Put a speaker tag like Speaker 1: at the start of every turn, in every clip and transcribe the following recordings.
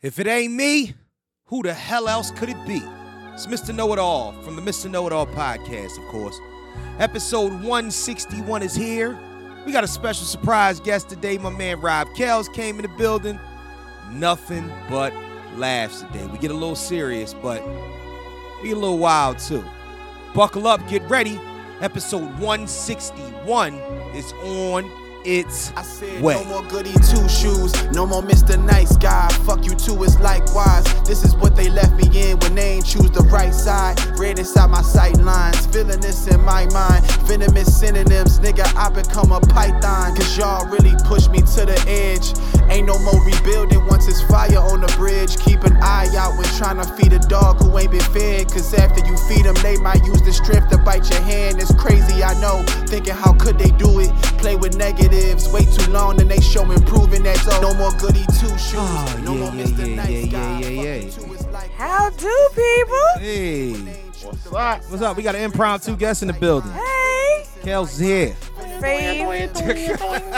Speaker 1: If it ain't me, who the hell else could it be? It's Mr. Know It All from the Mr. Know It All podcast, of course. Episode 161 is here. We got a special surprise guest today. My man Rob Kells came in the building. Nothing but laughs today. We get a little serious, but we get a little wild too. Buckle up, get ready. Episode 161 is on its
Speaker 2: I said,
Speaker 1: way.
Speaker 2: no more goody two shoes, no more Mr. Nice Guy. Fuck you too, it's likewise. This is what they left me in when they ain't choose the right side. Red inside my sight lines, villainous in my mind. Venomous synonyms, nigga, I become a python. Cause y'all really push me to the edge. Ain't no more rebuilding once it's fire on the bridge. Keep an eye out when trying to feed a dog who ain't been fed. Cause after you feed them, they might use the strength to bite your hand. It's crazy, I know. Thinking how could they do it? Play with negatives way too long and they show improving that's all. No more goody two shoes.
Speaker 1: Oh,
Speaker 2: no
Speaker 1: yeah,
Speaker 2: more
Speaker 1: yeah,
Speaker 2: Mr.
Speaker 1: yeah,
Speaker 2: nice
Speaker 1: yeah,
Speaker 2: guy.
Speaker 1: yeah, yeah,
Speaker 2: Fuck you too, it's like-
Speaker 3: How do people?
Speaker 1: Hey.
Speaker 2: What's
Speaker 1: What's up? We got an impromptu guest in the building.
Speaker 3: Hey,
Speaker 1: Kels is here.
Speaker 3: fam-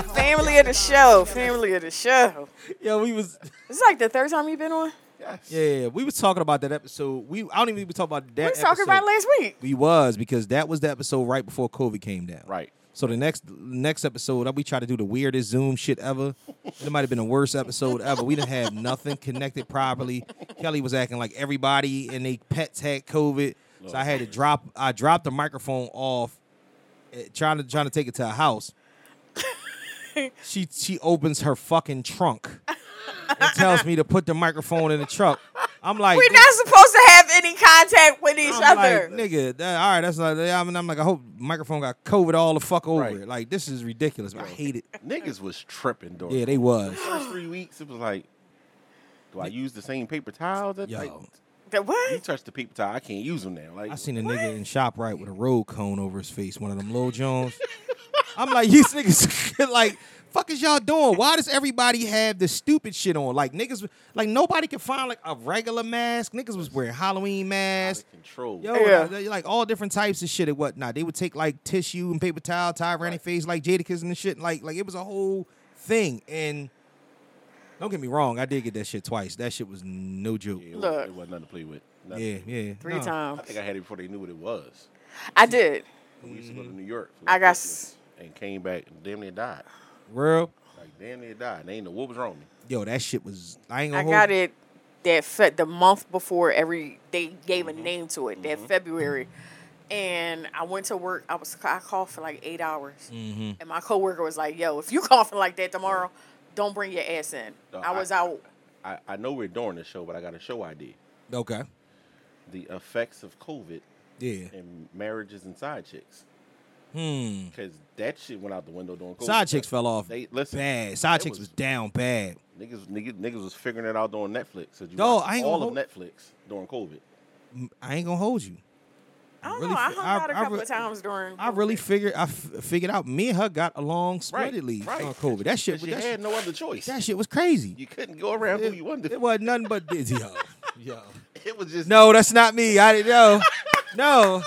Speaker 3: family of the show, family of the show.
Speaker 1: Yo, we was
Speaker 3: This is like the third time you've been on.
Speaker 1: yeah, we was talking about that episode. We I don't even think we talked about that.
Speaker 3: We was
Speaker 1: episode.
Speaker 3: talking about it last week.
Speaker 1: We was because that was the episode right before COVID came down.
Speaker 4: Right.
Speaker 1: So the next next episode, we tried to do the weirdest Zoom shit ever. It might have been the worst episode ever. We didn't have nothing connected properly. Kelly was acting like everybody and they pets had COVID. So I had to drop I dropped the microphone off, eh, trying to trying to take it to her house. she she opens her fucking trunk and tells me to put the microphone in the truck. I'm like,
Speaker 3: We're not supposed to have any contact with each
Speaker 1: I'm
Speaker 3: other.
Speaker 1: Like, nigga, that, all right, that's like, I mean, I'm like, I hope microphone got COVID all the fuck over
Speaker 4: Right.
Speaker 1: it. Like, this is ridiculous. but I hate it.
Speaker 4: Niggas was tripping during
Speaker 1: Yeah,
Speaker 4: yeah,
Speaker 1: they was.
Speaker 4: first three weeks. It was like, do I use the same paper towels? That
Speaker 1: Yo.
Speaker 4: like,
Speaker 3: The
Speaker 4: you
Speaker 3: what?
Speaker 4: touch the paper towel, I can't use them now. Like,
Speaker 1: I seen a nigga in shop right with a road cone over his face, one of them Lil Jones. I'm like, these niggas, like, fuck is y'all doing? Why does everybody have this stupid shit on? Like, niggas, like, nobody can find, like, a regular mask. Niggas was wearing Halloween
Speaker 4: out
Speaker 1: masks.
Speaker 4: of control.
Speaker 1: Yo,
Speaker 3: Yeah.
Speaker 1: like, they- like all different types of shit and whatnot. They would take like tissue and paper towel, tie around their face like Jadakiss and the shit. Like, like it was a whole thing. And don't get me wrong, I did get that shit twice. That shit was no joke.
Speaker 4: Yeah,
Speaker 1: Yeah,
Speaker 4: it, was,
Speaker 3: Look.
Speaker 4: it wasn't nothing to play with. Nothing.
Speaker 1: yeah.
Speaker 3: Three
Speaker 1: Nah.
Speaker 3: times.
Speaker 4: I think I had it before they knew what it was.
Speaker 3: I did.
Speaker 4: We used to go
Speaker 1: Mm-hmm.
Speaker 4: to New York. for
Speaker 3: I got
Speaker 4: Christmas and came back and damn near died.
Speaker 1: Real?
Speaker 4: Like damn near died. And they ain't know what was wrong. with me.
Speaker 1: Yo, that shit was. I ain't
Speaker 3: I
Speaker 1: gonna.
Speaker 3: got it that fe- the month before every they gave a
Speaker 1: Mm-hmm.
Speaker 3: name to it that February, and I went to work. I was I coughed for like eight hours,
Speaker 1: Mm-hmm.
Speaker 3: and my coworker was like, "Yo, if you coughing like that tomorrow, don't bring your ass in."
Speaker 4: No,
Speaker 3: I
Speaker 4: I-
Speaker 3: was out.
Speaker 4: I, I know we're doing the show, but I got a show idea.
Speaker 1: Okay.
Speaker 4: The effects of COVID
Speaker 1: Yeah.
Speaker 4: and marriages and side chicks.
Speaker 1: Hmm.
Speaker 4: Because that shit went out the window during COVID.
Speaker 1: Side chicks fell off.
Speaker 4: They, listen,
Speaker 1: bad. Side
Speaker 4: it
Speaker 1: chicks was,
Speaker 4: was-
Speaker 1: down bad.
Speaker 4: Niggas, niggas, niggas was figuring it out during Netflix. Did you
Speaker 1: No,
Speaker 4: watch
Speaker 1: I ain't
Speaker 4: all
Speaker 1: gonna
Speaker 4: of Netflix during COVID.
Speaker 1: I ain't gonna hold you.
Speaker 3: I don't
Speaker 1: really
Speaker 3: know. I
Speaker 1: fe-
Speaker 3: hung
Speaker 1: I-
Speaker 3: out a
Speaker 1: I
Speaker 3: couple
Speaker 1: re-
Speaker 3: of times during.
Speaker 1: I really figured. I f- figured out. Me and her got along
Speaker 4: Right,
Speaker 1: splendidly
Speaker 4: right.
Speaker 1: on COVID. That shit.
Speaker 4: 'Cause you
Speaker 1: that,
Speaker 4: had
Speaker 1: shit
Speaker 4: no other choice.
Speaker 1: that shit was crazy.
Speaker 4: you couldn't go around who you wanted.
Speaker 1: It
Speaker 4: to.
Speaker 1: wasn't nothing but dizzy. Yo. Yo.
Speaker 4: It was just
Speaker 1: No, that's not me. I didn't know. No.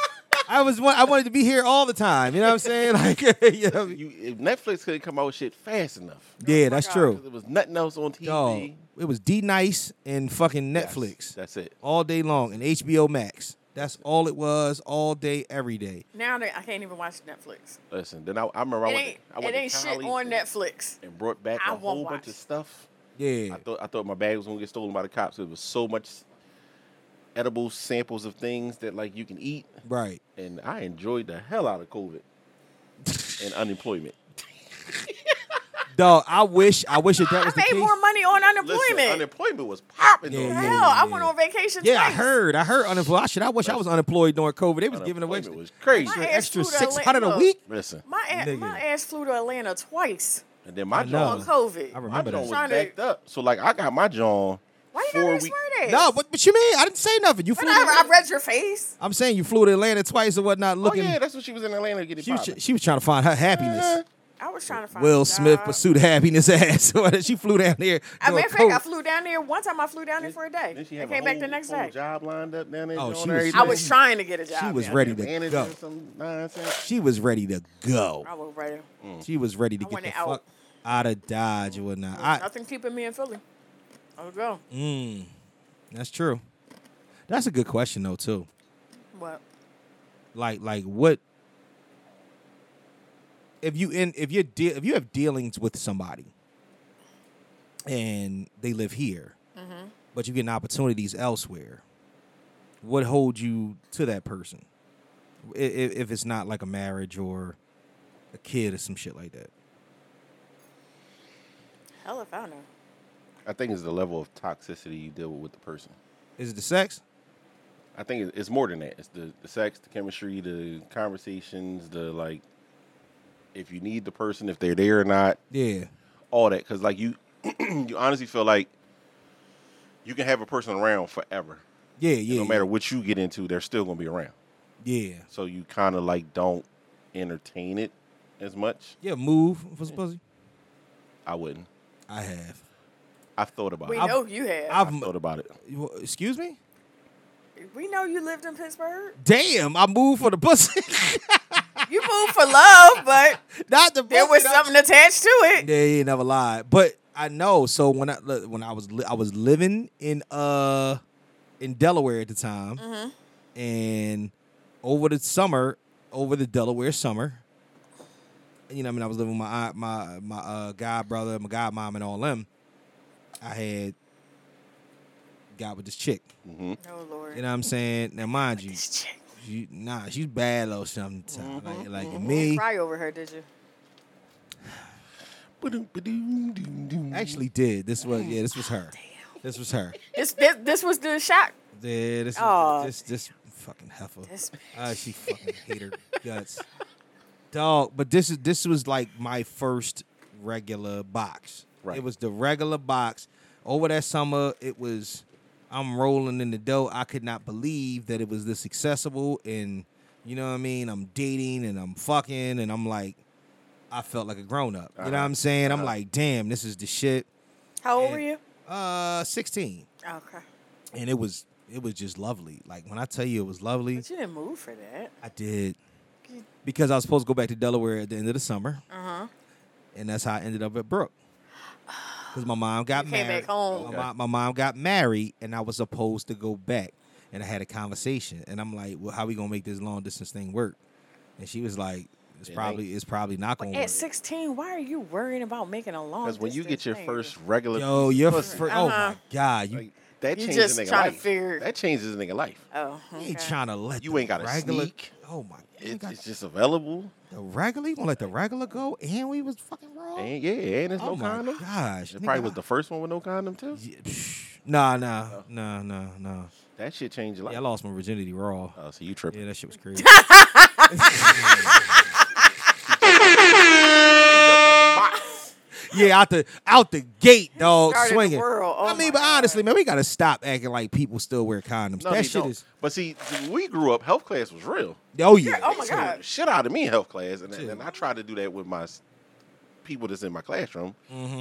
Speaker 1: I was wa- I wanted to be here all the time. You know what I'm saying? Like you know what I mean?
Speaker 4: You, if Netflix couldn't come out with shit fast enough.
Speaker 1: Yeah, that's
Speaker 3: God.
Speaker 1: true.
Speaker 4: Oh 'Cause There was nothing else on TV.
Speaker 1: Yo, it was D Nice and fucking
Speaker 4: Yes,
Speaker 1: Netflix
Speaker 4: that's it.
Speaker 1: all day long and HBO Max. That's all it was all day, every day.
Speaker 3: now that I can't even watch Netflix.
Speaker 4: Listen, then I, I remember I
Speaker 3: It
Speaker 4: went,
Speaker 3: ain't,
Speaker 4: to, I went
Speaker 3: it
Speaker 4: to
Speaker 3: ain't shit
Speaker 4: college
Speaker 3: on
Speaker 4: and,
Speaker 3: Netflix.
Speaker 4: and brought back
Speaker 3: I
Speaker 4: a whole
Speaker 3: won't
Speaker 4: bunch
Speaker 3: watch.
Speaker 4: of stuff.
Speaker 1: Yeah.
Speaker 4: I thought I thought my bag was gonna get stolen by the cops. It was so much edible samples of things that like you can eat,
Speaker 1: Right.
Speaker 4: and I enjoyed the hell out of COVID and unemployment.
Speaker 1: Dog, I wish I wish that, that
Speaker 3: I
Speaker 1: was the
Speaker 3: made
Speaker 1: case.
Speaker 3: more money on unemployment.
Speaker 4: Listen, unemployment was popping.
Speaker 1: Yeah,
Speaker 4: though.
Speaker 3: Hell,
Speaker 1: yeah,
Speaker 3: I went
Speaker 1: yeah.
Speaker 3: on vacation.
Speaker 1: yeah, I
Speaker 3: twice.
Speaker 1: heard. I heard unemployed. I should I wish I was unemployed during COVID. They was giving away
Speaker 4: Unemployment was crazy.
Speaker 3: My
Speaker 1: an
Speaker 3: ass
Speaker 1: extra
Speaker 3: flew to
Speaker 1: six hundred a
Speaker 3: Atlanta.
Speaker 1: week.
Speaker 4: Listen,
Speaker 3: My ass,
Speaker 1: Nigga.
Speaker 3: my ass flew to Atlanta twice
Speaker 4: and then my
Speaker 1: I know.
Speaker 3: on
Speaker 4: John,
Speaker 3: COVID.
Speaker 1: I
Speaker 4: my
Speaker 1: remember
Speaker 4: John was
Speaker 1: that.
Speaker 3: Trying to-
Speaker 4: backed up. So like, I got my John.
Speaker 3: Why you
Speaker 4: four
Speaker 3: gotta be
Speaker 4: week-
Speaker 3: smart ass?
Speaker 1: No, what, what you mean? I didn't say nothing. You
Speaker 3: But
Speaker 1: flew.
Speaker 3: I,
Speaker 1: to-
Speaker 3: I read your face.
Speaker 1: I'm saying you flew to Atlanta twice or whatnot,
Speaker 4: Oh
Speaker 1: looking.
Speaker 4: yeah, that's when she was in Atlanta getting
Speaker 1: She was,
Speaker 4: popped.
Speaker 1: she was trying to find her happiness.
Speaker 3: I was trying to find a
Speaker 1: Will
Speaker 3: job.
Speaker 1: Smith pursued happiness ass. she flew down there.
Speaker 3: I
Speaker 1: doing
Speaker 3: matter of fact, I
Speaker 1: coke.
Speaker 3: flew down there one time. I flew down there for a day.
Speaker 4: Then she
Speaker 3: I
Speaker 4: had
Speaker 3: came
Speaker 4: a
Speaker 3: back the
Speaker 4: whole-
Speaker 3: next
Speaker 4: whole
Speaker 3: day.
Speaker 4: job lined up down there.
Speaker 1: Oh,
Speaker 4: doing
Speaker 1: she was-
Speaker 4: everything.
Speaker 3: I was trying to get a job.
Speaker 1: she was
Speaker 3: down
Speaker 1: ready to
Speaker 4: Managing
Speaker 1: go.
Speaker 4: some nonsense.
Speaker 1: She was ready to go.
Speaker 3: there. I was ready.
Speaker 1: Mm. She was ready to get
Speaker 3: I
Speaker 1: the
Speaker 3: wanted out.
Speaker 1: fuck out of Dodge or whatnot. I,
Speaker 3: Nothing keeping me in Philly. I'll go.
Speaker 1: Mm, that's true. That's a good question though too.
Speaker 3: What?
Speaker 1: Like like what if you in if you're de- if you have dealings with somebody and they live here,
Speaker 3: Mm-hmm.
Speaker 1: but you get opportunities elsewhere, what holds you to that person? If, if it's not like a marriage or a kid or some shit like that.
Speaker 3: Hell if I know.
Speaker 1: Uh,
Speaker 4: I think it's the level of toxicity you deal with with the person.
Speaker 1: Is it the sex?
Speaker 4: I think it- it's more than that. It's the, the sex, the chemistry, the conversations, the like, if you need the person, if they're there or not,
Speaker 1: Yeah.
Speaker 4: all that. Because like you, you honestly feel like you can have a person around forever.
Speaker 1: Yeah, yeah.
Speaker 4: no matter what you get into, they're still gonna be around.
Speaker 1: Yeah.
Speaker 4: So you kind of like don't entertain it as much.
Speaker 1: Yeah, move for some pussy.
Speaker 4: I wouldn't.
Speaker 1: I have.
Speaker 4: I've thought about
Speaker 3: We
Speaker 4: it.
Speaker 3: know you have.
Speaker 1: I've,
Speaker 4: I've thought about it.
Speaker 1: You- Excuse me?
Speaker 3: we know you lived in Pittsburgh.
Speaker 1: Damn, I moved for the pussy.
Speaker 3: You moved for love, but
Speaker 1: Not the pussy.
Speaker 3: there was
Speaker 1: not-
Speaker 3: something attached to it.
Speaker 1: Yeah, he never lied. But I know. So when I look, when I was li- I was living in uh in Delaware at the time, and over the summer, over the Delaware summer, you know, I mean, I was living with my aunt, my my uh, god brother, my god mom, and all them. I had got with this chick.
Speaker 3: Oh Lord.
Speaker 1: You know what I'm saying? Now, mind you,
Speaker 3: This chick.
Speaker 1: she, nah, she's bad though sometimes. Like, like
Speaker 3: You
Speaker 1: me,
Speaker 3: didn't cry over her, did you?
Speaker 1: actually did. This was yeah, this was her. This was her.
Speaker 3: This this, this was the shock.
Speaker 1: Yeah, this,
Speaker 3: Aw.
Speaker 1: this this fucking heifer.
Speaker 3: This
Speaker 1: Uh, she fucking hate her guts, dog. But this is this was like my first regular box.
Speaker 4: Right.
Speaker 1: It was the regular box. Over that summer, it was I'm rolling in the dough. I could not believe that it was this accessible, and you know what I mean. I'm dating and I'm fucking, and I'm like, I felt like a grown up. You know what I'm saying? I'm like, damn, this is the shit.
Speaker 3: How old
Speaker 1: And-
Speaker 3: were you?
Speaker 1: Uh, 16
Speaker 3: Okay.
Speaker 1: and it was it was just lovely. Like when I tell you it was lovely,
Speaker 3: But you didn't move for that.
Speaker 1: I did because I was supposed to go back to Delaware at the end of the summer, uh-huh. and that's how I ended up at Brook. Because my mom got
Speaker 3: You came
Speaker 1: married.
Speaker 3: back home.
Speaker 1: My, my mom got married, and I was supposed to go back. And I had a conversation, and I'm like, "Well, how we gonna make this long distance thing work?" And she was like, "It's
Speaker 4: It
Speaker 1: probably it's probably not gonna
Speaker 3: At
Speaker 1: work."
Speaker 3: 16, why are you worrying about making a long?
Speaker 4: Because when you get
Speaker 3: distance
Speaker 4: your
Speaker 3: thing?
Speaker 4: first regular,
Speaker 1: Yo, you're
Speaker 4: pussy,
Speaker 1: fr- oh
Speaker 3: Uh-huh.
Speaker 1: my god, you
Speaker 4: like, that
Speaker 3: You
Speaker 4: changes
Speaker 3: just
Speaker 4: a nigga
Speaker 3: tryna
Speaker 4: life.
Speaker 3: figure-
Speaker 4: That changes a nigga life.
Speaker 3: Oh,
Speaker 1: you ain't
Speaker 3: okay.
Speaker 1: trying to let
Speaker 4: You
Speaker 1: the
Speaker 4: ain't gotta
Speaker 1: regular.
Speaker 4: sneak.
Speaker 1: Oh my, you ain't
Speaker 4: It,
Speaker 1: got
Speaker 4: it's just available,
Speaker 1: The regular? You gonna let the regular go? And we was fucking wrong?
Speaker 4: and yeah, and there's
Speaker 1: oh
Speaker 4: no
Speaker 1: my
Speaker 4: condom.
Speaker 1: gosh.
Speaker 4: It
Speaker 1: nigga,
Speaker 4: probably was
Speaker 1: I-
Speaker 4: the first one with no condom too.
Speaker 1: Yeah, psh, Nah,
Speaker 4: Oh.
Speaker 1: nah, nah, nah, nah.
Speaker 4: That shit changed your life.
Speaker 1: Yeah, I lost my virginity raw.
Speaker 4: Oh, so you tripping?
Speaker 1: Yeah, that shit was crazy. yeah, out the out the gate, dog,
Speaker 3: started the
Speaker 1: swinging.
Speaker 3: world. Oh
Speaker 1: I mean,
Speaker 3: my
Speaker 1: but
Speaker 3: God.
Speaker 1: honestly, man, we gotta stop acting like people still wear condoms.
Speaker 4: No,
Speaker 1: that
Speaker 4: they
Speaker 1: shit
Speaker 4: don't.
Speaker 1: is.
Speaker 4: But see, when we grew up. Health class was real.
Speaker 1: Oh yeah.
Speaker 3: Oh my
Speaker 4: Scared
Speaker 3: God.
Speaker 4: the Shit out of me in health class, and,
Speaker 1: Shit.
Speaker 4: and I try to do that with my s- people that's in my classroom.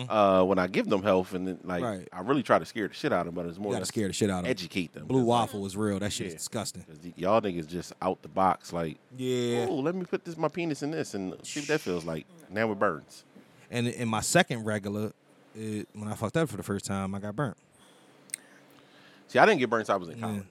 Speaker 4: Uh, when I give them health, and then, like
Speaker 1: Mm-hmm. Right.
Speaker 4: I really try to scare the shit out of them, but it's
Speaker 1: You
Speaker 4: more
Speaker 1: gotta
Speaker 4: to
Speaker 1: scare the shit out of 'em.
Speaker 4: educate them.
Speaker 1: Blue
Speaker 4: 'Cause, like,
Speaker 1: waffle was real. That shit is
Speaker 4: Yeah.
Speaker 1: disgusting.
Speaker 4: 'cause y- y'all niggas just out the box, like
Speaker 1: Yeah.
Speaker 4: oh, let me put this my penis in this and see what that feels like. Now it burns.
Speaker 1: And in my second regular, it, when I fucked up for the first time, I got burnt.
Speaker 4: See, I didn't get burnt till I was in college.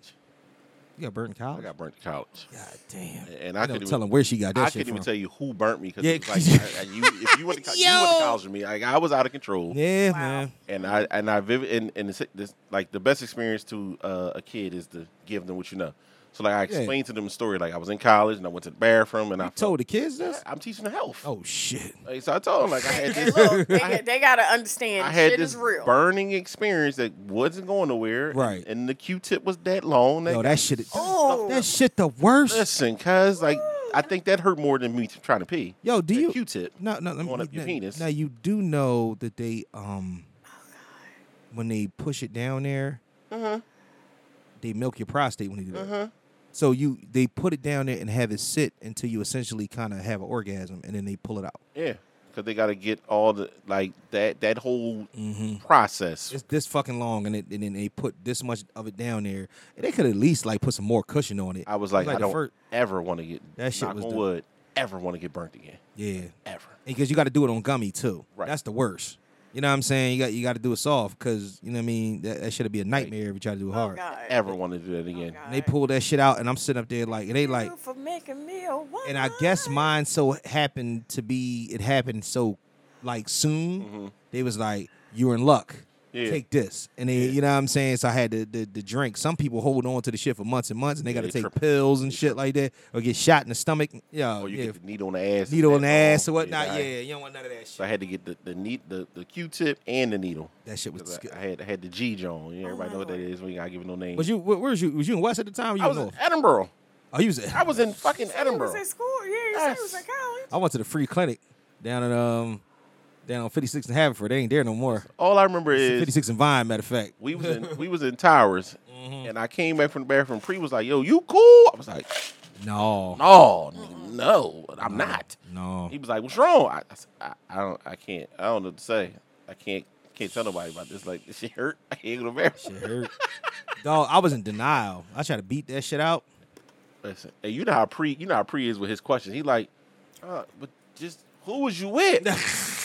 Speaker 1: You got burnt in
Speaker 4: I
Speaker 1: college?
Speaker 4: got burnt in college,
Speaker 1: God damn.
Speaker 4: and I,
Speaker 1: I
Speaker 4: couldn't
Speaker 1: don't
Speaker 4: even-
Speaker 1: tell him where she got that
Speaker 4: I
Speaker 1: shit
Speaker 4: couldn't even
Speaker 1: from.
Speaker 4: tell you who burnt me because
Speaker 1: Yeah,
Speaker 4: it was
Speaker 1: 'cause-
Speaker 4: like I, I- you, if you went to, co- you went to
Speaker 1: Yo.
Speaker 4: college with me, like, I was out of control.
Speaker 1: Yeah,
Speaker 3: Wow.
Speaker 1: man.
Speaker 4: and I and I vivid and, and this, this like the best experience to uh, a kid is to give them what you know. So like I
Speaker 1: Yeah.
Speaker 4: explained to them the story like I was in college and I went to the bathroom and I felt-
Speaker 1: Told the kids this?
Speaker 4: I'm teaching the health.
Speaker 1: Oh shit.
Speaker 4: Like, so I told them like I had
Speaker 3: Hey,
Speaker 4: this
Speaker 3: look, they,
Speaker 4: I
Speaker 3: got-
Speaker 4: had,
Speaker 3: they gotta understand.
Speaker 4: I had
Speaker 3: shit
Speaker 4: this
Speaker 3: is real.
Speaker 4: burning experience that wasn't going nowhere. and-
Speaker 1: Right.
Speaker 4: And, the Q-tip was that long.
Speaker 1: Yo,
Speaker 4: got-
Speaker 1: that shit.
Speaker 3: Oh.
Speaker 1: That shit the worst.
Speaker 4: listen, cause like I think that hurt more than me trying to pee.
Speaker 1: Yo, do
Speaker 4: the
Speaker 1: you-
Speaker 4: Q-tip?
Speaker 1: No, no,
Speaker 4: Going up your
Speaker 1: now,
Speaker 4: penis.
Speaker 1: Now you do know that they um when they push it down there, they milk your prostate when they do that. So you they put it down there and have it sit until you essentially kind of have an orgasm and then they pull it out.
Speaker 4: Yeah. Cause they got to get all the like that that whole process
Speaker 1: Mm-hmm. It's this fucking long and, it, and then they put this much of it down there. And they could at least like put some more cushion on it.
Speaker 4: I was like, I
Speaker 1: the
Speaker 4: don't
Speaker 1: fir-
Speaker 4: ever want to get
Speaker 1: That shit
Speaker 4: knock
Speaker 1: was
Speaker 4: on
Speaker 1: dope.
Speaker 4: wood, ever want to get burnt again,
Speaker 1: yeah.
Speaker 4: ever.
Speaker 1: Because you got to do it on gummy too.
Speaker 4: Right.
Speaker 1: That's the worst. You know what I'm saying? You got you got to do it soft because you know what I mean. That, that should be a nightmare if you try to do it hard.
Speaker 3: Oh, God.
Speaker 4: ever want to do that
Speaker 3: Oh,
Speaker 4: again.
Speaker 1: And they pull that shit out, and I'm sitting up there like, and they like,
Speaker 3: for making me a woman.
Speaker 1: and I guess mine so happened to be it happened so like soon. They was like, "You're in luck.
Speaker 4: Mm-hmm. Yeah.
Speaker 1: Take this." And they, you know what I'm saying. So I had the, the the drink. Some people hold on to the shit for months and months, and they got to
Speaker 4: they
Speaker 1: take
Speaker 4: tripping.
Speaker 1: pills and shit like that, or get shot in the stomach. Yeah,
Speaker 4: Or Oh, you
Speaker 1: yeah.
Speaker 4: get the needle on the ass.
Speaker 1: needle in
Speaker 4: and
Speaker 1: the
Speaker 4: that
Speaker 1: ass or
Speaker 4: long.
Speaker 1: whatnot. Yeah,
Speaker 4: I-
Speaker 1: you don't want none of that
Speaker 4: So
Speaker 1: shit.
Speaker 4: I had to get the the neat the, the Q-tip and the needle.
Speaker 1: That shit was
Speaker 4: 'Cause I-
Speaker 1: disgu-
Speaker 4: I had I had the G John. You know, everybody
Speaker 3: Oh, my
Speaker 4: know what that
Speaker 3: Lord.
Speaker 4: is. We ain't gotta give it no name.
Speaker 1: Was you where where was you? Was you in West at the time? Or you
Speaker 4: I was
Speaker 1: in
Speaker 4: in
Speaker 1: North?
Speaker 4: Edinburgh.
Speaker 1: Oh, you was. at-
Speaker 4: I was in fucking
Speaker 3: He
Speaker 4: Edinburgh.
Speaker 3: was at school. Yeah, he said he was at college.
Speaker 1: I went to the free clinic down at um down on 56 and Haverford. They ain't there no more.
Speaker 4: All I remember is
Speaker 1: 56 and Vine, matter of fact.
Speaker 4: we was in we was in Towers,
Speaker 1: Mm-hmm.
Speaker 4: and I came back from the bathroom. Pre was like, "Yo, you cool?" I was like,
Speaker 1: No,
Speaker 4: "No, nigga, no, I'm not."
Speaker 1: no.
Speaker 4: He was like, "What's wrong?" I, I s- I, I don't, I can't, I don't know what to say. I can't, can't tell nobody about this. Like this shit hurt. I can't go to bed.
Speaker 1: Shit hurt. Dog, I was in denial. I tried to beat that shit out.
Speaker 4: Listen, and you know how pre, you know how pre is with his questions. He like, uh, but just who was you with?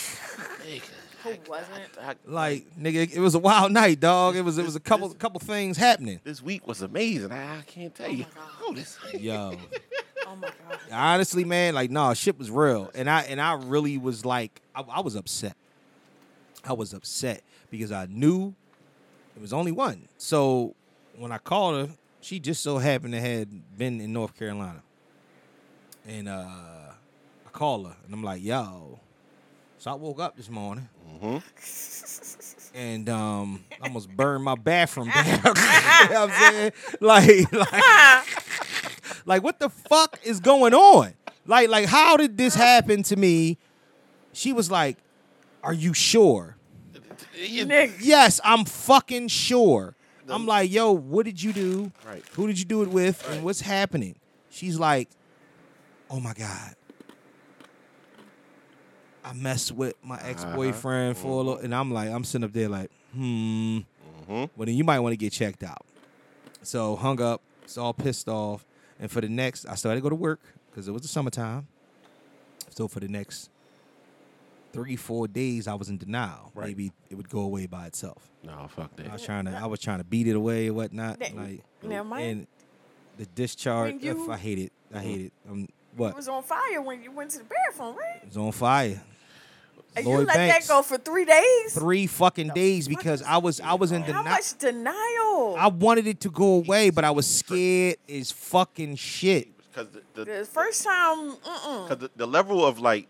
Speaker 4: Nigga,
Speaker 3: Who wasn't?
Speaker 4: I-
Speaker 1: Like, nigga, it was a wild night, dog. It was it was a couple couple things happening.
Speaker 4: this week was amazing. I, I can't
Speaker 1: Oh
Speaker 4: tell you. Who this?
Speaker 1: Yo.
Speaker 3: Oh my god.
Speaker 1: Honestly, man, like no, shit was real. And I and I really was like I, I was upset. I was upset because I knew it was only one. So when I called her, she just so happened to had been in North Carolina. And uh I called her and I'm like, yo. So I woke up this morning and um I almost burned my bathroom down. you know what I'm saying? Like, like like, what the fuck is going on? Like, like, how did this happen to me? She was like, "Are you sure?"
Speaker 3: Nigga.
Speaker 1: Yes, I'm fucking sure. I'm like, "Yo, what did you do?
Speaker 4: Right.
Speaker 1: Who did you do it with? And what's happening?" She's like, "Oh my god." I messed with my ex boyfriend for a little, and I'm like, I'm sitting up there like, hmm. Well, then you might want to get checked out. So hung up, was all pissed off. And for the next, I started to go to work because it was the summertime. So for the next three, four days, I was in denial.
Speaker 4: Right.
Speaker 1: Maybe it would go away by itself.
Speaker 4: No, fuck
Speaker 1: I was
Speaker 4: that.
Speaker 1: trying to, I was trying to beat it away or whatnot.
Speaker 3: That-
Speaker 1: Like,
Speaker 3: Never mind.
Speaker 1: and the discharge,
Speaker 3: When you- Mm.
Speaker 1: ugh, I hate it. I hate it. Um, what?
Speaker 3: It was on fire when you went to the bathroom, right?
Speaker 1: It was on fire.
Speaker 3: And you
Speaker 1: Lloyd
Speaker 3: let
Speaker 1: Banks.
Speaker 3: that go for three days.
Speaker 1: Three fucking days because I was, I was in
Speaker 3: How
Speaker 1: denial.
Speaker 3: much denial?
Speaker 1: I wanted it to go away, but I was scared as fucking shit.
Speaker 4: Because the,
Speaker 3: the
Speaker 4: the,
Speaker 3: first time, mm-mm.
Speaker 4: cause the, the level of like,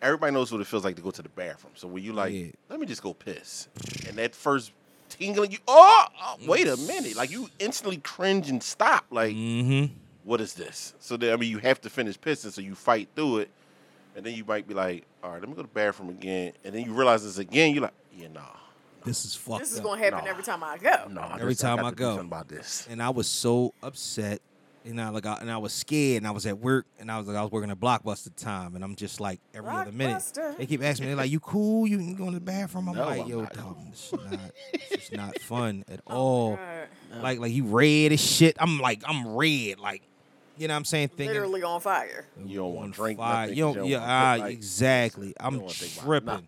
Speaker 4: everybody knows what it feels like to go to the bathroom. So when you like,
Speaker 1: Yeah.
Speaker 4: let me just go piss, and that first tingling, you oh, oh, wait a minute, like you instantly cringe and stop. Like,
Speaker 1: Mm-hmm.
Speaker 4: what is this? So then I mean, you have to finish pissing, so you fight through it, and then you might be like, all right, let me go to the bathroom again, and then you realize this again, you're like, yeah, nah,
Speaker 1: This is fucked
Speaker 3: this is
Speaker 1: up.
Speaker 3: gonna happen
Speaker 4: Nah.
Speaker 3: every time I go.
Speaker 4: nah.
Speaker 1: Every
Speaker 4: this-
Speaker 1: time
Speaker 4: got
Speaker 1: I
Speaker 4: to do
Speaker 1: go.
Speaker 4: something about this.
Speaker 1: and I was so upset. And I like, I, and I was scared, and I was at work, and I was like, I was working at Blockbuster at the time, and I'm just like every other minute.
Speaker 3: Blockbuster.
Speaker 1: They keep asking me, they're like, "You cool? You can go in the bathroom?" I'm
Speaker 4: No,
Speaker 1: like,
Speaker 4: I'm
Speaker 1: "Yo,
Speaker 4: not
Speaker 1: dog,
Speaker 4: cool."
Speaker 1: it's not, it's not fun at all.
Speaker 3: Oh God.
Speaker 1: Like, like you red as shit. I'm like, I'm red, like, you know what I'm saying? Thinking
Speaker 3: Literally on fire.
Speaker 4: You don't
Speaker 1: on
Speaker 4: want to drink
Speaker 1: fire.
Speaker 4: nothing.
Speaker 1: You don't, yeah, ah,
Speaker 4: wanna put, like,
Speaker 1: exactly.
Speaker 4: you don't
Speaker 1: I'm
Speaker 4: wanna think about
Speaker 1: tripping,
Speaker 4: nothing.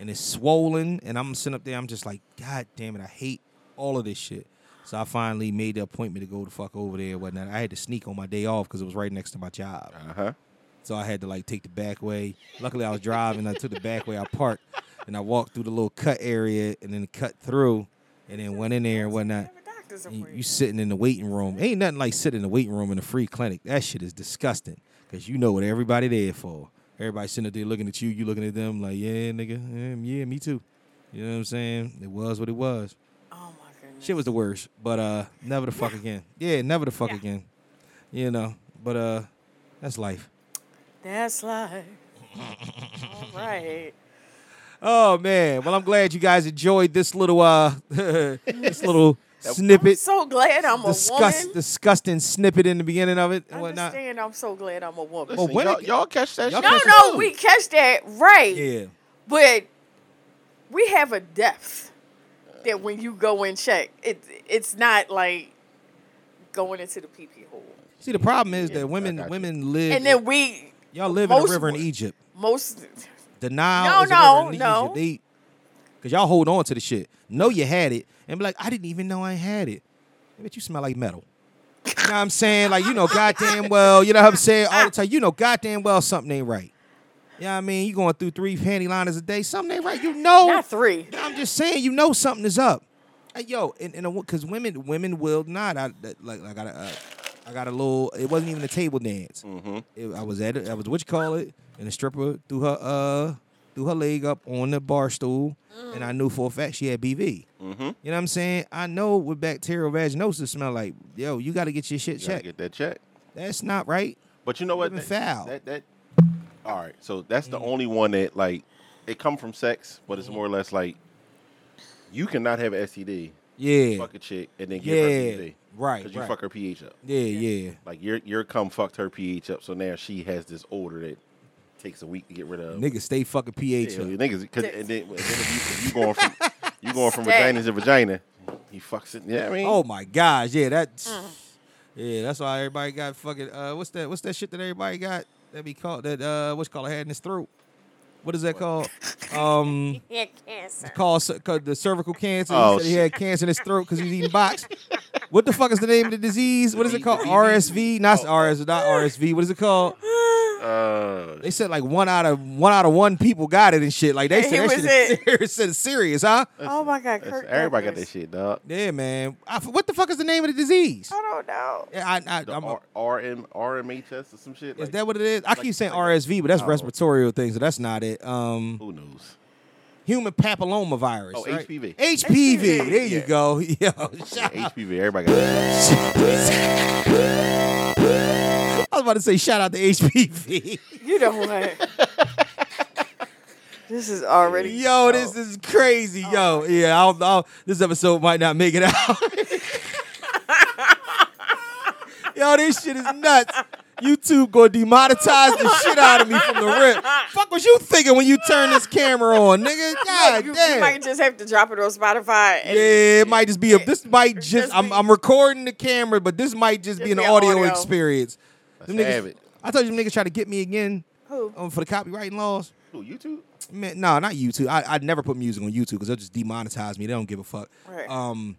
Speaker 1: and it's swollen, and I'm sitting up there. I'm just like, God damn it, I hate all of this shit. So I finally made the appointment to go the fuck over there and whatnot. I had to sneak on my day off because it was right next to my job,
Speaker 4: Uh-huh.
Speaker 1: so I had to like take the back way. Luckily, I was driving. I took the back way. I parked, and I walked through the little cut area, and then cut through, and then went in there and whatnot.
Speaker 3: Have a doctor's
Speaker 1: And you
Speaker 3: appointment.
Speaker 1: sitting in the waiting room. Ain't nothing like sitting in the waiting room in a free clinic. That shit is disgusting. Cause you know what everybody there for. Everybody sitting there looking at you, you looking at them like, yeah, nigga, um, yeah, me too. You know what I'm saying? It was what it was.
Speaker 3: Oh my goodness.
Speaker 1: Shit was the worst. But uh never the fuck again. Yeah, never the fuck again. You know. But uh that's life.
Speaker 3: That's life. All right.
Speaker 1: Oh man. Well I'm glad you guys enjoyed this little uh this little
Speaker 3: I'm
Speaker 1: snippet.
Speaker 3: so glad I'm a
Speaker 1: Disgust,
Speaker 3: woman.
Speaker 1: disgusting snippet in the beginning of it and whatnot.
Speaker 3: Understand? I'm so glad I'm a woman.
Speaker 4: Listen,
Speaker 1: when
Speaker 4: y'all,
Speaker 1: it-
Speaker 4: y'all catch that
Speaker 1: y'all
Speaker 4: shit?
Speaker 3: No,
Speaker 1: catch
Speaker 3: no, we catch that right.
Speaker 1: Yeah.
Speaker 3: But we have a depth that when you go and check, it it's not like going into the pee pee hole.
Speaker 1: See, the problem is that
Speaker 4: got
Speaker 1: women
Speaker 4: you.
Speaker 1: women live
Speaker 3: And then we
Speaker 1: y'all live in a
Speaker 3: most
Speaker 1: river in
Speaker 3: would.
Speaker 1: Egypt.
Speaker 3: most
Speaker 1: Denial
Speaker 3: No,
Speaker 1: is a river
Speaker 3: no,
Speaker 1: in
Speaker 3: no.
Speaker 1: Egypt. Cause y'all hold on to the shit. Know you had it and be like, I didn't even know I had it. But you smell like metal. You know what I'm saying? Like, you know, goddamn well, you know what I'm saying? All the time, you know, goddamn well something ain't right. You know what I mean? You going through three panty liners a day, something ain't right. You know
Speaker 3: Not three.
Speaker 1: no, I'm just saying, you know something is up. Hey, yo, and and because women women will not. I that- like I got a, uh, I got a little. It wasn't even a table dance.
Speaker 4: Mm-hmm.
Speaker 1: It- I was at it. I was what you call it, and the stripper threw her uh threw her leg up on the bar stool, and I knew for a fact she had BV.
Speaker 4: Mm-hmm.
Speaker 1: You know what I'm saying? I know what bacterial vaginosis smell like. Yo, you got to get your shit
Speaker 4: Gotta
Speaker 1: checked.
Speaker 4: get that check.
Speaker 1: That's not right.
Speaker 4: But you know what?
Speaker 1: Even foul. Mm.
Speaker 4: That, that all right. So that's the only one that like it come from sex, but it's more or less like you cannot have STD,
Speaker 1: Yeah.
Speaker 4: fuck a chick, and then give
Speaker 1: Yeah.
Speaker 4: her STD,
Speaker 1: Right,
Speaker 4: Because you
Speaker 1: right.
Speaker 4: fuck her pH up.
Speaker 1: Yeah. Yeah.
Speaker 4: Like your your cum fucked her pH up, so now she has this odor that takes a week to get rid of.
Speaker 1: Niggas stay fucking pH.
Speaker 4: Yeah,
Speaker 1: up.
Speaker 4: niggas, cause, and then, and then if you, if you going from you going from
Speaker 3: Stay.
Speaker 4: vagina to vagina, he fucks it. Yeah, I mean,
Speaker 1: Oh my gosh, yeah, that's
Speaker 3: Mm.
Speaker 1: yeah, that's why everybody got fucking uh what's that what's that shit that everybody got that be called that uh what's it called had in his throat? What is that called? Um
Speaker 3: Yeah, cancer.
Speaker 1: called, cer- called the cervical cancer. He
Speaker 4: Oh,
Speaker 1: said he
Speaker 4: shit.
Speaker 1: had cancer in his throat because he was eating box. What the fuck is the name of the disease? What is it called?
Speaker 4: DBV.
Speaker 1: RSV? Not
Speaker 4: Oh.
Speaker 1: RSV, not RSV. What is it called?
Speaker 4: uh,
Speaker 1: They said like one out of one out of one people got it and shit. Like they
Speaker 3: And he
Speaker 1: said that
Speaker 3: was
Speaker 1: shit is serious, said it's serious, huh?
Speaker 3: Oh my God,
Speaker 4: that's-
Speaker 3: Kirk.
Speaker 4: everybody got
Speaker 3: Douglas.
Speaker 4: that shit, dog.
Speaker 1: Yeah, man. I f what the fuck is the name of the disease?
Speaker 3: I don't know.
Speaker 1: Yeah, I, I,
Speaker 4: The
Speaker 1: I'm,
Speaker 4: R- RM RMHS or some shit.
Speaker 1: Is
Speaker 4: like-
Speaker 1: that what it is? I keep saying RSV, but that's respiratory thing, so that's not it. Um,
Speaker 4: Who knows?
Speaker 1: human papillomavirus.
Speaker 4: Oh,
Speaker 1: right?
Speaker 4: HPV.
Speaker 1: HPV. There you
Speaker 4: Yeah.
Speaker 1: go. Yo, shout out.
Speaker 4: HPV. Everybody got that.
Speaker 1: I was about to say shout out to HPV.
Speaker 3: You know what? this is already.
Speaker 1: Yo, this is crazy.
Speaker 3: oh
Speaker 1: Yo, yeah, I don't know. This episode might not make it out. Yo, this shit is nuts. YouTube gonna demonetize the shit out of me from the rip. Fuck was you thinking when you turned this camera on, nigga? God
Speaker 3: you,
Speaker 1: damn.
Speaker 3: you might just have to drop it on Spotify. And
Speaker 1: Yeah, it might just be a. This might just.
Speaker 3: just
Speaker 1: I'm,
Speaker 3: be-
Speaker 1: I'm recording the camera, but this might just be
Speaker 3: Just
Speaker 1: an
Speaker 3: be an
Speaker 1: audio,
Speaker 3: audio.
Speaker 1: experience. Them niggas,
Speaker 4: have it.
Speaker 1: I told you, them niggas try to get me again
Speaker 3: Who?
Speaker 1: um, for the copyright laws.
Speaker 4: Who, YouTube?
Speaker 1: Man, no, not YouTube. I I never put music on YouTube because they'll just demonetize me. They don't give a fuck.
Speaker 3: Right.
Speaker 1: Um,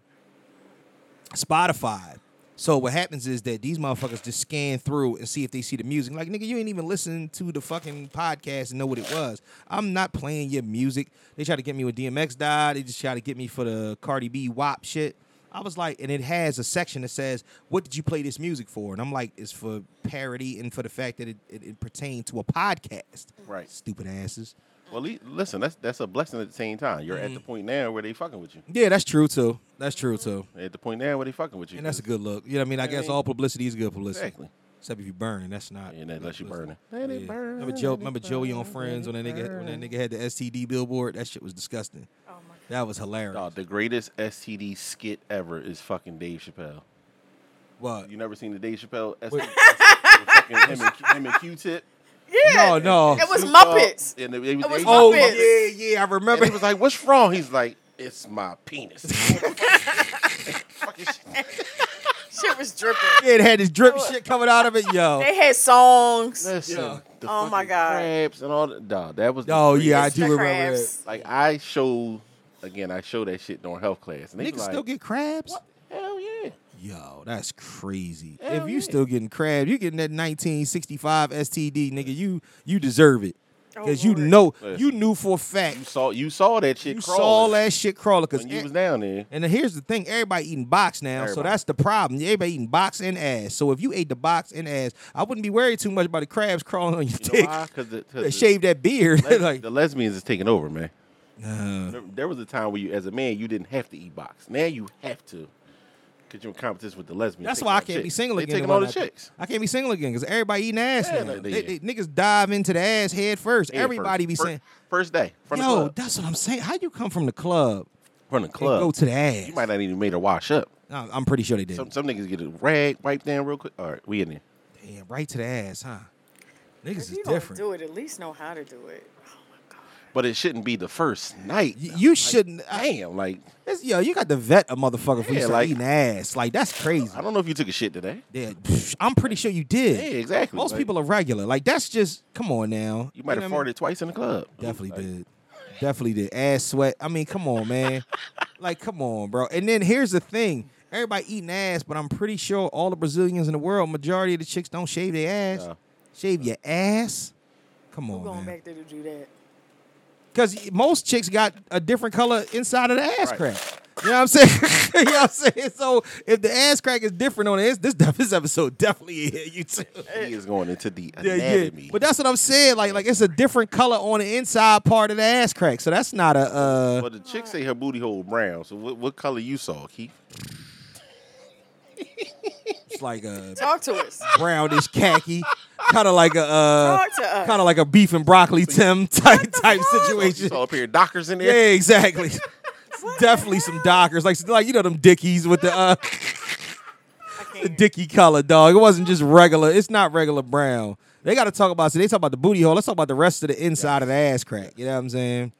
Speaker 1: Spotify. So what happens is that these motherfuckers just scan through and see if they see the music. Like nigga, you ain't even listen to the fucking podcast and know what it was. I'm not playing your music. They try to get me with DMX died. They just try to get me for the Cardi B WAP shit. I was like, and it has a section that says, "What did you play this music for?" And I'm like, "It's for parody and for the fact that it, it, it pertained to a podcast."
Speaker 4: Right.
Speaker 1: Stupid asses.
Speaker 4: Well, le- listen, that's that's a blessing at the same time. You're
Speaker 1: Mm-hmm.
Speaker 4: at the point now where they fucking with you.
Speaker 1: Yeah, that's true too. That's true too.
Speaker 4: At the point now where they fucking with you.
Speaker 1: And that's a
Speaker 4: 'cause-
Speaker 1: good look. You know what I mean? I guess all publicity is good publicity.
Speaker 4: Exactly.
Speaker 1: Except if you burn, and that's not.
Speaker 4: Yeah, unless you burning.
Speaker 1: Yeah. Remember Joe? Remember Joey on Friends when that nigga when that nigga had the STD billboard? That shit was disgusting.
Speaker 3: Oh my God.
Speaker 1: That was hilarious.
Speaker 4: Dog, the greatest STD skit ever is fucking Dave Chappelle.
Speaker 1: What?
Speaker 4: You never seen the Dave Chappelle STD skit? Fucking him and, him and Q-Tip.
Speaker 1: No, no.
Speaker 3: It was
Speaker 4: Snoop Dogg,
Speaker 3: Muppets.
Speaker 4: And it, it
Speaker 3: It was
Speaker 4: they-
Speaker 1: oh
Speaker 3: Muppets.
Speaker 1: yeah, yeah. I remember.
Speaker 4: And he was like, "What's wrong?" He's like, "It's my penis." Fucking shit.
Speaker 3: Shit was dripping.
Speaker 1: yeah, it had this drip shit coming out of it, yo.
Speaker 3: They had songs.
Speaker 4: Listen,
Speaker 1: Yeah.
Speaker 4: the
Speaker 3: Oh, my
Speaker 4: fucking
Speaker 3: God.
Speaker 4: crabs and all that. Dog, that was. the
Speaker 1: Oh yeah, I
Speaker 4: greatest-
Speaker 1: do
Speaker 3: The
Speaker 1: remember that.
Speaker 3: crabs.
Speaker 4: Like I show, again, I show that shit during health class, and they be
Speaker 1: Niggas
Speaker 4: like,
Speaker 1: still get crabs?
Speaker 4: "Hell yeah!"
Speaker 1: Yo, that's crazy. if
Speaker 4: Hell
Speaker 1: you
Speaker 4: yeah.
Speaker 1: still getting crab, you getting that 1965 STD, nigga. You you deserve it
Speaker 3: Oh,
Speaker 1: because you
Speaker 3: Lord.
Speaker 1: know you
Speaker 4: Listen.
Speaker 1: knew for a
Speaker 4: You
Speaker 1: fact
Speaker 4: saw, you saw that shit.
Speaker 1: you
Speaker 4: crawling
Speaker 1: saw that shit crawling. Cause
Speaker 4: when you
Speaker 1: e-
Speaker 4: was down there.
Speaker 1: and here's the thing: everybody eating box now, so
Speaker 4: Everybody.
Speaker 1: that's the problem. Everybody eating box and ass. So if you ate the box and ass, I wouldn't be worried too much about the crabs crawling on your
Speaker 4: You know
Speaker 1: dick.
Speaker 4: why? Because the, 'cause
Speaker 1: They
Speaker 4: the-
Speaker 1: shave that beard.
Speaker 4: les-
Speaker 1: like,
Speaker 4: the lesbians is taking over, man. There- There was a time where you, as a man, you didn't have to eat box. Now you have to, because you're in competition with the lesbians.
Speaker 1: That's
Speaker 4: taking
Speaker 1: why
Speaker 4: all
Speaker 1: I
Speaker 4: the
Speaker 1: can't be
Speaker 4: chicks.
Speaker 1: single
Speaker 4: they
Speaker 1: again.
Speaker 4: taking
Speaker 1: and
Speaker 4: all the
Speaker 1: whatnot.
Speaker 4: chicks.
Speaker 1: I can't be single again because everybody eating ass
Speaker 4: Yeah,
Speaker 1: now.
Speaker 4: they-
Speaker 1: They, they-
Speaker 4: yeah.
Speaker 1: niggas dive into the ass head first.
Speaker 4: Head
Speaker 1: everybody
Speaker 4: first.
Speaker 1: be
Speaker 4: Fir-
Speaker 1: saying,
Speaker 4: first day from the
Speaker 1: "Yo,
Speaker 4: club.
Speaker 1: that's what I'm saying." How you come from the club,
Speaker 4: from the
Speaker 1: and
Speaker 4: club.
Speaker 1: go to the ass?
Speaker 4: you might not even made her wash up.
Speaker 1: No, I'm pretty sure they did.
Speaker 4: Some some niggas get a rag wiped down real quick. All right, we in there.
Speaker 1: Damn, right to the ass, huh? Niggas
Speaker 3: If
Speaker 1: is
Speaker 3: you don't
Speaker 1: different.
Speaker 3: do it, at least know how to do it. Oh my God.
Speaker 4: But it shouldn't be the first night.
Speaker 1: Y- you shouldn't. I,
Speaker 4: Damn, like
Speaker 1: this, yo, you got to vet a motherfucker for you
Speaker 4: Yeah,
Speaker 1: start
Speaker 4: like-
Speaker 1: eating ass. Like that's crazy.
Speaker 4: I don't know if you took a shit today.
Speaker 1: Yeah, psh, I'm pretty sure you did.
Speaker 4: Yeah, exactly.
Speaker 1: Most
Speaker 4: Like,
Speaker 1: people are regular. Like that's just come on now.
Speaker 4: You might have
Speaker 1: know what I mean?
Speaker 4: farted twice in the club.
Speaker 1: Definitely did. Definitely did. Ass sweat. I mean, come on, man. like, come on, bro. And then here's the thing. Everybody eating ass, but I'm pretty sure all the Brazilians in the world, majority of the chicks don't shave their ass.
Speaker 4: No.
Speaker 1: Shave your ass. Come
Speaker 3: I'm going
Speaker 1: on, man.
Speaker 3: back there to do that.
Speaker 1: Because most chicks got a different color inside of the ass
Speaker 4: Right.
Speaker 1: crack. You know what I'm saying? you know what I'm saying? So if the ass crack is different on this, this, this episode definitely hit you too.
Speaker 4: He is going into the
Speaker 1: Yeah,
Speaker 4: anatomy.
Speaker 1: yeah. But that's what I'm saying. Like, like it's a different color on the inside part of the ass crack. So that's not a. Uh,
Speaker 4: But the chick say her booty hole brown. So what, what color you saw, Keith?
Speaker 1: it's like a
Speaker 3: Talk to us.
Speaker 1: brownish khaki, kind of like a, uh,
Speaker 3: Talk to us.
Speaker 1: kind of like a beef and broccoli Tim type type
Speaker 4: You
Speaker 1: situation.
Speaker 4: saw a pair of dockers in
Speaker 1: Yeah,
Speaker 4: there.
Speaker 1: exactly. Definitely some Dockers, like like you know them Dickies with the uh,
Speaker 3: I
Speaker 1: the
Speaker 3: can't.
Speaker 1: Dicky color, dog. It wasn't just regular. It's not regular brown. They got to talk about. See, they talk about the booty hole. Let's talk about the rest of the inside of the ass crack. You know what I'm saying?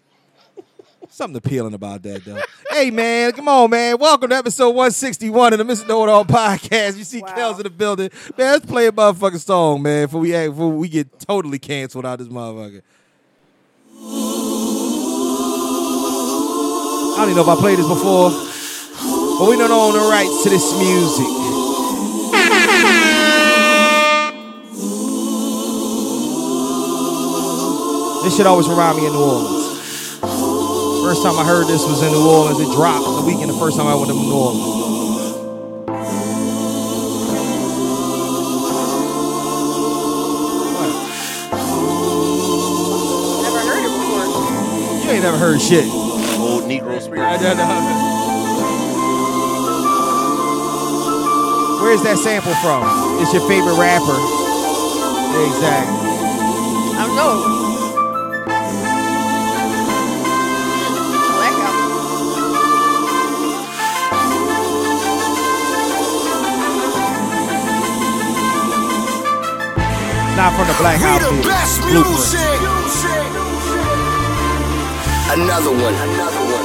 Speaker 1: Something appealing about that, though. hey, man, come on, man. Welcome to episode 161 of the Mr. Know It All podcast. You see
Speaker 3: Wow.
Speaker 1: Kells in the building. Man, let's play a motherfucking song, man, before we, act, before we get totally canceled out this motherfucker. I don't even know if I played this before, but we don't own the rights to this music. This shit always remind me of New Orleans. First time I heard this was in New Orleans. It dropped the weekend. The first time I went to New Orleans. What?
Speaker 3: Never heard it before.
Speaker 1: You ain't never heard shit.
Speaker 4: Old Negro
Speaker 1: I
Speaker 4: spirit.
Speaker 1: don't know. Where's that sample from? It's your favorite rapper. Exactly.
Speaker 3: I don't know. Blackout.
Speaker 1: Not from the Black
Speaker 5: We
Speaker 1: House.
Speaker 5: the best
Speaker 1: Blueprint.
Speaker 5: music. Another one. Another one.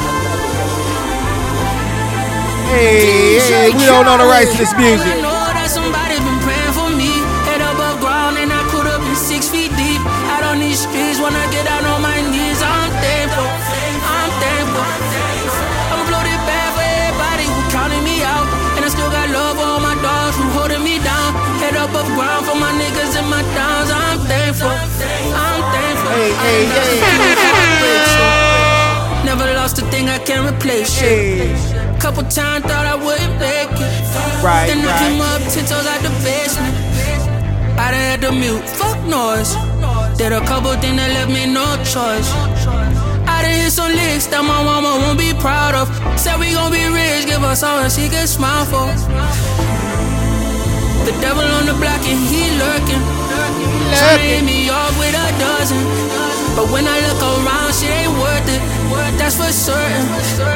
Speaker 1: Hey, hey, we don't own the rights to this music.
Speaker 6: I know that somebody's been praying for me. Head above ground and I could have been six feet deep. Out on these streets when I get out on my knees, I'm thankful. I'm thankful. I'm bloated bad for everybody who counted me out. And I still got love for all my dogs who holding me down. Head above ground for my niggas and my downs. I'm thankful. I'm thankful.
Speaker 1: Hey, hey,
Speaker 6: I'm
Speaker 1: hey.
Speaker 6: thankful. Never lost a thing I can't replace. Shit. Couple times thought I wouldn't make it.
Speaker 1: Right,
Speaker 6: Then I
Speaker 1: right.
Speaker 6: came up ten toes out the basement. I done had to mute, fuck noise. Did a couple things that left me no choice. I done hit some licks that my mama won't be proud of. Said we gon' be rich, give us all and she can smile for. The devil on the block and he lurking. Tryna hit me off with a dozen. But when I look around, shit ain't worth it. That's for certain.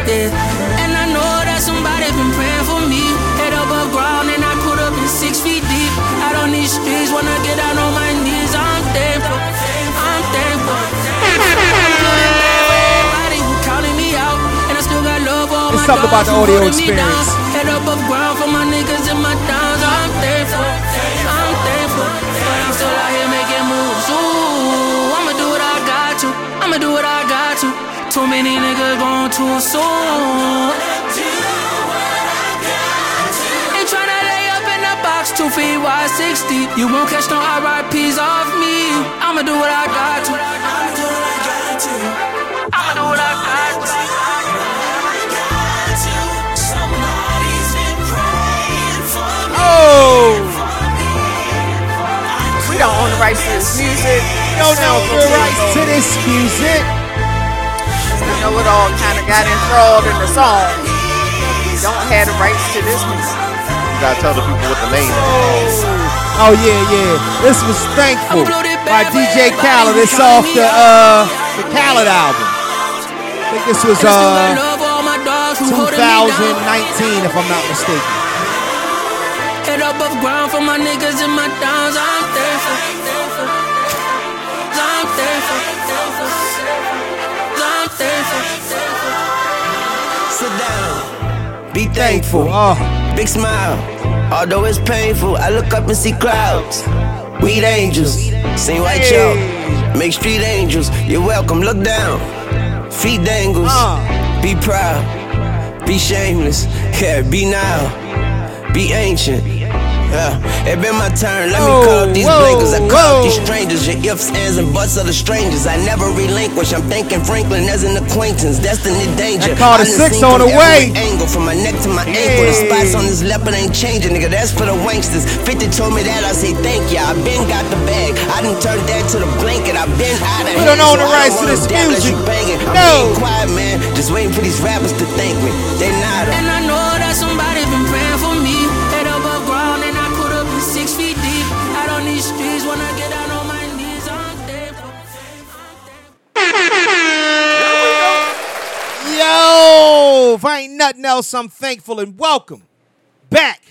Speaker 6: Yeah. And I know that somebody's been praying for me. Head above ground and I could have been six feet deep. Out on these streets when I get out on my knees, I'm thankful. I'm thankful. Everybody who counted me out, and I still got love for all
Speaker 1: There's
Speaker 6: my
Speaker 1: something about
Speaker 6: dogs
Speaker 1: the
Speaker 6: who
Speaker 1: audio
Speaker 6: holding me down.
Speaker 1: experience.
Speaker 6: Head above ground for my niggas and my downs. I'm thankful, I'm thankful. But I'm still out here making moves. Ooh, I'ma do what I got to. I'ma do what I got to. Too many niggas going too soon. Ain't tryna lay up in the box, two feet wide, six deep. You won't catch no RIPs off me. I'ma do what I got to. I'ma do what I got to. I'ma do what I got to.
Speaker 7: Somebody's been praying for me.
Speaker 1: Oh,
Speaker 3: We don't own the rights to this music.
Speaker 1: we don't own the rights to this music.
Speaker 3: You know it all kind of got enthralled in the song. We don't have the rights to this music.
Speaker 4: You gotta tell the people what the name is.
Speaker 1: Oh yeah, yeah. This was thankful by DJ Khaled. It's off the uh the Khaled album. I think this was
Speaker 6: I still got
Speaker 1: uh
Speaker 6: love for all my dogs who holding me down.
Speaker 1: 2019, if I'm not mistaken.
Speaker 6: Head above ground for my niggas and my downs. I'm thankful. I'm thankful. I'm thankful.
Speaker 8: Sit down. Be
Speaker 1: Thankful.
Speaker 8: thankful.
Speaker 1: Oh,
Speaker 8: Big smile. Although it's painful, I look up and see crowds. Weed angels. Sing white chalk. Make street angels. You're welcome. Look down. Feet dangles.
Speaker 1: Uh.
Speaker 8: Be proud. Be shameless. Yeah, be now. Be ancient. Yeah, it been my turn. Let
Speaker 1: Whoa,
Speaker 8: me call up these
Speaker 1: whoa,
Speaker 8: blinkers. I call up these
Speaker 1: whoa.
Speaker 8: strangers. Your ifs, ands, and buts are the strangers. I never relinquish. I'm thinking Franklin as an acquaintance. Destiny danger.
Speaker 1: That called a
Speaker 8: I done
Speaker 1: six
Speaker 8: seen
Speaker 1: on the
Speaker 8: from every
Speaker 1: way.
Speaker 8: Angle from my neck to my ankle. The
Speaker 1: Hey.
Speaker 8: spots on this leopard ain't changing, nigga. That's for the wanksters. 50 told me that. I say thank ya. I been got the bag. I done turned that to the blanket. I been out
Speaker 1: We
Speaker 8: of here,
Speaker 1: don't own
Speaker 8: so
Speaker 1: the
Speaker 8: I
Speaker 1: rights to
Speaker 8: wanna
Speaker 1: this
Speaker 8: dab unless
Speaker 1: music.
Speaker 8: you banging. I'm
Speaker 1: No.
Speaker 8: being quiet, man. Just waiting for these rappers to thank me. They not.
Speaker 6: And I know that somebody been praying for me. Head above ground and I could have been six feet deep. Out on these streets when I get down on my knees, I'm thankful.
Speaker 1: Yo, if I ain't nothing else, I'm thankful and welcome back.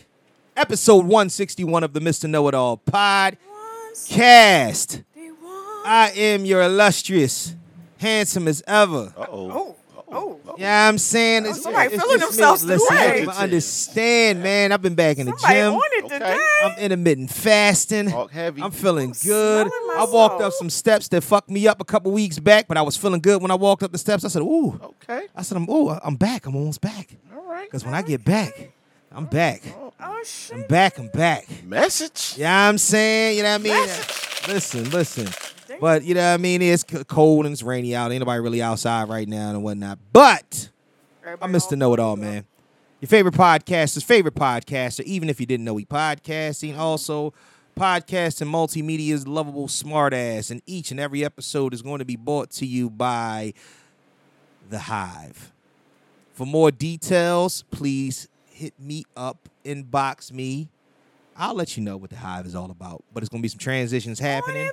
Speaker 1: Episode 161 of the Mr. Know It All podcast.
Speaker 3: They won.
Speaker 1: I am your illustrious, handsome as ever.
Speaker 4: Uh-oh.
Speaker 3: Oh, oh.
Speaker 1: Yeah, I'm saying it's,
Speaker 3: somebody
Speaker 1: it's
Speaker 3: feeling
Speaker 1: just me.
Speaker 3: themselves
Speaker 1: Listen,
Speaker 3: today.
Speaker 1: you don't understand, man. I've been back in the
Speaker 3: Somebody
Speaker 1: gym.
Speaker 3: on it
Speaker 4: Okay.
Speaker 3: today.
Speaker 1: I'm intermittent fasting.
Speaker 4: Talk heavy.
Speaker 1: I'm feeling good.
Speaker 3: smelling
Speaker 1: I walked up
Speaker 3: myself.
Speaker 1: some steps that fucked me up a couple weeks back, but I was feeling good when I walked up the steps. I said, "Ooh."
Speaker 4: Okay.
Speaker 1: I said, "I'm ooh, I'm back. I'm almost back."
Speaker 4: All right.
Speaker 1: Cuz when I get back, I'm back.
Speaker 3: oh shit.
Speaker 1: I'm back. I'm back.
Speaker 4: Message.
Speaker 1: You know what I'm saying? You know what I mean? Listen, listen. But you know what I mean? It's c- cold and it's rainy out. Ain't nobody really outside right now and whatnot. But I
Speaker 3: Everybody
Speaker 1: miss the
Speaker 3: all-
Speaker 1: know it all, man. Your favorite podcaster's favorite podcaster, even if you didn't know he podcasting. Also, podcast and multimedia's lovable smartass. And each and every episode is going to be brought to you by The Hive. For more details, please hit me up, inbox me. I'll let you know what The Hive is all about. But it's going to be some transitions happening.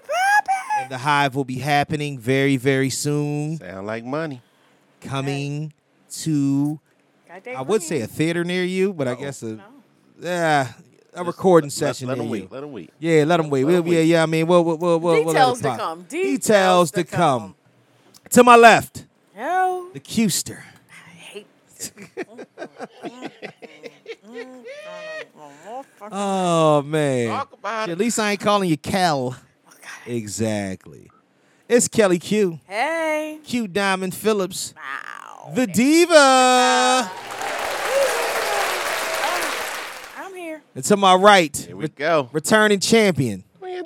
Speaker 1: And The Hive will be happening very, very soon.
Speaker 4: Sound like money.
Speaker 1: Coming to
Speaker 3: God damn
Speaker 1: I would say a
Speaker 3: it.
Speaker 1: theater near you, but I guess a yeah, a recording session
Speaker 4: Let,
Speaker 1: near
Speaker 4: let them wait.
Speaker 1: you.
Speaker 4: Let them wait.
Speaker 1: yeah, let them wait.
Speaker 4: let 'em
Speaker 1: We'll- yeah,
Speaker 4: wait.
Speaker 1: yeah. I mean, we'll, we'll, we'll, we'll we'll let
Speaker 3: Details
Speaker 1: it
Speaker 3: to
Speaker 1: pop.
Speaker 3: come.
Speaker 1: Details
Speaker 3: Details
Speaker 1: to
Speaker 3: to
Speaker 1: come.
Speaker 3: come.
Speaker 1: To my left,
Speaker 3: Hell,
Speaker 1: the Custer.
Speaker 3: I hate.
Speaker 1: Oh man.
Speaker 4: Talk about
Speaker 1: At
Speaker 4: it.
Speaker 1: least I ain't calling you Cal.
Speaker 3: Oh,
Speaker 1: Exactly. It's Kelly Q.
Speaker 3: Hey.
Speaker 1: Q Diamond Phillips,
Speaker 3: Wow.
Speaker 1: the diva.
Speaker 3: Uh-huh. I'm here.
Speaker 1: And to my right,
Speaker 4: Here we go.
Speaker 1: returning champion.
Speaker 4: What's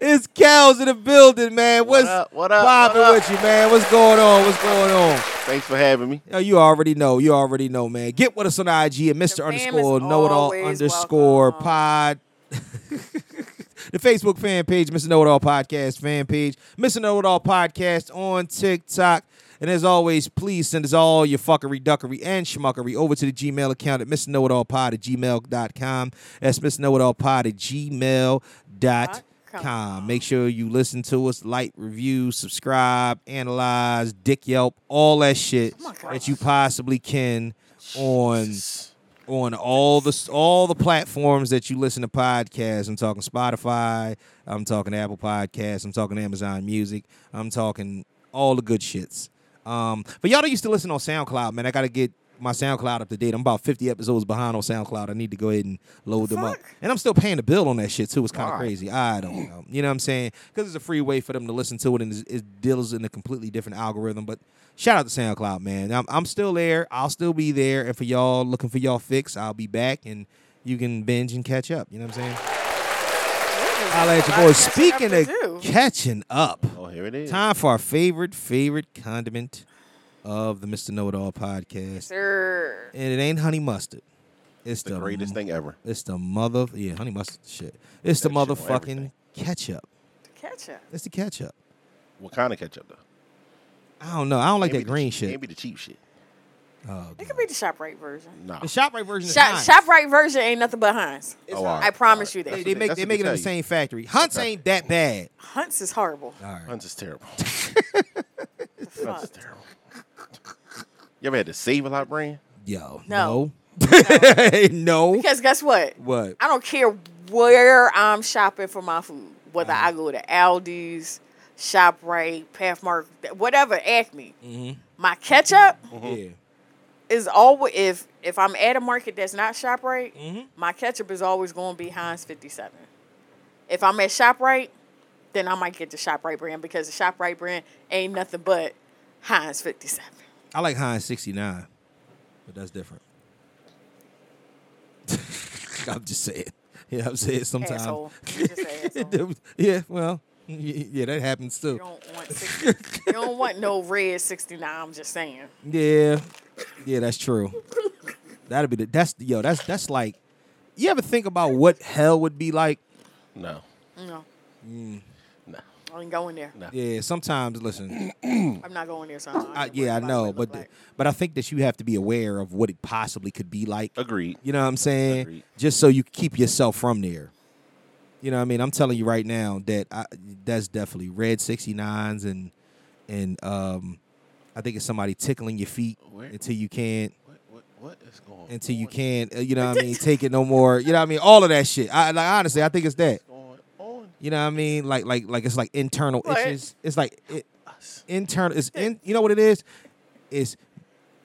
Speaker 1: It's Cal's in the building, man. What's
Speaker 4: up? What up?
Speaker 1: poppin'
Speaker 4: What up?
Speaker 1: with you, man? What's going on? What's going on?
Speaker 4: Thanks for having me.
Speaker 1: Yo, you already know. You already know, man. Get with us on IG at Mr.
Speaker 3: fam is
Speaker 1: Underscore Know It All
Speaker 3: always
Speaker 1: Underscore
Speaker 3: welcome.
Speaker 1: Pod. the Facebook fan page, Mr. Know It All Podcast fan page, Mr. Know It All Podcast on TikTok. And as always, please send us all your fuckery, duckery, and schmuckery over to the Gmail account at Mr. Know It All Pod at gmail.com. That's Mr. Know It All Pod at gmail.com. Make sure you listen to us, like, review, subscribe, analyze, dick yelp, all that shit that you possibly can on on all the all the platforms that you listen to podcasts. I'm talking Spotify. I'm talking Apple Podcasts. I'm talking Amazon Music. I'm talking all the good shits. Um, but y'all that used to listen on SoundCloud, man. I gotta get my SoundCloud up to date. I'm about 50 episodes behind on SoundCloud. I need to go ahead and load them up. And I'm still paying the bill on that shit too. It's kind of crazy. I don't know. You know what I'm saying? Because it's a free way for them to listen to it, and it's- it deals in a completely different algorithm. But shout out to SoundCloud, man. I'm, I'm still there. I'll still be there. And for y'all looking for y'all fix, I'll be back, and you can binge and catch up. You know what I'm saying? I'll let you boy. Speaking
Speaker 3: to
Speaker 1: of
Speaker 3: do.
Speaker 1: catching up.
Speaker 4: Oh, here it is.
Speaker 1: Time for our favorite, favorite condiment of the Mr. Know It All podcast.
Speaker 3: Sir.
Speaker 1: And it ain't honey mustard. It's the,
Speaker 4: the greatest
Speaker 1: mo-
Speaker 4: thing ever.
Speaker 1: It's the mother. Yeah, honey mustard shit. It's the
Speaker 4: That shit on
Speaker 1: motherfucking
Speaker 4: everything.
Speaker 1: ketchup.
Speaker 3: Ketchup.
Speaker 1: It's the ketchup.
Speaker 4: What kind of ketchup though?
Speaker 1: I don't know. I don't like
Speaker 4: Can't be
Speaker 1: that
Speaker 4: the
Speaker 1: green
Speaker 4: cheap-
Speaker 1: shit.
Speaker 4: Can't be the cheap shit.
Speaker 3: It could be the shop right version.
Speaker 4: Nah.
Speaker 1: The ShopRite version is
Speaker 3: Shop,
Speaker 1: Heinz.
Speaker 3: shop right version ain't nothing but Heinz.
Speaker 4: Oh, all
Speaker 3: I
Speaker 4: right,
Speaker 3: promise
Speaker 4: all
Speaker 3: you
Speaker 1: They,
Speaker 4: right.
Speaker 3: that.
Speaker 1: they
Speaker 4: That's
Speaker 1: make
Speaker 4: what
Speaker 1: they make it in
Speaker 4: tell
Speaker 1: the
Speaker 4: you.
Speaker 1: same factory. Hunts ain't that bad.
Speaker 3: Hunts is horrible.
Speaker 4: Huns is terrible. Huns is terrible. You ever had to save a lot brand?
Speaker 1: Yo, no,
Speaker 3: No.
Speaker 1: no.
Speaker 3: Because guess what?
Speaker 1: What?
Speaker 3: I don't care where I'm shopping for my food, whether
Speaker 1: Uh-huh.
Speaker 3: I go to Aldi's, ShopRite, Pathmark, whatever, Acme.
Speaker 1: Mm-hmm.
Speaker 3: My ketchup
Speaker 1: Yeah.
Speaker 3: is always if if I'm at a market that's not ShopRite,
Speaker 1: Mm-hmm.
Speaker 3: my ketchup is always going to be Heinz 57. If I'm at ShopRite, then I might get the ShopRite brand because the ShopRite brand ain't nothing but Heinz 57.
Speaker 1: I like Heinz 69, but that's different. I'm just saying. Yeah, I'm saying sometimes.
Speaker 3: Asshole. You just an asshole. You
Speaker 1: yeah, well, y- y- yeah, that happens too.
Speaker 3: don't want 60, you don't want no red 69, I'm just saying.
Speaker 1: Yeah, yeah, that's true. That'd be the that's yo that's that's like you ever think about what hell would be like?
Speaker 4: No,
Speaker 3: No,
Speaker 4: no.
Speaker 3: I ain't going there.
Speaker 4: No.
Speaker 1: Yeah, sometimes listen,
Speaker 3: I'm not going there. So I ain't
Speaker 1: I,
Speaker 3: worried
Speaker 1: yeah, I
Speaker 3: about what
Speaker 1: know,
Speaker 3: it
Speaker 1: but
Speaker 3: look
Speaker 1: the-
Speaker 3: like.
Speaker 1: but I think that you have to be aware of what it possibly could be like.
Speaker 4: Agreed.
Speaker 1: You know what I'm saying?
Speaker 4: Agreed.
Speaker 1: Just so you keep yourself from there. You know what I mean? I'm telling you right now that I, that's definitely red 69s and and um I think it's somebody tickling your feet
Speaker 4: Where-
Speaker 1: until you can't
Speaker 4: What, what, what is going
Speaker 1: until you
Speaker 4: on?
Speaker 1: can't uh, you know what I mean take it no more. You know what I mean? All of that shit. I like honestly, I think it's that.
Speaker 4: Going on
Speaker 1: You know what I mean? Like like like it's like internal
Speaker 3: What?
Speaker 1: issues. It's like it,
Speaker 4: us.
Speaker 1: internal it's in you know what it is? It's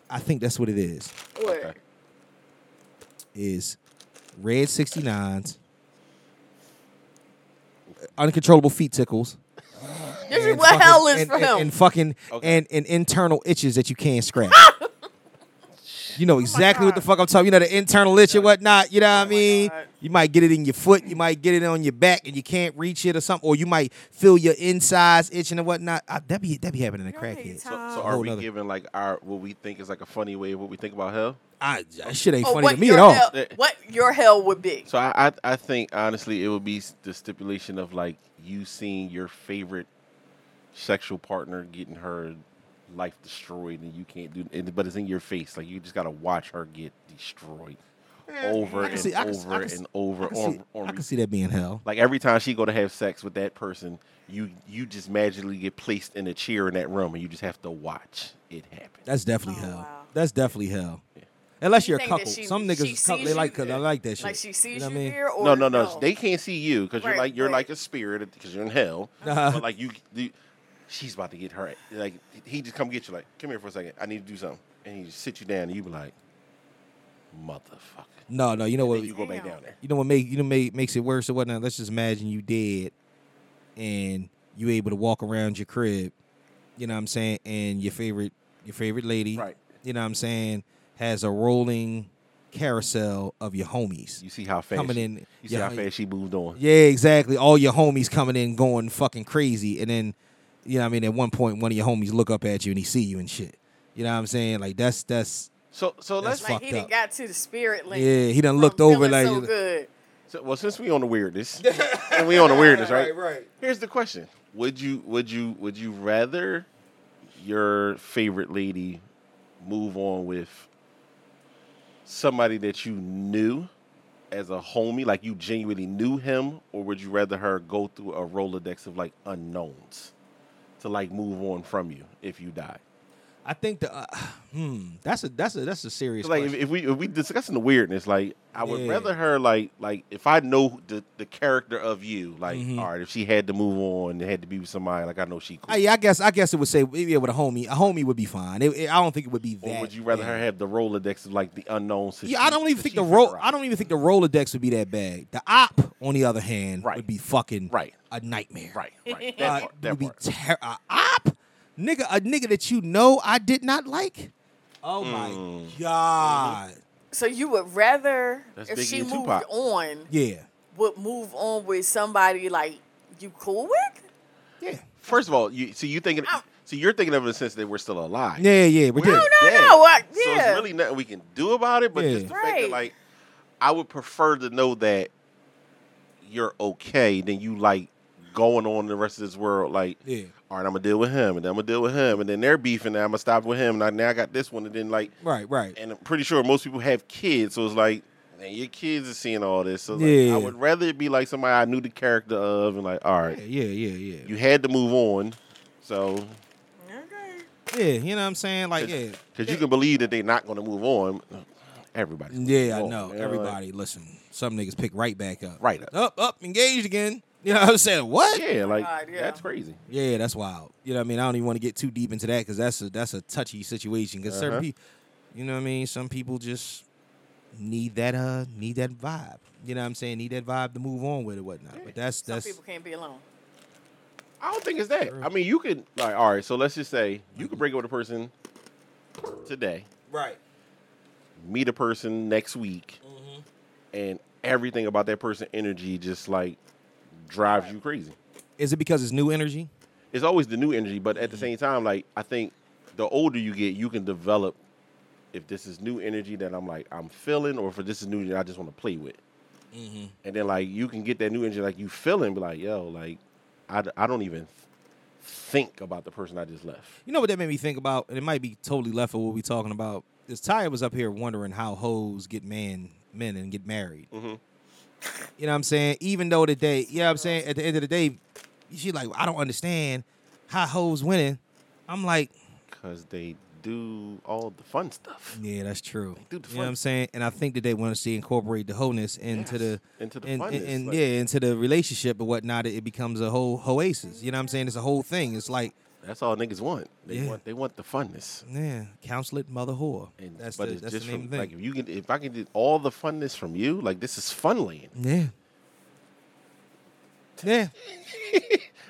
Speaker 1: I think that's what it is.
Speaker 3: What?
Speaker 1: is red 69s, uncontrollable feet tickles.
Speaker 3: This is
Speaker 1: and
Speaker 3: what
Speaker 1: fucking-
Speaker 3: hell is
Speaker 1: and,
Speaker 3: for
Speaker 1: and-
Speaker 3: him.
Speaker 1: And fucking
Speaker 4: Okay.
Speaker 1: and, and internal itches that you can't scratch. you know exactly what the
Speaker 3: God.
Speaker 1: fuck I'm talking. You know the internal itch and whatnot. You know
Speaker 4: Oh
Speaker 1: what I mean?
Speaker 3: God.
Speaker 1: You might get it in your foot. You might get it on your back, and you can't reach it or something. Or you might feel your insides itching and whatnot. I, that be that be happening to
Speaker 3: You don't need
Speaker 1: crackheads.
Speaker 4: So,
Speaker 3: time.
Speaker 4: so are
Speaker 1: Whole
Speaker 4: we
Speaker 1: nother-
Speaker 4: giving like our what we think is like a funny way of what we think about hell?
Speaker 1: I, that shit ain't
Speaker 3: Oh,
Speaker 1: funny to me
Speaker 3: your
Speaker 1: at all.
Speaker 3: Hell,
Speaker 4: Yeah.
Speaker 3: what your hell would be?
Speaker 4: So I, I I think honestly it would be s- the stipulation of like you seeing your favorite sexual partner getting her life destroyed and you can't do and, but it's in your face like you just gotta watch her get destroyed over
Speaker 1: I can
Speaker 4: and
Speaker 1: see- I can- I
Speaker 4: over
Speaker 1: can see-
Speaker 4: and over
Speaker 1: I can, see,
Speaker 4: on, on
Speaker 1: I can see that being hell.
Speaker 4: like every time she go to have sex with that person you you just magically get placed in a chair in that room and you just have to watch it happen
Speaker 1: That's definitely
Speaker 3: Oh,
Speaker 1: hell.
Speaker 3: wow.
Speaker 1: That's definitely hell. Unless
Speaker 3: You
Speaker 1: you're a
Speaker 3: think that
Speaker 1: cuckold.
Speaker 3: she-
Speaker 1: Some
Speaker 3: she
Speaker 1: niggas is cuck-
Speaker 3: sees
Speaker 1: they
Speaker 3: you
Speaker 1: like cuz I
Speaker 3: there?
Speaker 1: like that shit.
Speaker 3: Like she sees
Speaker 1: know what
Speaker 3: you
Speaker 1: I mean?
Speaker 3: there, or
Speaker 4: no, no, no, They can't see you because you're
Speaker 3: Right,
Speaker 4: like you're
Speaker 3: right.
Speaker 4: like a spirit because you're in hell.
Speaker 1: Uh-huh.
Speaker 4: But like you, you, she's about to get her. Like he just come get you. Like come here for a second. I need to do something. And he just sit you down and you be like, motherfucker.
Speaker 1: No, no, you know what
Speaker 4: Then you go back
Speaker 3: Damn.
Speaker 4: down there.
Speaker 1: you know what make you know make, makes it worse or whatnot. Let's just imagine you dead and you able to walk around your crib, you know what I'm saying, and your favorite your favorite lady,
Speaker 4: Right.
Speaker 1: you know what I'm saying, has a rolling carousel of your homies.
Speaker 4: You see how fast
Speaker 1: Coming
Speaker 4: she-
Speaker 1: in,
Speaker 4: You see
Speaker 1: yeah,
Speaker 4: how fast she moved on.
Speaker 1: Yeah, exactly. All your homies coming in going fucking crazy. And then, you know what I mean? At one point, one of your homies look up at you and he see you and shit. You know what I'm saying? Like, that's, that's,
Speaker 4: So so
Speaker 1: That's
Speaker 4: let's
Speaker 3: Like
Speaker 1: fucked
Speaker 3: he done
Speaker 1: up.
Speaker 3: got to the spirit land.
Speaker 1: Yeah, he done
Speaker 3: from
Speaker 1: looked over
Speaker 3: feeling
Speaker 1: like-
Speaker 3: so good.
Speaker 4: so, well since we on the weirdness and we on the weirdness right? Here's the question: Would you would you would you rather your favorite lady move on with somebody that you knew as a homie, like you genuinely knew him, or would you rather her go through a rolodex of like unknowns to like move on from you if you die?
Speaker 1: I think the, uh, hmm, that's a, that's a, that's a serious
Speaker 4: 'Cause, Like if,
Speaker 1: question.
Speaker 4: if we if we discussing the weirdness, like I would
Speaker 1: Yeah.
Speaker 4: rather her like like if I know the, the character of you, like all right, if she had to move on and had to be with somebody, like I know she. Cool.
Speaker 1: Uh, yeah, Mm-hmm. I guess, I guess it would say, yeah, with a homie, a homie would be fine. It, it- I don't think it would be that.
Speaker 4: Or would you rather
Speaker 1: bad.
Speaker 4: her have the Rolodex of like the unknown? so
Speaker 1: Yeah,
Speaker 4: she-
Speaker 1: I don't even
Speaker 4: so
Speaker 1: think
Speaker 4: she
Speaker 1: the roll.
Speaker 4: figure out?
Speaker 1: I don't even think the Rolodex would be that bad. The op, on the other hand,
Speaker 4: Right.
Speaker 1: would be fucking
Speaker 4: Right.
Speaker 1: a nightmare.
Speaker 4: Right, right.
Speaker 1: Uh,
Speaker 4: That part.
Speaker 1: would
Speaker 4: That
Speaker 1: be
Speaker 4: part.
Speaker 1: ter- a op, nigga, a nigga that you know I did not like. Oh
Speaker 4: Mm.
Speaker 1: my
Speaker 4: Mm-hmm.
Speaker 1: god!
Speaker 3: So you would rather
Speaker 4: That's
Speaker 3: if
Speaker 4: Biggie
Speaker 3: she
Speaker 4: and
Speaker 3: moved
Speaker 4: Tupac.
Speaker 3: on,
Speaker 1: Yeah,
Speaker 3: would move on with somebody like you cool with?
Speaker 1: yeah,
Speaker 4: First of all, you so you thinking,
Speaker 3: Ow.
Speaker 4: so you're thinking of it in the sense that we're still alive.
Speaker 1: yeah, yeah. We're
Speaker 4: We're
Speaker 1: dead.
Speaker 3: no,
Speaker 4: dead.
Speaker 3: no, I-
Speaker 4: So
Speaker 3: yeah.
Speaker 4: it's really nothing we can do about it. But
Speaker 1: Yeah.
Speaker 4: just the fact
Speaker 3: Right.
Speaker 4: that like, I would prefer to know that you're okay than you like going on the rest of this world. Like,
Speaker 1: Yeah.
Speaker 4: all right, I'm gonna deal with him, and then I'm gonna deal with him, and then they're beefing. Now I'm gonna stop with him, and I, now I got this one, and then like,
Speaker 1: Right, right.
Speaker 4: and I'm pretty sure most people have kids, so it's like, man, your kids are seeing all this. So like,
Speaker 1: Yeah.
Speaker 4: I would rather it be like somebody I knew the character of, and like, all right,
Speaker 1: Yeah, yeah, yeah, yeah.
Speaker 4: you had to move on, so
Speaker 3: Okay.
Speaker 1: Yeah, you know what I'm saying? Like, yeah,
Speaker 4: because you can believe that they're not gonna move on. Everybody,
Speaker 1: yeah. I know. Everybody, listen. Some niggas pick right back up.
Speaker 4: Right up.
Speaker 1: up, up, engaged again. You know what I'm saying? What?
Speaker 4: yeah, like
Speaker 3: God, yeah.
Speaker 4: that's crazy.
Speaker 1: Yeah, that's wild. You know what I mean? I don't even want to get too deep into that because that's a that's a touchy situation. Because certain people, you know what I mean? Some people just need that uh need that vibe. You know what I'm saying? Need that vibe to move on with or whatnot. But that's
Speaker 3: Some
Speaker 1: that's
Speaker 3: people can't be alone.
Speaker 4: I don't think it's that. I mean, you could like all right. So let's just say you could break up with a person today,
Speaker 1: Mm-hmm. Right.
Speaker 4: meet a person next week,
Speaker 1: Mm-hmm.
Speaker 4: and everything about that person energy just like drives you crazy.
Speaker 1: Is it because it's new energy?
Speaker 4: It's always the new energy, but
Speaker 1: Mm-hmm.
Speaker 4: at the same time, like I think the older you get, you can develop if this is new energy that I'm like I'm feeling, or if this is new that I just want to play with.
Speaker 1: Mm-hmm.
Speaker 4: And then like you can get that new energy, like you feeling, be like yo, like I, d- I don't even think about the person I just left.
Speaker 1: You know what that made me think about, and it might be totally left of what we're talking about. Is Ty was up here wondering how hoes get man men and get married.
Speaker 4: Mm-hmm.
Speaker 1: You know what I'm saying? Even though today, you know what I'm saying? At the end of the day, she like, I don't understand how hoes winning. I'm like,
Speaker 4: Cause they do all the fun stuff.
Speaker 1: Yeah, that's true.
Speaker 4: do the
Speaker 1: you know what
Speaker 4: fun
Speaker 1: I'm saying? And I think that they want to see incorporate the wholeness into
Speaker 4: Yes,
Speaker 1: the
Speaker 4: into the
Speaker 1: and, and-
Speaker 4: funness,
Speaker 1: and,
Speaker 4: like-
Speaker 1: yeah, into the relationship and whatnot. It becomes a whole oasis. You know what I'm saying? It's a whole thing. It's like
Speaker 4: That's all niggas want. They
Speaker 1: Yeah.
Speaker 4: want they want the funness.
Speaker 1: yeah, counsel it, mother whore.
Speaker 4: And
Speaker 1: that's
Speaker 4: but
Speaker 1: the,
Speaker 4: it's
Speaker 1: that's
Speaker 4: just
Speaker 1: the name
Speaker 4: from,
Speaker 1: of the
Speaker 4: like
Speaker 1: thing.
Speaker 4: if you can if I can get all the funness from you, like this is fun lane.
Speaker 1: yeah.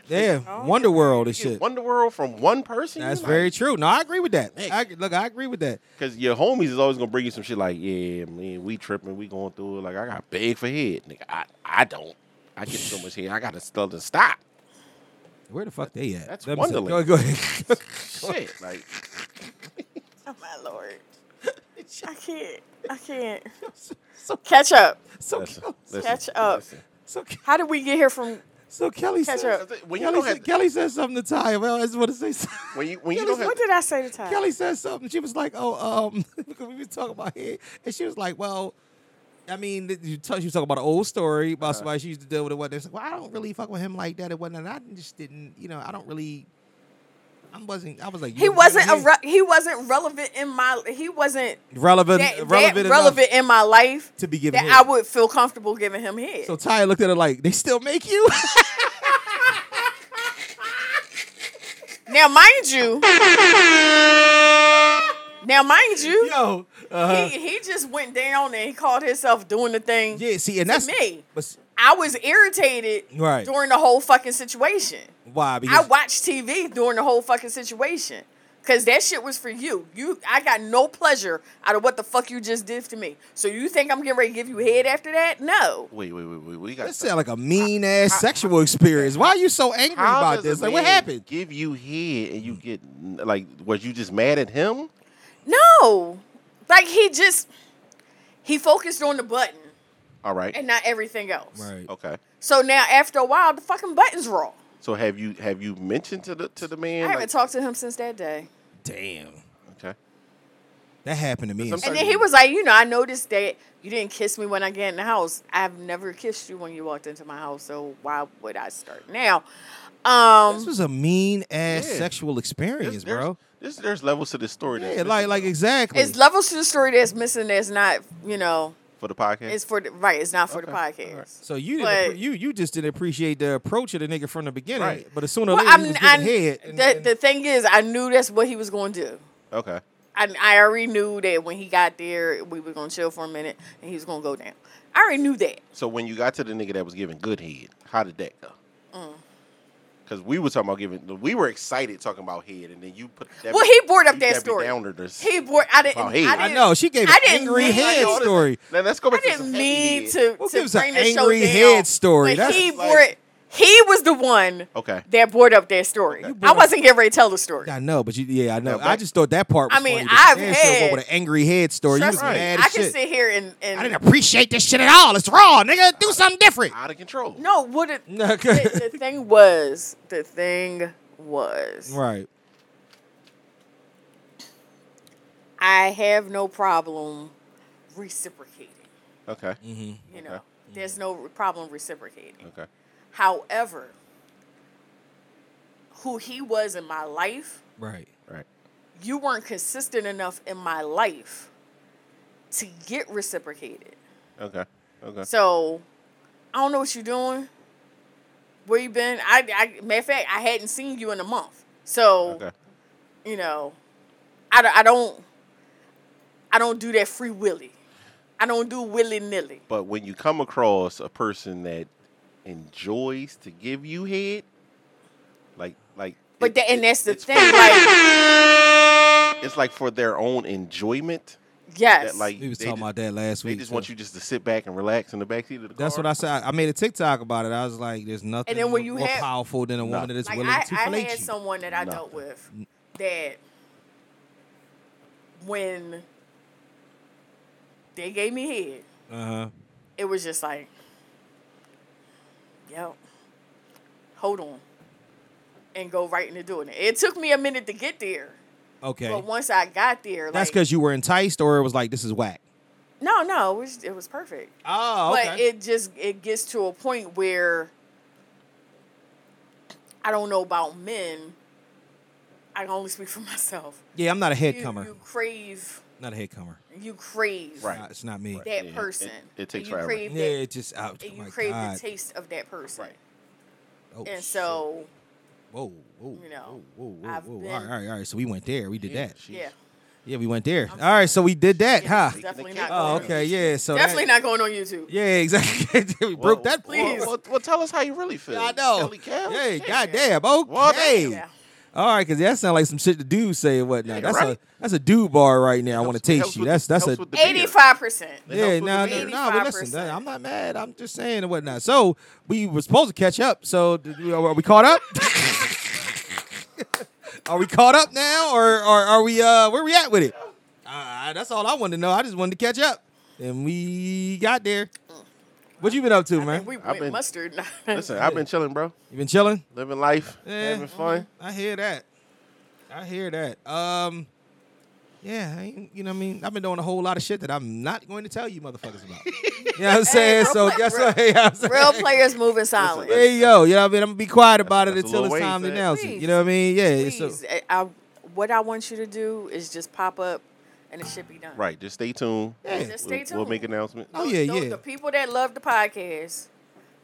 Speaker 1: Yeah. yeah. Wonder World and shit.
Speaker 4: Wonder World from one person.
Speaker 1: That's very true. No, I agree with that.
Speaker 4: Nick.
Speaker 1: I, look, I agree with that.
Speaker 4: because your homies is always gonna bring you some shit like, yeah, man, we tripping, we going through it. Like I got big for head, nigga. I, I don't. I get so much head. I gotta still to stop.
Speaker 1: Where the fuck they at?
Speaker 4: That's
Speaker 1: Let me see.
Speaker 4: Wonderland.
Speaker 1: Go, go ahead.
Speaker 4: Shit, like
Speaker 3: Oh my lord. I can't. I can't. Catch up.
Speaker 1: so,
Speaker 4: listen,
Speaker 1: Kel-
Speaker 4: listen,
Speaker 3: Catch up.
Speaker 4: listen.
Speaker 1: so Kel-
Speaker 3: How did we get here from
Speaker 1: So Kelly
Speaker 3: Catch
Speaker 1: says,
Speaker 3: up.
Speaker 4: When you
Speaker 1: Kelly,
Speaker 4: don't have-
Speaker 1: said, Kelly said something to Ty. Well, I just want to say something.
Speaker 4: When you when you
Speaker 1: Kelly's
Speaker 4: don't have
Speaker 3: what did I say to Ty?
Speaker 1: Kelly said something. She was like, "Oh, um, because we was talking about it," and she was like, "Well, I mean, th- you talk, she was talking about an old story about somebody she used to deal with. What they said, well, I don't really fuck with him like that. It wasn't. And I just didn't. You know, I don't really. I wasn't. I was like,
Speaker 3: he
Speaker 1: you-
Speaker 3: wasn't a
Speaker 1: you-
Speaker 3: re- he wasn't relevant in my he wasn't
Speaker 1: relevant.
Speaker 3: that that
Speaker 1: relevant.
Speaker 3: relevant,
Speaker 1: enough
Speaker 3: in my life
Speaker 1: to be given.
Speaker 3: that
Speaker 1: head.
Speaker 3: I would feel comfortable giving him head.
Speaker 1: So Ty looked at her like, "They still make you."
Speaker 3: now mind you Now mind you
Speaker 1: Yo, uh,
Speaker 3: he, he just went down and he called himself doing the thing.
Speaker 1: yeah. See, and
Speaker 3: to
Speaker 1: that's
Speaker 3: me.
Speaker 1: But s-
Speaker 3: I was irritated
Speaker 1: Right.
Speaker 3: during the whole fucking situation.
Speaker 1: why?
Speaker 3: I
Speaker 1: Because
Speaker 3: watched TV during the whole fucking situation. Cause that shit was for you. You I got no pleasure out of what the fuck you just did to me. So you think I'm getting ready to give you head after that? No.
Speaker 4: wait wait wait wait we got
Speaker 1: That sound like a mean ass sexual experience. Why are you so angry
Speaker 4: How
Speaker 1: about
Speaker 4: does a
Speaker 1: this? Like, what
Speaker 4: man
Speaker 1: happened?
Speaker 4: Give you head and you get like, was you just mad at him?
Speaker 3: No. Like he just he focused on the button
Speaker 4: All right.
Speaker 3: and not everything else.
Speaker 4: Okay.
Speaker 3: So now after a while the fucking button's raw.
Speaker 4: So have you have you mentioned to the to the
Speaker 3: I
Speaker 4: man?
Speaker 3: haven't
Speaker 4: like-
Speaker 3: talked to him since that day.
Speaker 1: Damn.
Speaker 4: Okay.
Speaker 1: That happened to me.
Speaker 4: Sometimes-
Speaker 3: And then he was like, you know, I noticed that you didn't kiss me when I get in the house. I've never kissed you when you walked into my house, so why would I start now?
Speaker 1: this
Speaker 3: Um,
Speaker 1: was a mean ass
Speaker 4: Yeah.
Speaker 1: sexual experience,
Speaker 4: There's, there's,
Speaker 1: bro.
Speaker 4: There's, there's levels to this story. that's
Speaker 1: Yeah, like
Speaker 4: missing,
Speaker 1: like
Speaker 4: though,
Speaker 1: exactly.
Speaker 3: it's levels to the story that's missing. That's not, you know,
Speaker 4: for the podcast.
Speaker 3: it's for the, right. It's not for the
Speaker 4: Okay, all right.
Speaker 3: podcast.
Speaker 1: so you didn't
Speaker 3: but-
Speaker 1: appre- you you just didn't appreciate the approach of the nigga from the beginning.
Speaker 4: Right.
Speaker 1: But as soon as
Speaker 3: Well,
Speaker 1: later,
Speaker 3: I'm,
Speaker 1: he was
Speaker 3: I,
Speaker 1: getting head. and-
Speaker 3: the,
Speaker 1: and-
Speaker 3: the thing is, I knew that's what he was going to do.
Speaker 4: okay.
Speaker 3: I, I already knew that when he got there, we were going to chill for a minute and he was going to go down. I already knew that.
Speaker 4: So when you got to the nigga that was giving good head, how did that go?
Speaker 3: Mm.
Speaker 4: Because we were talking about giving, we were excited talking about head, and then you put. Debbie,
Speaker 3: Well, he brought up
Speaker 4: you
Speaker 3: that
Speaker 4: Debbie
Speaker 3: story.
Speaker 4: Downer this-
Speaker 3: He bore. I didn't.
Speaker 4: Oh,
Speaker 3: I,
Speaker 4: he-
Speaker 3: didn't
Speaker 4: I
Speaker 1: I know she gave an
Speaker 3: I didn't
Speaker 1: angry
Speaker 3: mean-
Speaker 1: head
Speaker 4: Y'all, this-
Speaker 1: story.
Speaker 4: Now let's go
Speaker 3: I
Speaker 4: back to some
Speaker 3: didn't mean
Speaker 4: heavy head.
Speaker 3: to,
Speaker 1: What
Speaker 3: to
Speaker 1: gives an
Speaker 3: bring the show
Speaker 1: angry
Speaker 3: down,
Speaker 1: head story?
Speaker 3: But
Speaker 1: That's
Speaker 3: he
Speaker 4: like-
Speaker 3: brought. He was the one
Speaker 4: Okay.
Speaker 3: that brought up that story. I
Speaker 1: brought-
Speaker 3: wasn't getting ready to tell the story.
Speaker 1: I know, but you, yeah, I know.
Speaker 4: back-
Speaker 1: I just thought that part. was
Speaker 3: I
Speaker 1: funny,
Speaker 3: mean,
Speaker 1: but
Speaker 3: I've
Speaker 1: the answer
Speaker 3: had-
Speaker 1: was with an angry head story. You
Speaker 3: Trust
Speaker 1: was
Speaker 3: me,
Speaker 1: mad
Speaker 3: I
Speaker 1: as
Speaker 3: can
Speaker 1: shit.
Speaker 3: sit here and, and
Speaker 1: I didn't appreciate this shit at all. It's raw, nigga. Do something different.
Speaker 4: Out of control.
Speaker 3: no. What it,
Speaker 1: No,
Speaker 3: the, the thing was, the thing was,
Speaker 1: Right.
Speaker 3: I have no problem reciprocating.
Speaker 4: Okay.
Speaker 1: Mm-hmm.
Speaker 3: You know, there's no problem reciprocating.
Speaker 4: Okay.
Speaker 3: However, who he was in my life,
Speaker 1: Right.
Speaker 4: Right.
Speaker 3: you weren't consistent enough in my life to get reciprocated.
Speaker 4: Okay. Okay.
Speaker 3: So I don't know what you're doing. Where you been? I, I matter of fact, I hadn't seen you in a month. So
Speaker 4: okay.
Speaker 3: you know, I, don't- I don't, I don't do that free willy. I don't do willy nilly.
Speaker 4: But when you come across a person that enjoys to give you head, Like like
Speaker 3: But
Speaker 4: it-
Speaker 3: that, and
Speaker 4: it-
Speaker 3: that's the
Speaker 4: it's
Speaker 3: thing. Like,
Speaker 4: it's like for their own enjoyment.
Speaker 3: yes,
Speaker 4: That like
Speaker 1: We was
Speaker 4: they
Speaker 1: talking
Speaker 4: just-
Speaker 1: about that last
Speaker 4: They
Speaker 1: week.
Speaker 4: just
Speaker 1: too.
Speaker 4: want you just to sit back and relax in the backseat of the car.
Speaker 1: That's what I said. I I made a TikTok about it. I was like, "There's nothing
Speaker 3: then when you
Speaker 1: more
Speaker 3: have-
Speaker 1: powerful than a woman that is
Speaker 3: like
Speaker 1: willing
Speaker 3: I,
Speaker 1: to
Speaker 3: I
Speaker 1: fillet
Speaker 3: had
Speaker 1: you."
Speaker 3: someone that I dealt with that when they gave me head,
Speaker 1: uh-huh.
Speaker 3: it was just like, yo, hold on, and go right into doing it. It took me a minute to get there,
Speaker 1: Okay,
Speaker 3: but once I got there,
Speaker 1: that's
Speaker 3: like,
Speaker 1: because you were enticed, or it was like, "This is whack."
Speaker 3: no, no, it was it was perfect.
Speaker 1: Oh,
Speaker 3: but it just it gets to a point where I don't know about men. I can only speak for myself.
Speaker 1: yeah, I'm not a head
Speaker 3: You,
Speaker 1: comer.
Speaker 3: you crave,
Speaker 1: Not a head comer.
Speaker 3: you crave
Speaker 4: Right.
Speaker 1: Nah, it's not me.
Speaker 3: that
Speaker 4: Yeah, it-
Speaker 3: person.
Speaker 4: it takes
Speaker 3: you
Speaker 4: forever.
Speaker 3: crave
Speaker 1: Yeah,
Speaker 3: that,
Speaker 1: it just out.
Speaker 3: and you
Speaker 1: my
Speaker 3: crave
Speaker 1: God.
Speaker 3: the taste of that person.
Speaker 4: Right.
Speaker 1: Oh,
Speaker 3: And
Speaker 1: shit.
Speaker 3: so,
Speaker 1: whoa, whoa,
Speaker 3: you know,
Speaker 1: whoa, whoa, whoa,
Speaker 3: I've
Speaker 1: whoa.
Speaker 3: been-
Speaker 1: all right, all right, all right. So we went there. We did that.
Speaker 4: Jeez.
Speaker 3: yeah,
Speaker 1: Yeah, we went there. All right, so we did that,
Speaker 3: yeah,
Speaker 1: huh?
Speaker 3: it's definitely
Speaker 4: can't-
Speaker 3: not.
Speaker 1: Oh,
Speaker 3: going on
Speaker 1: okay,
Speaker 3: YouTube.
Speaker 1: yeah. So
Speaker 3: Definitely
Speaker 1: that-
Speaker 3: not going on YouTube.
Speaker 1: Yeah, exactly. we broke that.
Speaker 4: Well,
Speaker 3: Please.
Speaker 4: Well, well, tell us how you really feel.
Speaker 1: I know.
Speaker 4: Kelly Cal?
Speaker 1: Hey,
Speaker 4: Shit.
Speaker 1: goddamn.
Speaker 4: What?
Speaker 1: Okay.
Speaker 3: Yeah.
Speaker 1: All right, because that sounds like some shit the dudes say and whatnot.
Speaker 4: Yeah,
Speaker 1: that's
Speaker 4: right.
Speaker 1: a that's a dude bar right now. I want to
Speaker 4: Helps-
Speaker 1: taste
Speaker 4: helps
Speaker 1: you.
Speaker 4: with
Speaker 1: That's
Speaker 4: the-
Speaker 1: that's a
Speaker 4: helps with the beer.
Speaker 3: Eighty-five percent.
Speaker 4: It helps
Speaker 1: yeah.
Speaker 4: with
Speaker 1: No,
Speaker 4: the
Speaker 1: no,
Speaker 4: beer.
Speaker 1: no. But listen,
Speaker 3: 85%.
Speaker 1: I'm not mad. I'm just saying and whatnot. So we were supposed to catch up. So did we- are we caught up? are we caught up now, or, or are we? Uh, where we at with it? Uh, that's all I wanted to know. I just wanted to catch up, and we got there. What you been up to, man?
Speaker 3: We
Speaker 4: I've
Speaker 3: went
Speaker 4: been-
Speaker 3: mustard.
Speaker 4: Listen, I've been chilling, bro.
Speaker 1: You been chilling?
Speaker 4: Living life,
Speaker 1: Yeah. Mm-hmm.
Speaker 4: having fun.
Speaker 1: I hear that. I hear that. Um, yeah, I ain't, you know what I mean. I've been doing a whole lot of shit that I'm not going to tell you motherfuckers about. you know what I'm saying?
Speaker 3: real
Speaker 1: so
Speaker 3: play-
Speaker 1: guess
Speaker 3: real-
Speaker 1: what? You know what I'm saying?
Speaker 3: Real players moving silent.
Speaker 4: listen,
Speaker 1: Hey yo, you know what I mean. I'm gonna be quiet about it
Speaker 4: that's a
Speaker 1: until
Speaker 4: little eh?
Speaker 1: it's
Speaker 4: way,
Speaker 1: time to
Speaker 4: son.
Speaker 1: announce it. You
Speaker 3: Please.
Speaker 1: know what I mean? Yeah. so-
Speaker 3: Please, I, I, what I want you to do is just pop up, and it should be done.
Speaker 4: Right. Just stay tuned.
Speaker 1: Yeah.
Speaker 3: Just
Speaker 4: We'll-
Speaker 3: stay tuned.
Speaker 4: We'll make announcements.
Speaker 1: oh yeah,
Speaker 3: Those-
Speaker 1: yeah,
Speaker 3: The people that love the podcast,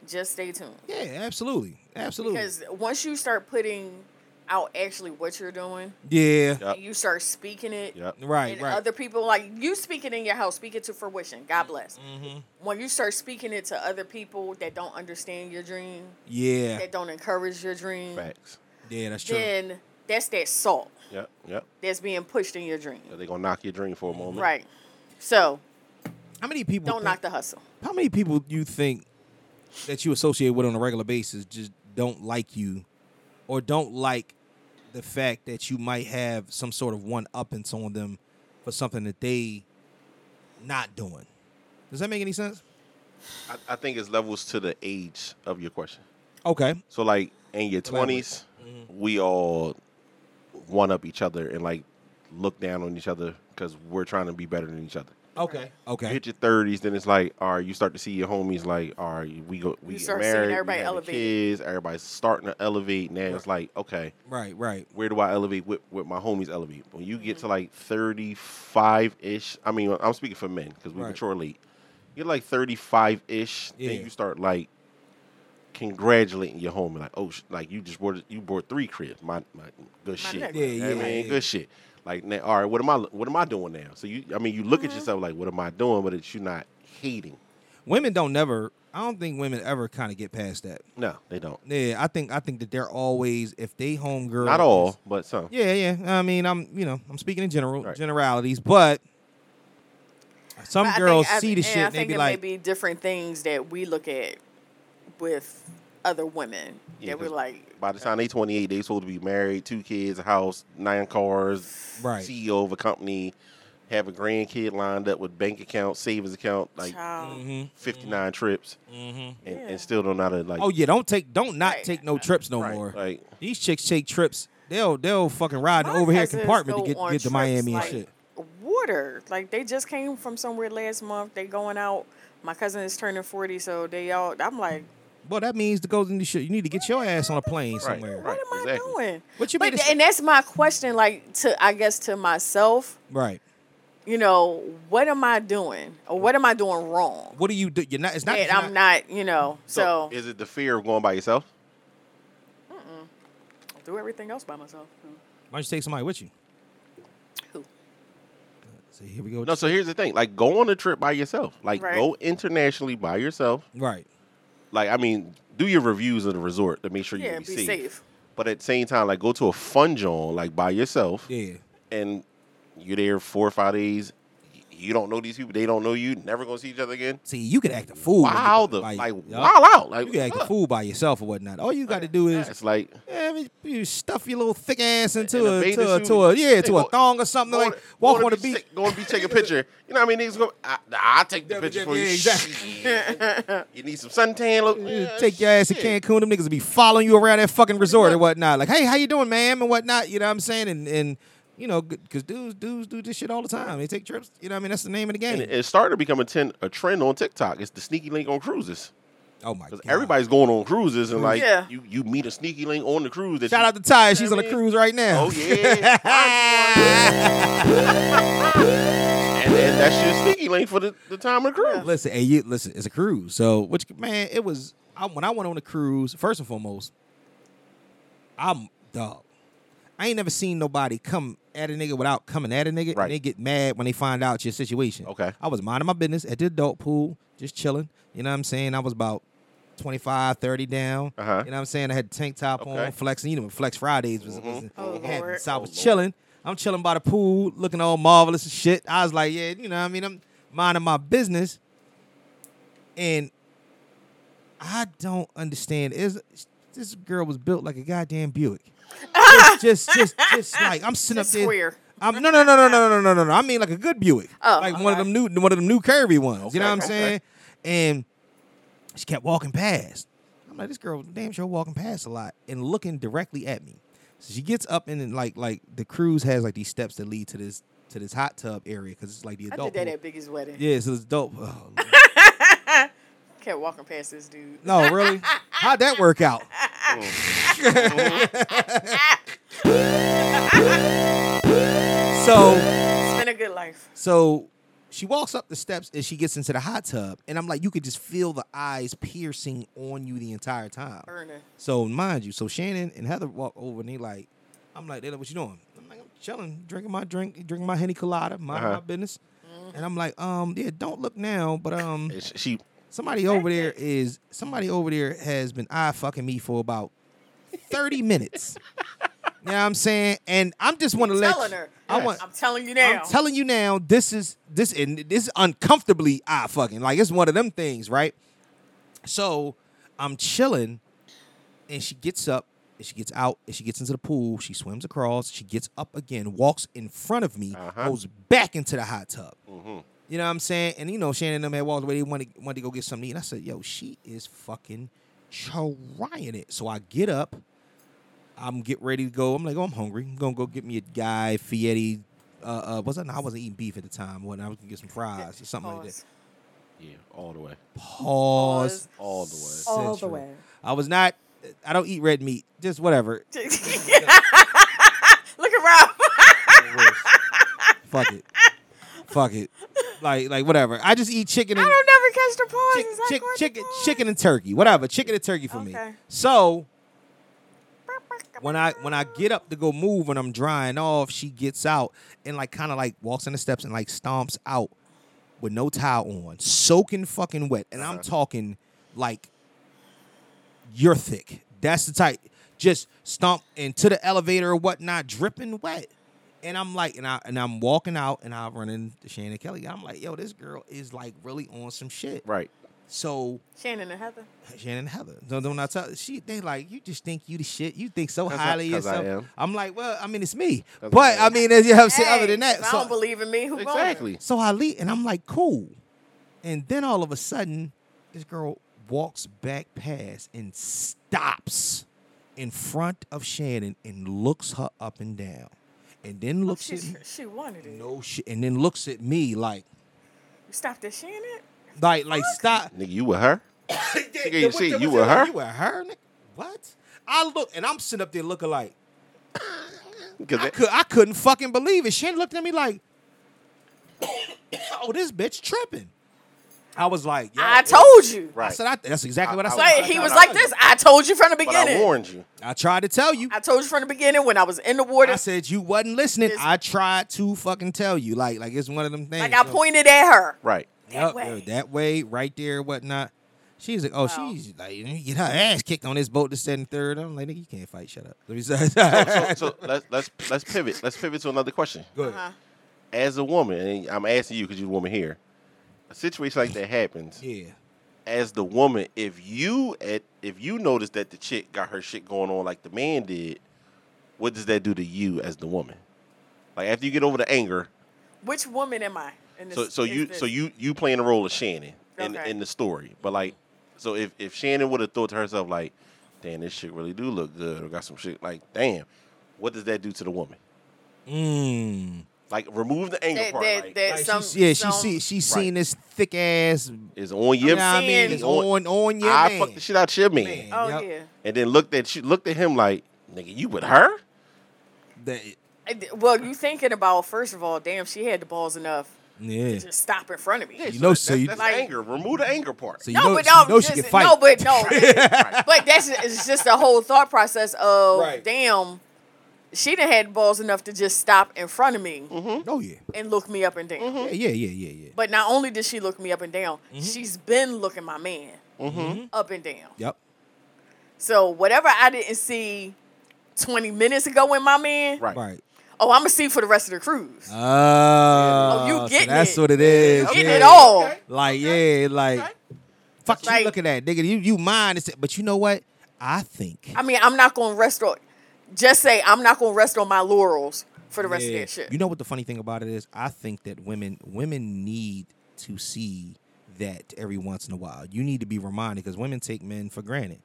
Speaker 3: just stay tuned
Speaker 1: yeah. Absolutely, absolutely.
Speaker 3: because once you start putting out actually what you're doing,
Speaker 1: yeah.
Speaker 4: Yep.
Speaker 3: and you start speaking it.
Speaker 4: Yep.
Speaker 1: Right.
Speaker 3: And
Speaker 1: Right.
Speaker 3: other people like you speaking in your house, speak it to fruition. God bless.
Speaker 1: Mm-hmm.
Speaker 3: When you start speaking it to other people that don't understand your dream,
Speaker 1: yeah.
Speaker 3: that don't encourage your dream,
Speaker 4: Facts.
Speaker 1: Yeah. That's true.
Speaker 3: then that's that salt
Speaker 4: Yep. Yep.
Speaker 3: that's being pushed in your dream.
Speaker 4: They're gonna knock your dream for a moment.
Speaker 3: Right. So
Speaker 1: How many people?
Speaker 3: don't
Speaker 1: think-
Speaker 3: knock the hustle.
Speaker 1: How many people do you think that you associate with on a regular basis just don't like you or don't like the fact that you might have some sort of one uppance on them for something that they not doing? Does that make any sense?
Speaker 4: I, I think it's levels to the age of your question.
Speaker 1: Okay.
Speaker 4: So like in your
Speaker 1: Elaborate.
Speaker 4: 20s
Speaker 1: Mm-hmm.
Speaker 4: we all one up each other and like look down on each other because we're trying to be better than each other.
Speaker 1: Okay.
Speaker 4: You
Speaker 1: Okay.
Speaker 4: hit your thirties, then it's like, all right, you start to see your homies like, all right, we go, we
Speaker 3: You
Speaker 4: get
Speaker 3: start seeing
Speaker 4: married,
Speaker 3: everybody
Speaker 4: we having
Speaker 3: elevate.
Speaker 4: kids, everybody's starting to elevate. Now it's like, okay,
Speaker 1: Right, right.
Speaker 4: where do I elevate? With, with my homies elevate. When you get
Speaker 1: Mm-hmm.
Speaker 4: to like thirty five ish, I mean, I'm speaking for men because we
Speaker 1: Right.
Speaker 4: mature late. You're like thirty five ish,
Speaker 1: Yeah.
Speaker 4: then you start like congratulating your homie, like, oh, sh- like you just bought you bought three cribs, my my good
Speaker 3: My
Speaker 4: shit,
Speaker 3: nigga.
Speaker 1: Yeah,
Speaker 4: I
Speaker 1: yeah,
Speaker 4: mean,
Speaker 1: yeah.
Speaker 4: good shit. Like, now, all right, what am I what am I doing now? So you, I mean, you look at yourself like, what am I doing? But it's you not hating.
Speaker 1: Women don't never I don't think women ever kind of get past that.
Speaker 4: No, they don't.
Speaker 1: Yeah, I think I think that they're always if they homegirl
Speaker 4: Not
Speaker 1: is-
Speaker 4: all, but some.
Speaker 1: Yeah, yeah. I mean, I'm you know I'm speaking in general
Speaker 4: Right.
Speaker 1: generalities, but some
Speaker 3: But I
Speaker 1: girls
Speaker 3: think- I-
Speaker 1: see the
Speaker 3: and
Speaker 1: shit
Speaker 3: I
Speaker 1: and they
Speaker 3: think
Speaker 1: be
Speaker 3: it
Speaker 1: like,
Speaker 3: may be different things that we look at with other women
Speaker 4: Yeah,
Speaker 3: that we're
Speaker 4: 'cause
Speaker 3: like,
Speaker 4: By the time they 28, they supposed to be married, two kids, a house, nine cars,
Speaker 1: Right.
Speaker 4: CEO of a company, have a grandkid lined up with bank account, savings account, like
Speaker 1: mm-hmm,
Speaker 3: child,
Speaker 4: 59 trips, and,
Speaker 3: Yeah.
Speaker 4: and still don't know how to like.
Speaker 1: "Oh yeah, don't take, don't not
Speaker 3: Right.
Speaker 1: take no trips no
Speaker 4: right,
Speaker 1: more."
Speaker 4: Like,
Speaker 1: These chicks take trips. They'll they'll fucking ride in
Speaker 3: My
Speaker 1: the overhead
Speaker 3: cousins
Speaker 1: compartment to
Speaker 3: go
Speaker 1: get
Speaker 3: on
Speaker 1: get to
Speaker 3: trips
Speaker 1: Miami and
Speaker 3: like
Speaker 1: shit.
Speaker 3: Water, like they just came from somewhere last month. They going out. My cousin is turning forty, so they all. I'm like,
Speaker 1: Well, that means to go into shit. You need to get your ass on a plane
Speaker 4: Right,
Speaker 1: somewhere.
Speaker 4: right.
Speaker 3: what am
Speaker 4: exactly.
Speaker 3: I doing?
Speaker 1: What you
Speaker 3: but,
Speaker 1: made a-
Speaker 3: th- and that's my question, like to I guess to myself.
Speaker 1: Right.
Speaker 3: You know, what am I doing, or what am I doing wrong?
Speaker 1: What do you do? You're not. It's not.
Speaker 3: That
Speaker 1: you're
Speaker 3: I'm not, you know. So,
Speaker 4: is it the fear of going by yourself?
Speaker 3: do everything else by myself.
Speaker 1: Why don't you take somebody with you?
Speaker 3: Who?
Speaker 1: See, here we go.
Speaker 4: No, so here's the thing. Like, go on a trip by yourself. Like,
Speaker 3: Right.
Speaker 4: go internationally by yourself.
Speaker 1: right.
Speaker 4: Like, I mean, do your reviews of the resort to make sure
Speaker 3: Yeah,
Speaker 4: you're
Speaker 3: be safe.
Speaker 4: But at the same time, like go to a fun joint like by yourself,
Speaker 1: Yeah.
Speaker 4: and you're there four or five days. You don't know these people; they don't know you. Never gonna see each other again.
Speaker 1: See, you could act a fool. when you-
Speaker 4: Wow, the like,
Speaker 1: yup.
Speaker 4: wild out, like
Speaker 1: You can act a
Speaker 4: fuck.
Speaker 1: fool by yourself or whatnot. All you got to do
Speaker 4: Yeah,
Speaker 1: is
Speaker 4: It's like
Speaker 1: Yeah, I mean, you stuff your little thick ass into
Speaker 4: In a
Speaker 1: a,
Speaker 4: bathing
Speaker 1: to a,
Speaker 4: suit.
Speaker 1: to a yeah
Speaker 4: They
Speaker 1: to
Speaker 4: go-
Speaker 1: a thong or something
Speaker 4: going-
Speaker 1: like walk
Speaker 4: going
Speaker 1: on
Speaker 4: to
Speaker 1: the beach.
Speaker 4: take- Going to be taking a picture. You know what I mean? Niggas go. I, I'll take the
Speaker 1: Yeah,
Speaker 4: picture
Speaker 1: yeah,
Speaker 4: for you.
Speaker 1: yeah, exactly.
Speaker 4: Shit. you need some suntan. Look,
Speaker 1: You
Speaker 4: Yeah,
Speaker 1: Take your ass to
Speaker 4: shit.
Speaker 1: Cancun. Them niggas will be following you around that fucking resort and whatnot. Like, hey, how you doing, ma'am, and whatnot. You know what I'm saying? And and you know, because dudes dudes do this shit all the time. They take trips. You know what I mean? That's the name of the
Speaker 4: And
Speaker 1: game.
Speaker 4: it- it's starting to become a, ten, a trend on TikTok. It's the sneaky link on cruises.
Speaker 1: oh my god!
Speaker 4: Because everybody's going on cruises and like
Speaker 3: Yeah.
Speaker 4: you, you meet a sneaky link on the cruise. That
Speaker 1: shout
Speaker 4: you-
Speaker 1: out to Ty. She's
Speaker 4: know
Speaker 1: on a
Speaker 4: what I mean?
Speaker 1: cruise right now.
Speaker 4: Oh yeah. and, and that's your sneaky link for the, the time of the cruise.
Speaker 1: Listen, hey, you listen. It's a cruise, so which man, it was I, when I went on a cruise. First and foremost, I'm dog. I ain't never seen nobody come at a nigga without coming at a nigga,
Speaker 4: Right.
Speaker 1: and they get mad when they find out your situation.
Speaker 4: Okay.
Speaker 1: I was minding my business at the adult pool, just chilling. You know what I'm saying? I was about 25, 30 down.
Speaker 4: Uh-huh.
Speaker 1: You know what I'm saying? I had the tank top
Speaker 4: Okay. Mm-hmm.
Speaker 1: on, flexing. You know, Flex Fridays was, was
Speaker 3: Oh,
Speaker 1: happening.
Speaker 3: Lord.
Speaker 1: So I was chilling. I'm chilling by the pool, looking all marvelous and shit. I was like, yeah, you know what I mean? I'm minding my business. And I don't understand. Is this girl was built like a goddamn Buick? just, just, just, just like I'm sitting
Speaker 3: Just
Speaker 1: up there.
Speaker 3: square.
Speaker 1: I'm, no, no, no, no, no, no, no, no, no. I mean like a good Buick,
Speaker 3: Oh,
Speaker 1: like one of them new, one of them new curvy ones. you know what I'm saying? And she kept walking past. I'm like, this girl damn sure walking past a lot and looking directly at me. So she gets up and then, like like the cruise has like these steps that lead to this to this hot tub area because it's like the
Speaker 3: I
Speaker 1: adult.
Speaker 3: did that
Speaker 1: pool.
Speaker 3: at Biggie's wedding.
Speaker 1: yeah, so it's dope. Oh, Lord.
Speaker 3: Kept walking past this dude.
Speaker 1: no, really? How'd that work out? so.
Speaker 3: It's been a good life.
Speaker 1: So she walks up the steps and she gets into the hot tub. And I'm like, you could just feel the eyes piercing on you the entire time.
Speaker 3: Burning.
Speaker 1: So mind you, so Shannon and Heather walk over and they like, I'm like, they like, what you doing? I'm like, I'm chilling, drinking my drink, drinking my henny colada, mind my
Speaker 4: Uh-huh.
Speaker 1: business. And I'm like, um, yeah, don't look now, but um,
Speaker 4: And sh- she
Speaker 1: somebody over there is somebody over there has been eye fucking me for about 30 minutes. You know what I'm saying? And I'm just want to let
Speaker 3: Telling
Speaker 1: you-
Speaker 3: her.
Speaker 1: I want
Speaker 3: I'm telling you now.
Speaker 1: I'm telling you now, this is this and this is uncomfortably eye fucking. Like it's one of them things, right? So I'm chilling, and she gets up, and she gets out, and she gets into the pool. She swims across. She gets up again, walks in front of me, goes back into the hot tub. You know what I'm saying? And you know, Shannon and them had walked away. They wanted, wanted to go get something to eat. And I said, yo, she is fucking trying it. So I get up. I'm get ready to go. I'm like, oh, I'm hungry. I'm gonna go get me a guy Fietti. Uh, uh, was I? No, I wasn't eating beef at the time. What? I was gonna get some fries or something like that.
Speaker 3: Pause.
Speaker 4: Yeah, all the way.
Speaker 1: Pause.
Speaker 3: Pause.
Speaker 4: All the way.
Speaker 9: All the
Speaker 1: Central.
Speaker 9: way.
Speaker 1: I was not. I don't eat red meat. Just whatever.
Speaker 3: Look at Rob.
Speaker 1: Fuck it. Fuck it. Like like whatever. I just eat chicken. And,
Speaker 3: I don't never catch the pause.
Speaker 1: chick,
Speaker 3: Is that
Speaker 1: chick,
Speaker 3: going to
Speaker 1: chicken,
Speaker 3: pause?
Speaker 1: chicken and turkey, whatever, chicken and turkey for me.
Speaker 3: Okay.
Speaker 1: So when I when I get up to go move and I'm drying off, she gets out and like kind of like walks in the steps and like stomps out with no towel on, soaking fucking wet, and I'm talking like you're thick. That's the type. Just stomp into the elevator or whatnot, dripping wet. And I'm like, and I and I'm walking out and I run into Shannon Kelly. I'm like, yo, this girl is like really on some shit.
Speaker 4: Right.
Speaker 1: So
Speaker 3: Shannon and Heather.
Speaker 1: Shannon and Heather. Don't, don't I tell she they like you just think you the shit. You think so
Speaker 4: That's how-
Speaker 1: highly of
Speaker 4: 'cause I
Speaker 1: yourself.
Speaker 4: am.
Speaker 1: I'm like, well, I mean it's me. But
Speaker 4: That's what I
Speaker 1: I
Speaker 4: am.
Speaker 1: mean as you have said
Speaker 3: Hey,
Speaker 1: other than that.
Speaker 3: if
Speaker 1: So,
Speaker 3: I don't believe in me. Who gonna?
Speaker 4: Exactly.
Speaker 1: so I leave and I'm like, cool. And then all of a sudden, this girl walks back past and stops in front of Shannon and looks her up and down. And then looks
Speaker 3: She,
Speaker 1: at me.
Speaker 3: she wanted it.
Speaker 1: No shit. And then looks at me like,
Speaker 3: You stopped at Shannon.
Speaker 1: like, like stop.
Speaker 4: Nigga, you with her?
Speaker 1: Nigga,
Speaker 4: you see, you with her?
Speaker 1: You with her? nigga? What? I look and I'm sitting up there looking like I,
Speaker 4: Because
Speaker 1: could, I couldn't fucking believe it. Shannon looked at me like, oh, this bitch tripping. I was like, yo,
Speaker 3: I
Speaker 1: it-
Speaker 3: told you.
Speaker 1: I
Speaker 4: Right.
Speaker 1: said I, that's exactly what I
Speaker 4: I-
Speaker 1: said.
Speaker 4: I-
Speaker 1: I
Speaker 3: Like
Speaker 1: said,
Speaker 3: he
Speaker 1: I
Speaker 3: was
Speaker 1: told
Speaker 3: like
Speaker 1: you.
Speaker 3: this. I told you from the
Speaker 4: but I
Speaker 3: beginning.
Speaker 4: warned you.
Speaker 1: I tried to tell you.
Speaker 3: I told you from the beginning when I was in the water.
Speaker 1: I said you wasn't listening.
Speaker 3: This-
Speaker 1: I tried to fucking tell you. Like, like it's one of them things.
Speaker 3: like I
Speaker 1: So-
Speaker 3: pointed at her.
Speaker 4: Right.
Speaker 1: Yup,
Speaker 3: way.
Speaker 1: yo, that way, right there, whatnot. She's like, oh, she's like, you get her ass kicked on this boat, this, that, and third. I'm like, nigga, you can't fight. Shut up. Let me say.
Speaker 3: Oh,
Speaker 4: So, so let's let's let's pivot. Let's pivot to another question. Uh-huh.
Speaker 1: Go ahead.
Speaker 4: As a woman, and I'm asking you because you're a woman here. A situation like that happens.
Speaker 1: Yeah.
Speaker 4: As the woman, if you at if you notice that the chick got her shit going on like the man did, what does that do to you as the woman? Like after you get over the anger,
Speaker 3: Which woman am I? In
Speaker 4: so
Speaker 3: this,
Speaker 4: so
Speaker 3: is
Speaker 4: you
Speaker 3: this?
Speaker 4: so you you playing the role of Shannon in
Speaker 3: Okay.
Speaker 4: in the story, but like so if if Shannon would have thought to herself like, damn, this shit really do look good, or got some shit like, damn, what does that do to the woman?
Speaker 1: Mm.
Speaker 4: Like remove the anger
Speaker 3: that,
Speaker 4: part.
Speaker 3: that,
Speaker 4: like,
Speaker 3: that
Speaker 1: Like,
Speaker 3: some,
Speaker 1: she, yeah, she
Speaker 3: some,
Speaker 1: see, she's seen this thick ass.
Speaker 4: it's on
Speaker 1: You
Speaker 4: your.
Speaker 1: know what I mean?
Speaker 3: saying-
Speaker 1: It's
Speaker 4: on-
Speaker 1: on on your
Speaker 4: I
Speaker 1: man.
Speaker 4: fucked the shit out your man,
Speaker 1: Man.
Speaker 3: Oh
Speaker 1: Yep.
Speaker 3: yeah.
Speaker 4: and then looked at she looked at him like, nigga, you with her?
Speaker 1: That,
Speaker 3: I d- Well, you thinking about first of all, damn, she had the balls enough
Speaker 1: yeah.
Speaker 3: to just stop in front of me.
Speaker 1: You know,
Speaker 4: that-
Speaker 1: so
Speaker 4: that's,
Speaker 1: you-
Speaker 4: that's
Speaker 3: Like-
Speaker 4: anger. Remove the anger part.
Speaker 1: So you
Speaker 3: no,
Speaker 1: know,
Speaker 3: but
Speaker 1: you
Speaker 3: no,
Speaker 1: know
Speaker 3: just,
Speaker 1: she can fight.
Speaker 3: no, but no, but that's it's just the whole thought process of
Speaker 1: Right.
Speaker 3: damn, she done had balls enough to just stop in front of me
Speaker 4: Mm-hmm.
Speaker 1: oh yeah.
Speaker 3: and look me up and down.
Speaker 1: yeah, yeah, yeah, yeah, yeah.
Speaker 3: But not only did she look me up and down,
Speaker 1: Mm-hmm.
Speaker 3: she's been looking my man
Speaker 4: Mm-hmm.
Speaker 3: up and down.
Speaker 1: Yep.
Speaker 3: So whatever I didn't see twenty minutes ago in my man,
Speaker 4: Right.
Speaker 1: Right.
Speaker 3: oh, I'm gonna see for the rest of the cruise.
Speaker 1: Oh,
Speaker 3: you
Speaker 1: so
Speaker 3: getting
Speaker 1: that's
Speaker 3: it.
Speaker 1: what it is.
Speaker 3: Getting
Speaker 1: yeah.
Speaker 3: it all.
Speaker 1: Like, yeah, like, fuck you
Speaker 3: Like-
Speaker 1: looking at, nigga. You you mine, it's- but you know what? I think
Speaker 3: I mean, I'm not gonna rest on. Just say I'm not gonna rest on my laurels for the rest
Speaker 1: Yeah.
Speaker 3: of that shit.
Speaker 1: You know what the funny thing about it is? I think that women women need to see that every once in a while. You need to be reminded because women take men for granted.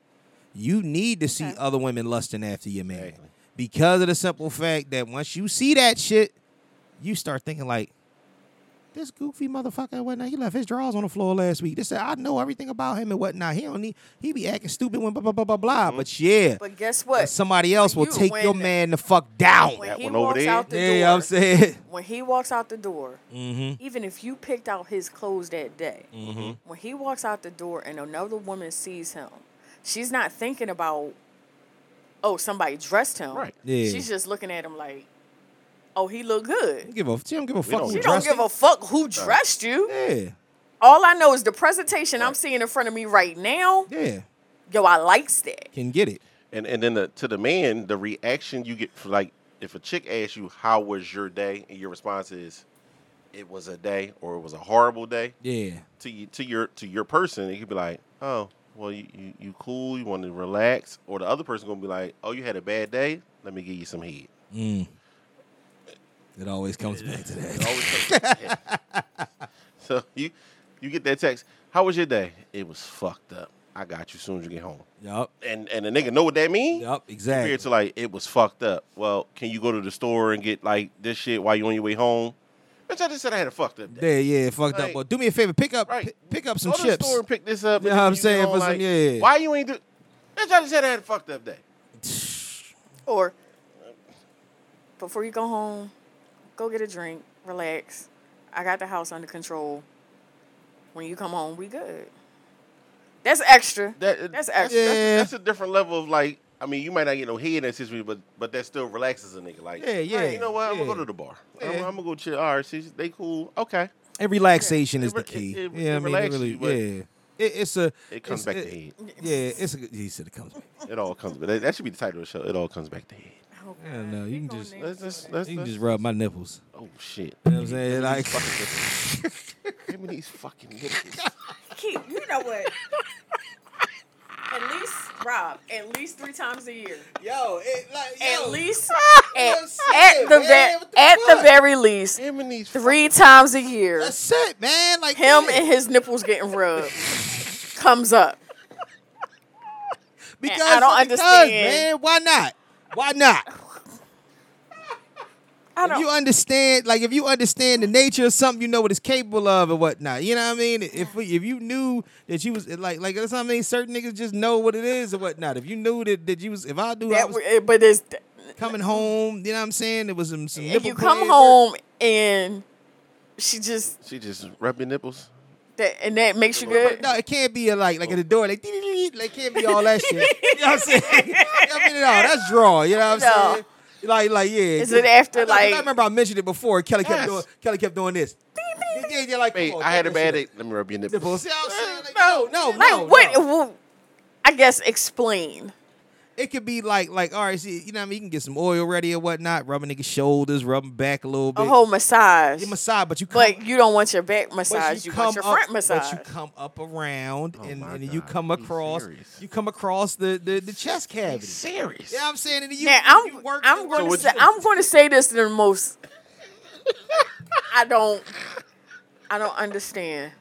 Speaker 1: You need to see other women lusting after your man because of the simple fact that once you see that shit, you start thinking like. This goofy motherfucker and whatnot, he left his drawers on the floor last week. This I know everything about him and whatnot. He don't need he be acting stupid when blah blah blah blah blah. But yeah,
Speaker 3: but guess what?
Speaker 1: somebody else will
Speaker 3: you-
Speaker 1: take your
Speaker 3: when-
Speaker 1: man the fuck down.
Speaker 3: when
Speaker 4: That
Speaker 3: he
Speaker 4: one over
Speaker 3: walks
Speaker 4: there.
Speaker 3: out the
Speaker 1: Yeah,
Speaker 3: door,
Speaker 1: I'm saying. Mm-hmm.
Speaker 3: when he walks out the door, even if you picked out his clothes that day, when he walks out the door and another woman sees him, she's not thinking about, oh, somebody dressed him.
Speaker 4: Right.
Speaker 1: Yeah.
Speaker 3: She's just looking at him like, oh, he look good.
Speaker 1: Give a, she don't give a fuck.
Speaker 4: don't
Speaker 1: who
Speaker 3: She
Speaker 4: give-
Speaker 3: don't
Speaker 1: dressed
Speaker 3: give a fuck who dressed you.
Speaker 1: him.
Speaker 3: All I know is the presentation I'm seeing in front of me right now.
Speaker 1: Yeah, yeah,
Speaker 3: Yo, I likes that.
Speaker 1: can get it.
Speaker 4: And and then the, to the man, the reaction you get for like if a chick asks you how was your day, and your response is, it was a day or it was a horrible day.
Speaker 1: Yeah,
Speaker 4: To you, to your to your person, it could be like, oh, well you, you you cool, you want to relax, or the other person gonna be like, oh, you had a bad day. Let me give you some heat.
Speaker 1: it always comes back to that.
Speaker 4: It always comes- yeah. so you you get that text. How was your day? It was fucked up. I got you soon as you get home.
Speaker 1: Yup,
Speaker 4: And and the nigga know what that mean?
Speaker 1: yup,
Speaker 4: compared
Speaker 1: exactly.
Speaker 4: to like it was fucked up. Well, can you go to the store and get like this shit while you on your way home? Bitch, I just said I had a fucked up day.
Speaker 1: Yeah, yeah, fucked up.
Speaker 4: Like-
Speaker 1: But do me a favor, pick up,
Speaker 4: Right.
Speaker 1: pi- pick up some
Speaker 4: go To the
Speaker 1: chips.
Speaker 4: store and pick this up.
Speaker 1: You
Speaker 4: and
Speaker 1: know what I'm
Speaker 4: then you
Speaker 1: saying?
Speaker 4: get
Speaker 1: For
Speaker 4: home,
Speaker 1: some-
Speaker 4: like,
Speaker 1: yeah.
Speaker 4: Why you ain't do? Bitch, I just said I had a fucked up day.
Speaker 3: Or before you go home, go get a drink, relax. I got the house under control. When you come home, we good. That's extra. That's
Speaker 4: That, that's,
Speaker 3: extra.
Speaker 1: Yeah.
Speaker 4: that's a different level of like. I mean, you might not get no head in that situation, but but that still relaxes a nigga. Like,
Speaker 1: Yeah, yeah,
Speaker 4: "Hey, you know what? I'm
Speaker 1: yeah.
Speaker 4: gonna go to the bar. I'm,
Speaker 1: Yeah.
Speaker 4: I'm gonna go chill. All right, see, they cool. Okay,
Speaker 1: And relaxation is
Speaker 4: It re-
Speaker 1: the key.
Speaker 4: it- it-
Speaker 1: yeah,
Speaker 4: it
Speaker 1: I mean, it
Speaker 4: relaxes
Speaker 1: really,
Speaker 4: you, but-
Speaker 1: yeah. It, it's a.
Speaker 4: it
Speaker 1: it's-
Speaker 4: comes back to
Speaker 1: it-
Speaker 4: head.
Speaker 1: Yeah, it's a. good- He said it comes back.
Speaker 4: It all comes back. That, that should be the title of the show. It all comes back to head.
Speaker 3: Oh,
Speaker 1: I don't know. You can just,
Speaker 4: Let's just let's,
Speaker 1: you can
Speaker 4: let's-
Speaker 1: just rub my nipples.
Speaker 4: oh shit.
Speaker 1: You know what I'm saying? Like,
Speaker 4: Him and these fucking niggas.
Speaker 3: Keith, you know what? at least, Rob, at least three times a year.
Speaker 1: yo, it, like,
Speaker 3: At least, at,
Speaker 1: I'm saying,
Speaker 3: at, the,
Speaker 1: man,
Speaker 3: ve-
Speaker 1: what the
Speaker 3: at the
Speaker 1: fuck?
Speaker 3: very least,
Speaker 4: Him and these
Speaker 3: three times a year.
Speaker 1: That's it, man. Like
Speaker 3: him
Speaker 1: yeah.
Speaker 3: and his nipples getting rubbed comes up.
Speaker 1: Because
Speaker 3: I don't
Speaker 1: because,
Speaker 3: understand.
Speaker 1: man. Why not? Why not?
Speaker 3: I
Speaker 1: If
Speaker 3: don't.
Speaker 1: you understand, like if you understand the nature of something, you know what it's capable of and whatnot. You know what I mean? If we, if you knew that you was like like that's what I mean. Certain niggas just know what it is and whatnot. If you knew that that you was, if I knew I
Speaker 3: that,
Speaker 1: was
Speaker 3: w- but it's
Speaker 1: coming home, you know what I'm saying? There was some, some
Speaker 3: and
Speaker 1: nipple
Speaker 3: you come
Speaker 1: play at
Speaker 3: home and she just
Speaker 4: She just rubbed your nipples.
Speaker 3: that and that makes you good.
Speaker 1: work. No, it can't be a, like like at the door like dee, dee, dee, like can't be all that shit. You know what I'm saying? I mean, no, that's draw. You know what I'm
Speaker 3: No.
Speaker 1: saying? Like like yeah.
Speaker 3: Is it after,
Speaker 1: I know, 'cause
Speaker 3: like-
Speaker 1: I remember I mentioned it before. Kelly kept
Speaker 4: Yes.
Speaker 1: doing Kelly kept doing this. Yeah, you're like,
Speaker 4: Wait,
Speaker 1: come on,
Speaker 4: I had a
Speaker 1: get that
Speaker 4: bad
Speaker 1: shit.
Speaker 4: day. Let me rub your
Speaker 1: The
Speaker 4: nipple.
Speaker 1: pussy. I'm saying, like, no, no, no.
Speaker 3: Like what?
Speaker 1: no.
Speaker 3: well, I guess explain.
Speaker 1: It could be like, like, all right, see, you know what I mean? You can get some oil ready or whatnot, rubbing niggas' shoulders, rubbing back a little bit.
Speaker 3: A whole massage.
Speaker 1: You massage, but you come,
Speaker 3: But you don't want your back
Speaker 1: but
Speaker 3: massage. You, want your front
Speaker 1: up,
Speaker 3: massage.
Speaker 1: But you come up around and,
Speaker 4: my
Speaker 1: and you
Speaker 4: God,
Speaker 1: come
Speaker 4: he's
Speaker 1: across,
Speaker 4: serious.
Speaker 1: you come across the, the, the chest cavity.
Speaker 4: Serious.
Speaker 1: Yeah, I'm saying, and you,
Speaker 3: now I'm
Speaker 1: you work
Speaker 3: I'm
Speaker 1: the-
Speaker 3: going to
Speaker 4: what
Speaker 3: say
Speaker 4: you-
Speaker 3: I'm going to say this the most. I don't. I don't understand.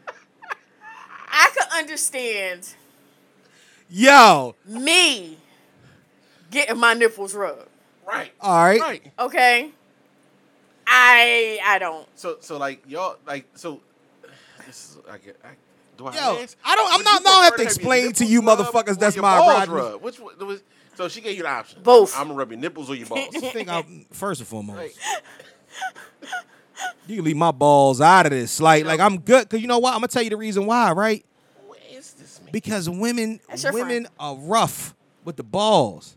Speaker 3: I could understand
Speaker 1: yo,
Speaker 3: me getting my nipples rubbed.
Speaker 4: Right.
Speaker 1: all right,
Speaker 4: Right.
Speaker 3: Okay. I I don't.
Speaker 4: So so like y'all like so. This is I get. I, do I?
Speaker 1: Yo,
Speaker 4: ask?
Speaker 1: I don't- I'm
Speaker 4: Would
Speaker 1: not-
Speaker 4: you
Speaker 1: I don't have
Speaker 4: prefer
Speaker 1: to
Speaker 4: your
Speaker 1: explain to
Speaker 4: nipples
Speaker 1: you
Speaker 4: rubbed
Speaker 1: motherfuckers
Speaker 4: or
Speaker 1: that's
Speaker 4: your
Speaker 1: my
Speaker 4: balls
Speaker 1: ride.
Speaker 4: rubbed? Which one- there was so she gave you the option.
Speaker 3: Both.
Speaker 4: I'm gonna rub your nipples or your balls.
Speaker 1: I think I'm first and foremost.
Speaker 4: Right.
Speaker 1: You can leave my balls out of this. Like, like I'm good. Cause you know what? I'm gonna tell you the reason why, right?
Speaker 4: What is this man?
Speaker 1: Because women
Speaker 3: That's your
Speaker 1: women
Speaker 3: friend.
Speaker 1: are rough with the balls.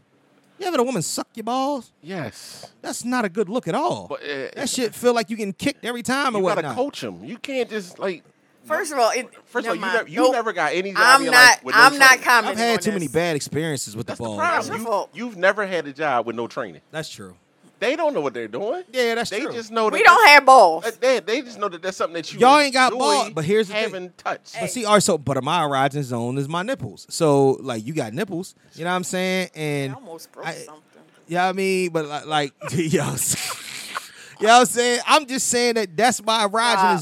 Speaker 1: You ever had a woman suck your balls?
Speaker 4: Yes.
Speaker 1: That's not a good look at all.
Speaker 4: But, uh,
Speaker 1: that shit feel like you getting kicked every time or
Speaker 4: You gotta
Speaker 1: whatnot.
Speaker 4: coach him. You can't just like.
Speaker 3: First of all, it,
Speaker 4: First
Speaker 3: never
Speaker 4: of all,
Speaker 3: mind.
Speaker 4: you never, you
Speaker 3: Nope.
Speaker 4: never got any. job
Speaker 3: I'm
Speaker 4: in your
Speaker 3: not.
Speaker 4: life with no
Speaker 3: I'm not
Speaker 4: training.
Speaker 3: commenting.
Speaker 1: I've had
Speaker 3: on
Speaker 1: too many
Speaker 3: this.
Speaker 1: bad experiences with
Speaker 4: That's
Speaker 1: the
Speaker 4: the
Speaker 1: balls.
Speaker 3: That's your
Speaker 4: problem.
Speaker 3: fault.
Speaker 4: You, have never had a job with no training.
Speaker 1: That's true.
Speaker 4: They don't know what they're doing.
Speaker 1: Yeah, that's
Speaker 4: they
Speaker 1: true.
Speaker 4: just know that
Speaker 3: We don't have balls.
Speaker 4: have. They, they just know that that's something that you
Speaker 1: Y'all ain't got
Speaker 4: enjoy
Speaker 1: balls, but here's the thing.
Speaker 4: having touch.
Speaker 1: But see, all right, so but my erogenous zone is my nipples. So like you got nipples, you know what I'm saying?
Speaker 3: I
Speaker 1: And
Speaker 3: almost broke
Speaker 1: I-
Speaker 3: something.
Speaker 1: Yeah, I mean, but li- like, yo, you know what I'm saying? I'm just saying that that's my erogenous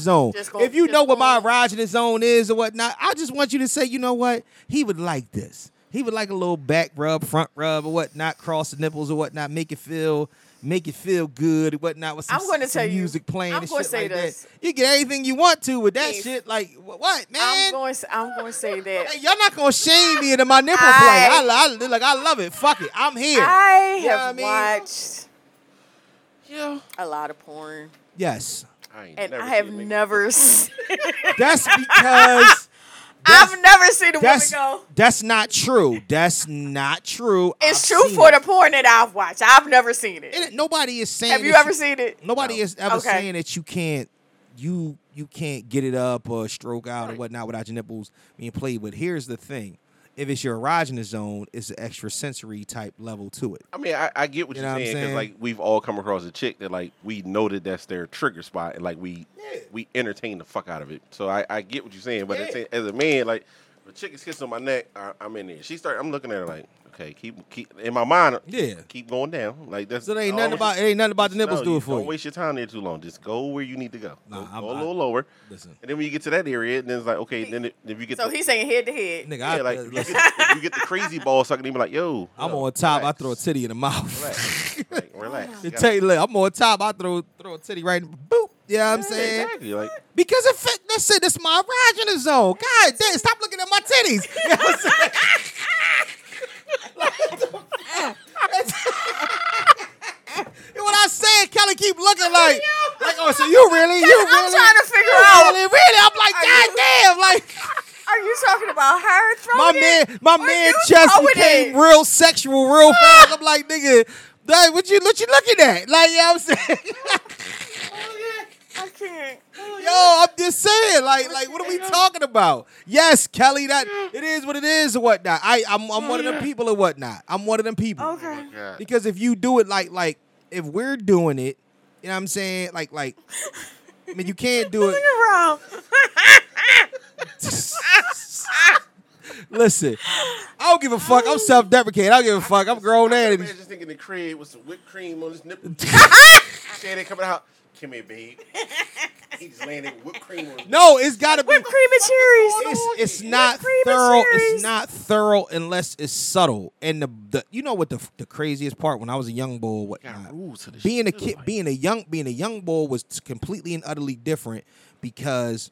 Speaker 3: Stop.
Speaker 1: zone.
Speaker 3: Just go-
Speaker 1: if you
Speaker 3: just
Speaker 1: know what
Speaker 3: go
Speaker 1: my
Speaker 3: on.
Speaker 1: erogenous zone is or whatnot, I just want you to say, you know what? He would like this. He would like a little back rub, front rub, or whatnot, cross the nipples or whatnot, make it feel, make it feel good or whatnot. With some,
Speaker 3: I'm gonna
Speaker 1: some
Speaker 3: tell you,
Speaker 1: music playing
Speaker 3: I'm
Speaker 1: and
Speaker 3: gonna
Speaker 1: shit
Speaker 3: say
Speaker 1: like
Speaker 3: this.
Speaker 1: that. You get everything you want to with that
Speaker 3: Please.
Speaker 1: shit. Like wh- what, man?
Speaker 3: I'm going. to- I'm going to say that.
Speaker 1: Hey, y'all not gonna shame me into my nipple play.
Speaker 3: I-
Speaker 1: I, I, like I love it. Fuck it, I'm here.
Speaker 3: I
Speaker 1: You know
Speaker 3: have
Speaker 1: what I mean?
Speaker 3: watched
Speaker 4: Yeah.
Speaker 3: a lot of porn,
Speaker 1: Yes,
Speaker 4: I ain't
Speaker 3: and
Speaker 4: never
Speaker 3: I
Speaker 4: seen
Speaker 3: have
Speaker 4: a nigga-
Speaker 3: never. Seen,
Speaker 1: that's because
Speaker 3: I've never seen a woman
Speaker 1: that's
Speaker 3: go.
Speaker 1: that's not true. That's not true.
Speaker 3: It's
Speaker 1: I've
Speaker 3: true
Speaker 1: seen
Speaker 3: for
Speaker 1: it.
Speaker 3: the porn that I've watched. I've never seen it.
Speaker 1: It ain't- Nobody is saying.
Speaker 3: have you
Speaker 1: that
Speaker 3: ever seen it?
Speaker 1: Nobody is ever
Speaker 3: Okay.
Speaker 1: saying that you can't you you can't get it up or stroke out or whatnot without your nipples being played. But here's the thing: if it's your erogenous zone, it's an extrasensory type level to it.
Speaker 4: I mean, I, I get what
Speaker 1: You
Speaker 4: you
Speaker 1: know
Speaker 4: are
Speaker 1: what I'm
Speaker 4: saying because
Speaker 1: saying?
Speaker 4: like we've all come across a chick that like we know that that's their trigger spot, and like we we entertain the fuck out of it. So I, I get what you're saying, but it's- as a man, like if a chick is kissing my neck, I, I'm in there. She start, I'm looking at her like, okay, keep keep in my mind,
Speaker 1: Yeah.
Speaker 4: keep going down. Like that's
Speaker 1: So there ain't
Speaker 4: I
Speaker 1: nothing
Speaker 4: always-
Speaker 1: about it ain't nothing about the nipples
Speaker 4: no,
Speaker 1: do
Speaker 4: you
Speaker 1: it for
Speaker 4: Don't
Speaker 1: you.
Speaker 4: waste your time there too long. Just go where you need to go.
Speaker 1: Nah,
Speaker 4: go,
Speaker 1: I'm-
Speaker 4: go
Speaker 1: I-
Speaker 4: a little lower.
Speaker 1: Listen.
Speaker 4: and then when you get to that area, then it's like okay, then it, if you get
Speaker 3: So
Speaker 4: the,
Speaker 3: he's saying head to head.
Speaker 1: Nigga, I, uh,
Speaker 4: yeah, like if you, get,
Speaker 1: listen,
Speaker 4: if you get the crazy ball sucking, even like yo,
Speaker 1: I'm
Speaker 4: yo,
Speaker 1: on top. I
Speaker 4: relax.
Speaker 1: throw a titty in the mouth.
Speaker 4: Relax. Like, relax.
Speaker 1: To
Speaker 4: You gotta-
Speaker 1: tell you, look, I'm on top. I throw throw a titty right. in- Boop. You know what I'm saying?
Speaker 4: Exactly. Like,
Speaker 1: Because it fit. That's it. That's my erogenous zone. God damn! Stop looking at my titties. You know what I'm saying? And when I say it, Kelly keep looking like, like, oh, so you really, you
Speaker 3: I'm
Speaker 1: really,
Speaker 3: trying to figure
Speaker 1: you
Speaker 3: out-
Speaker 1: really, really. I'm like,
Speaker 3: Are
Speaker 1: god
Speaker 3: you-
Speaker 1: damn, like.
Speaker 3: Are you talking about her
Speaker 1: My
Speaker 3: throwing it?
Speaker 1: man, my
Speaker 3: Or
Speaker 1: man
Speaker 3: you
Speaker 1: just
Speaker 3: throwing
Speaker 1: became
Speaker 3: it?
Speaker 1: real sexual real fast. I'm like, nigga, like, what you what you looking at? Like, you know what I'm saying?
Speaker 3: I can't.
Speaker 1: Yo, I'm just saying, like, like, what are we talking about? Yes, Kelly, that it is what it is or whatnot. I, I'm, I'm one of them people or whatnot. I'm one of them people.
Speaker 3: Okay.
Speaker 1: Because if you do it like, like, if we're doing it, you know what I'm saying? Like, like, I mean, you can't do it.
Speaker 3: Look around.
Speaker 1: Listen, I don't give a fuck. I'm self-deprecating. I don't give a fuck. I'm grown
Speaker 4: I
Speaker 1: at
Speaker 4: man
Speaker 1: it.
Speaker 4: just thinking the crib with some whipped cream on his nipple. Shannon coming out. Come here, babe. He just laying there with whipped cream on his
Speaker 1: No, it's gotta be.
Speaker 3: Whipped cream and cherries.
Speaker 1: it's, it's not
Speaker 3: cream and
Speaker 1: thorough.
Speaker 3: cherries.
Speaker 1: It's not thorough unless it's subtle. And the, the you know what the the craziest part when I was a young boy, or whatnot.
Speaker 4: rules to this
Speaker 1: Being a
Speaker 4: shit, too,
Speaker 1: kid,
Speaker 4: like-
Speaker 1: being a young, being a young boy was t- completely and utterly different because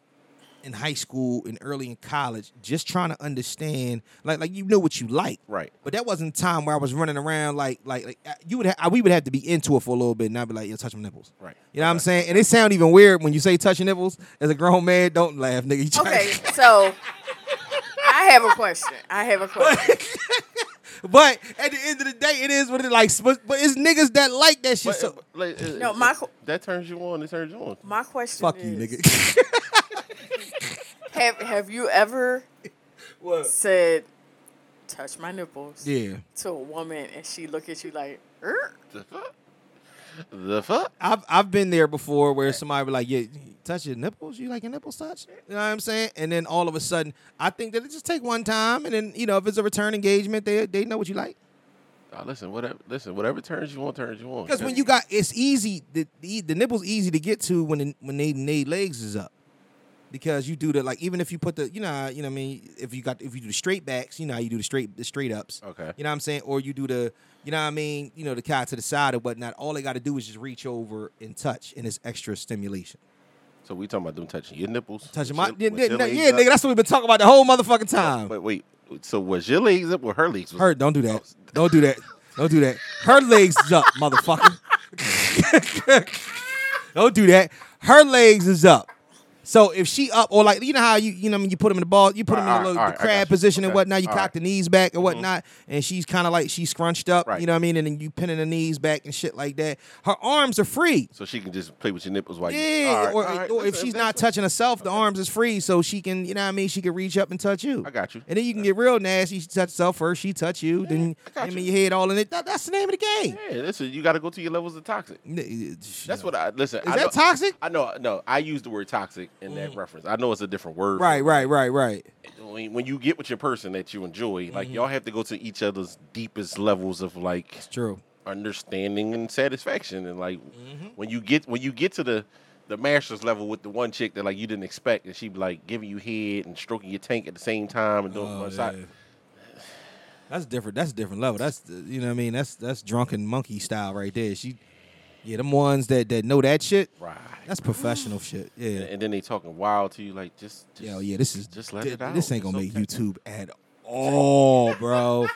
Speaker 1: in high school and early in college, just trying to understand, like like you knew what you like,
Speaker 4: Right.
Speaker 1: But that wasn't time where I was running around like like like uh, you would ha- we would have to be into it for a little bit, and I'd be like, yo, touch my nipples,
Speaker 4: Right.
Speaker 1: You know what I'm saying? And it sound even weird when you say touching nipples as a grown man. Don't laugh, nigga. You trying to-
Speaker 3: Okay, so I have a question. I have a question.
Speaker 1: But at the end of the day, it is what it like. But, but it's niggas that like that shit.
Speaker 4: But,
Speaker 1: so
Speaker 4: uh, like, uh,
Speaker 3: No,
Speaker 4: uh,
Speaker 3: my qu-
Speaker 4: that turns you on. It turns you on.
Speaker 3: My question
Speaker 1: fuck
Speaker 3: is,
Speaker 1: you, nigga.
Speaker 3: Have Have you ever
Speaker 1: What?
Speaker 3: said, "Touch my nipples"
Speaker 1: Yeah,
Speaker 3: to a woman, and she look at you like, "Er?"
Speaker 4: The fuck? The fuck?
Speaker 1: I've I've been there before where somebody be like, "Yeah, you touch your nipples. You like your nipples touched?" You know what I'm saying? And then all of a sudden, I think that it just take one time, and then you know if it's a return engagement, they they know what you like.
Speaker 4: Ah, listen, whatever. Listen, whatever turns you on, turns you on.
Speaker 1: Because when you got, it's easy. The, the the nipples easy to get to when the, when they, they legs is up, because you do the like even if you put the you know how- you know what I mean if you got if you do the straight backs you know how you do the straight the straight ups.
Speaker 4: Okay.
Speaker 1: You know what I'm saying, or you do the you know what I mean you know the cow to the side or whatnot. All they got to do is just reach over and touch, and it's extra stimulation.
Speaker 4: so we talking about them touching your nipples,
Speaker 1: Touching my
Speaker 4: with
Speaker 1: yeah,
Speaker 4: your- with your
Speaker 1: yeah,
Speaker 4: legs
Speaker 1: yeah,
Speaker 4: up?
Speaker 1: nigga. That's what we've been talking about the whole motherfucking time.
Speaker 4: Wait, wait. So was your legs up or her legs? Was
Speaker 1: Her, don't do that. Don't do that. Don't do that. Her legs is up, motherfucker. don't do that. Her legs is up. So if she up or like you know how you you know what I mean, you put them in the ball, you put them in
Speaker 4: All
Speaker 1: the,
Speaker 4: right,
Speaker 1: little,
Speaker 4: all
Speaker 1: the
Speaker 4: right, I got
Speaker 1: crab
Speaker 4: you.
Speaker 1: position and
Speaker 4: Okay.
Speaker 1: whatnot. You
Speaker 4: All
Speaker 1: cock
Speaker 4: right. Mm-hmm.
Speaker 1: the knees back and whatnot, and she's kind of like she's scrunched up. You
Speaker 4: Right.
Speaker 1: know what I mean? And then you pinning the knees back and shit like that. Her arms are free.
Speaker 4: So she can just play with your nipples while you.
Speaker 1: Yeah,
Speaker 4: All right,
Speaker 1: or,
Speaker 4: all right.
Speaker 1: or if
Speaker 4: Listen,
Speaker 1: she's
Speaker 4: that's
Speaker 1: not
Speaker 4: what-
Speaker 1: touching herself, the arms is free, so she can, you know what I mean? She can reach up and touch you.
Speaker 4: I got you.
Speaker 1: And then you can get real nasty. She touch herself first, she touch you, then
Speaker 4: I got
Speaker 1: I mean,
Speaker 4: you.
Speaker 1: your head all in it. That- that's the name of the game.
Speaker 4: Yeah, listen, you got to go to your levels of toxic. That's what I listen.
Speaker 1: Is
Speaker 4: I
Speaker 1: that
Speaker 4: know-
Speaker 1: toxic? Mm.
Speaker 4: I know, no. I use the word toxic in that reference. I know it's a different word. for
Speaker 1: Right,
Speaker 4: it.
Speaker 1: right, right, right.
Speaker 4: When, when you get with your person that you enjoy, like
Speaker 1: Mm-hmm.
Speaker 4: y'all have to go to each other's deepest levels of like
Speaker 1: True.
Speaker 4: understanding and satisfaction, and like
Speaker 1: Mm-hmm.
Speaker 4: when you get when you get to the the master's level with the one chick that like you didn't expect, and she be like giving you head and stroking your tank at the same time and doing
Speaker 1: Oh,
Speaker 4: one side.
Speaker 1: That's different. That's a different level. That's the- you know what I mean. That's that's drunken monkey style right there. She, yeah, them ones that that know that shit.
Speaker 4: Right.
Speaker 1: That's professional shit. Yeah.
Speaker 4: And then they talking wild to you, like just, just
Speaker 1: Yo, yeah, this is
Speaker 4: just let
Speaker 1: thi-
Speaker 4: it out.
Speaker 1: This ain't
Speaker 4: It's
Speaker 1: gonna make
Speaker 4: okay.
Speaker 1: YouTube at all, bro.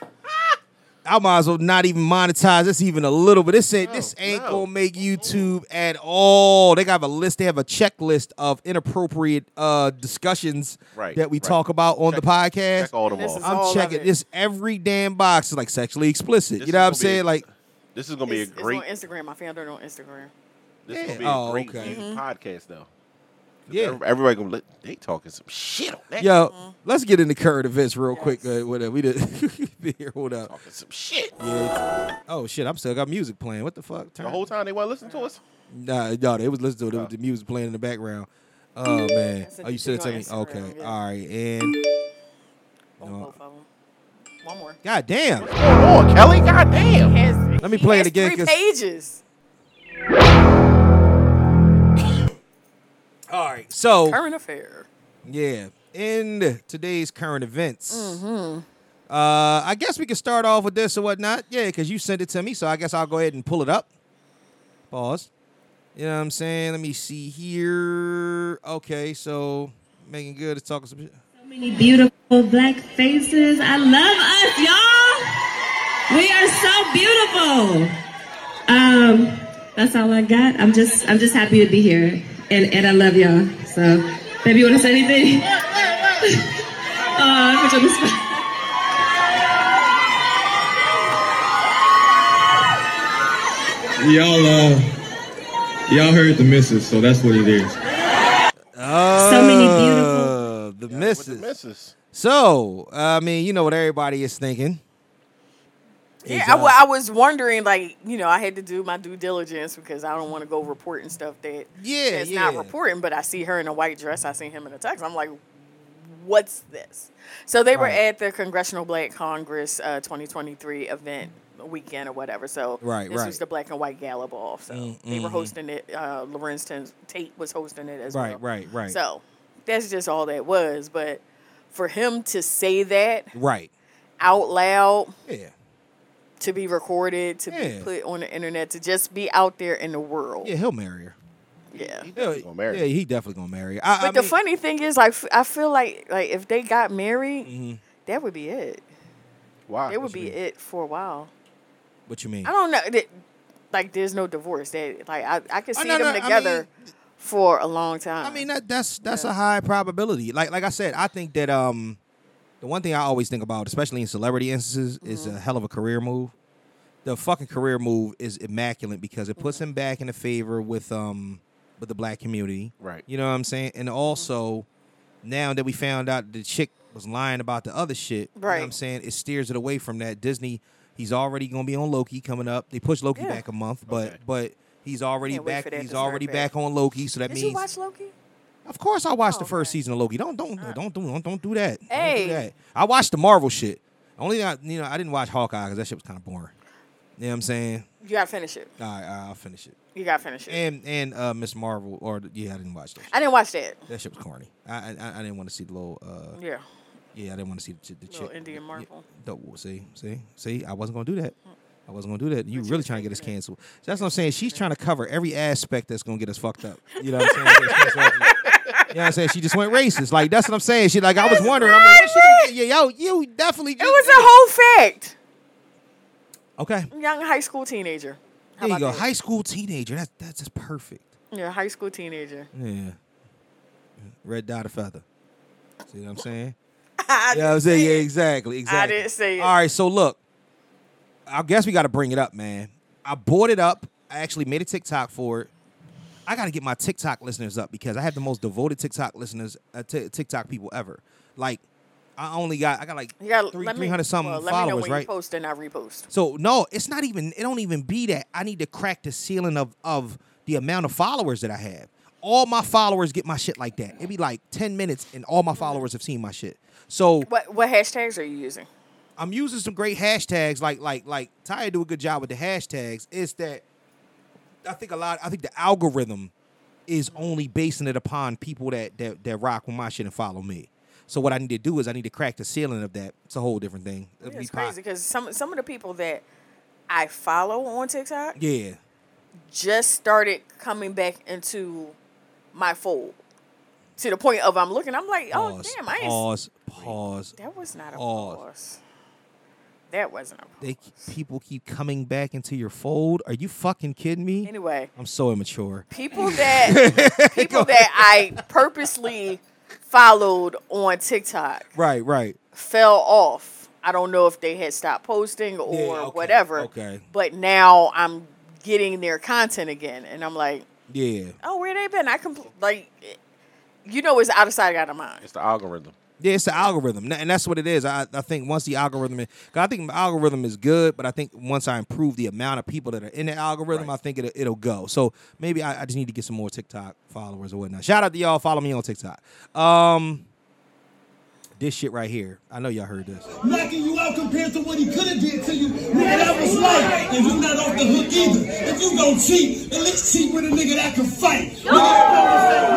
Speaker 1: I might as well not even monetize this even a little, but this ain't this
Speaker 4: No,
Speaker 1: ain't
Speaker 4: no.
Speaker 1: gonna make YouTube at all. They got a list, they have a checklist of inappropriate uh discussions
Speaker 4: Right,
Speaker 1: that we
Speaker 4: right.
Speaker 1: talk about on the podcast.
Speaker 4: check all them
Speaker 3: This
Speaker 4: off.
Speaker 3: is all-
Speaker 1: I'm
Speaker 3: of
Speaker 1: checking
Speaker 3: it.
Speaker 1: this every damn box is like sexually explicit.
Speaker 4: This
Speaker 1: you
Speaker 4: is
Speaker 1: know what I'm
Speaker 4: gonna be
Speaker 1: saying?
Speaker 4: a-
Speaker 1: like
Speaker 4: This is gonna be a
Speaker 3: It's,
Speaker 4: great.
Speaker 3: it's on Instagram. My found it on Instagram. Mm-hmm.
Speaker 4: This is
Speaker 1: Yeah.
Speaker 4: gonna be a
Speaker 1: Oh,
Speaker 4: great
Speaker 1: okay.
Speaker 4: view podcast though. 'Cause
Speaker 1: Yeah.
Speaker 4: every- everybody gonna let they talking some shit on that.
Speaker 1: yo, let's get into current events real
Speaker 3: Mm-hmm. Yes.
Speaker 1: quick. Uh, whatever we did be here, hold up.
Speaker 4: talking some shit.
Speaker 1: Yeah. Oh shit, I'm still got music playing. What the fuck?
Speaker 4: The
Speaker 1: Turn-
Speaker 4: whole Oh. time they want to listen to us.
Speaker 1: Nah, no, they was listening to it. the music playing in the background. Oh man,
Speaker 3: That's a
Speaker 1: oh you said it to me.
Speaker 3: different on
Speaker 1: Okay,
Speaker 3: Instagram, yeah.
Speaker 1: all right, and
Speaker 3: Oh,
Speaker 1: No.
Speaker 3: both of them. One more.
Speaker 1: god damn,
Speaker 4: Come on, Kelly. Goddamn.
Speaker 3: Has,
Speaker 1: Let me
Speaker 3: he
Speaker 1: play it
Speaker 3: has
Speaker 1: again,
Speaker 3: Three
Speaker 1: 'cause-
Speaker 3: pages.
Speaker 1: all right. So
Speaker 3: Current affair.
Speaker 1: yeah, in today's current events,
Speaker 3: Mm-hmm.
Speaker 1: uh, I guess we could start off with this or whatnot. Yeah, because you sent it to me, so I guess I'll go ahead and pull it up. Pause. You know what I'm saying? Let me see here. Okay, so making good is talking some shit.
Speaker 9: many beautiful black faces. I love us, y'all. We are so beautiful. Um, that's all I got. I'm just I'm just happy to be here. And and I love y'all. So baby you wanna say anything? oh, I put you on the spot.
Speaker 10: Y'all, uh, y'all heard the missus, so that's what it is.
Speaker 9: So many beautiful
Speaker 1: Uh, the
Speaker 4: With the
Speaker 1: misses.
Speaker 4: missus.
Speaker 1: So, I mean, you know what everybody is thinking.
Speaker 3: Yeah,
Speaker 1: Is,
Speaker 3: I,
Speaker 1: uh,
Speaker 3: well, I was wondering, like, you know, I had to do my due diligence because I don't want to go reporting stuff that
Speaker 1: Yeah,
Speaker 3: that's not
Speaker 1: yeah.
Speaker 3: reporting. But I see her in a white dress. I seen him in a tux. I'm like, what's this? So they were
Speaker 1: Right.
Speaker 3: at the Congressional Black Congress uh, 2023 event weekend or whatever. So
Speaker 1: Right,
Speaker 3: this
Speaker 1: right. Mm,
Speaker 3: was the Black and White Gala Ball. So they were hosting it. Uh, Lorenz Tan- Tate was hosting it as
Speaker 1: Right,
Speaker 3: well.
Speaker 1: right, right.
Speaker 3: So that's just all that was. But for him to say that
Speaker 1: Right.
Speaker 3: out loud
Speaker 1: Yeah.
Speaker 3: to be recorded, to
Speaker 1: Yeah.
Speaker 3: be put on the internet, to just be out there in the world.
Speaker 1: Yeah, he'll marry her.
Speaker 3: Yeah.
Speaker 1: He'll,
Speaker 4: gonna marry
Speaker 1: yeah,
Speaker 4: her.
Speaker 1: he definitely gonna marry her. I,
Speaker 3: But
Speaker 1: I
Speaker 3: the
Speaker 1: mean,
Speaker 3: funny thing is, like, f- I feel like, like if they got married,
Speaker 1: Mm-hmm.
Speaker 3: that would be it.
Speaker 4: Why?
Speaker 3: That would be it for a while.
Speaker 1: What you mean?
Speaker 3: I don't know. That, like, there's no divorce. That like I, I could
Speaker 1: Oh,
Speaker 3: see
Speaker 1: no,
Speaker 3: them
Speaker 1: no, I
Speaker 3: together for a long time.
Speaker 1: I mean that that's that's a high probability. Like like I said, I think that um The one thing I always think about, especially in celebrity instances, is
Speaker 3: Mm-hmm.
Speaker 1: a hell of a career move. The fucking career move is immaculate because it
Speaker 3: Mm-hmm.
Speaker 1: puts him back into favor with um with the black community.
Speaker 4: Right.
Speaker 1: You know what I'm saying? And
Speaker 3: Mm-hmm.
Speaker 1: also, now that we found out the chick was lying about the other shit, you know what I'm
Speaker 3: Right.
Speaker 1: saying? It steers it away from that. Disney, he's already gonna be on Loki coming up. They pushed Loki
Speaker 3: Yeah.
Speaker 1: back a month, but but he's already
Speaker 3: Can't wait
Speaker 1: back
Speaker 3: for that
Speaker 1: he's
Speaker 3: to start
Speaker 1: already
Speaker 3: back.
Speaker 1: back on Loki, so that
Speaker 3: Did
Speaker 1: means
Speaker 3: you watch Loki?
Speaker 1: of course, I watched the first season of Loki. Don't don't don't do don't, don't do that. Don't
Speaker 3: Hey.
Speaker 1: do that. I watched the Marvel shit. Only thing I, you know, I didn't watch Hawkeye because that shit was kind of boring. You know what I'm saying?
Speaker 3: You gotta finish it.
Speaker 1: All right, all right, I'll finish it.
Speaker 3: You gotta finish it.
Speaker 1: And and uh, Miss Marvel or the- yeah, I didn't watch that. Shit.
Speaker 3: I didn't watch that.
Speaker 1: That shit was corny. I I, I- I didn't want to see the little uh
Speaker 3: Yeah.
Speaker 1: yeah, I didn't want to see the, ch- the
Speaker 3: Little
Speaker 1: chick.
Speaker 3: Indian Marvel.
Speaker 1: Dope. See, see, see. I wasn't gonna do that. I wasn't gonna do that. You really trying to get us canceled? That's what I'm saying. She's trying to cover every aspect that's gonna get us fucked up. You know what I'm saying? That's what I'm saying. you know what I'm saying? She just went racist. Like that's what I'm saying. She like I was wondering. I'm like, what she gonna get? yeah, yo, you definitely.
Speaker 3: It was a whole fact.
Speaker 1: Okay,
Speaker 3: Young high school teenager. How
Speaker 1: there you go.
Speaker 3: about that?
Speaker 1: High school teenager. That's that's just perfect.
Speaker 3: Yeah, high school teenager.
Speaker 1: Yeah. Red dot of feather. See what I'm saying? yeah, I'm saying yeah, exactly, exactly.
Speaker 3: didn't say it.
Speaker 1: All right, so look, I guess we got to bring it up, man. I bought it up. I actually made a TikTok for it. I got to get my TikTok listeners up because I have the most devoted TikTok listeners, uh, t- TikTok people ever. Like, I only got I got like
Speaker 3: You got
Speaker 1: three
Speaker 3: let me-
Speaker 1: three hundred something
Speaker 3: well, let me know
Speaker 1: followers,
Speaker 3: when
Speaker 1: right?
Speaker 3: you post and I repost.
Speaker 1: So no, it's not even. It don't even be that. I need to crack the ceiling of of the amount of followers that I have. All my followers get my shit like that. It be like ten minutes, and all my followers have seen my shit. So
Speaker 3: What what hashtags are you using?
Speaker 1: I'm using some great hashtags. Like like like Taya do a good job with the hashtags. It's that I think a lot. I think the algorithm is only basing it upon people that that that rock with my shit and follow me. So what I need to do is I need to crack the ceiling of that. It's a whole different thing. It'll
Speaker 3: Yeah,
Speaker 1: be
Speaker 3: it's
Speaker 1: pop-
Speaker 3: crazy because some some of the people that I follow on TikTok
Speaker 1: Yeah.
Speaker 3: just started coming back into my fold to the point of I'm looking. I'm like, oh
Speaker 1: Pause.
Speaker 3: damn, I ain't.
Speaker 1: pause. Pause.
Speaker 3: That was not a
Speaker 1: Pause.
Speaker 3: pause. That wasn't a.
Speaker 1: They people keep coming back into your fold. Are you fucking kidding me?
Speaker 3: Anyway,
Speaker 1: I'm so immature.
Speaker 3: people that people that I purposely followed on TikTok
Speaker 1: Right, right.
Speaker 3: fell off. I don't know if they had stopped posting or
Speaker 1: okay,
Speaker 3: whatever.
Speaker 1: okay.
Speaker 3: But now I'm getting their content again, and I'm like,
Speaker 1: Yeah.
Speaker 3: oh, where they been? I compl- like, eh, you know, it's out of sight, out of mind.
Speaker 4: It's the algorithm.
Speaker 1: Yeah, it's the algorithm, and that's what it is. I, I think once the algorithm, is, 'cause I think the algorithm is good, but I think once I improve the amount of people that are in the algorithm, I think it'll, it'll go. So maybe I, I just need to get some more TikTok followers or whatnot. Shout out to y'all, follow me on TikTok. Um, this shit right here, I know y'all heard this.
Speaker 11: knocking you out compared to what he could have did to you. Nigga, that was life, and you not off the hook either. If you gon' cheat, at least cheat with a nigga that can fight. Nigga,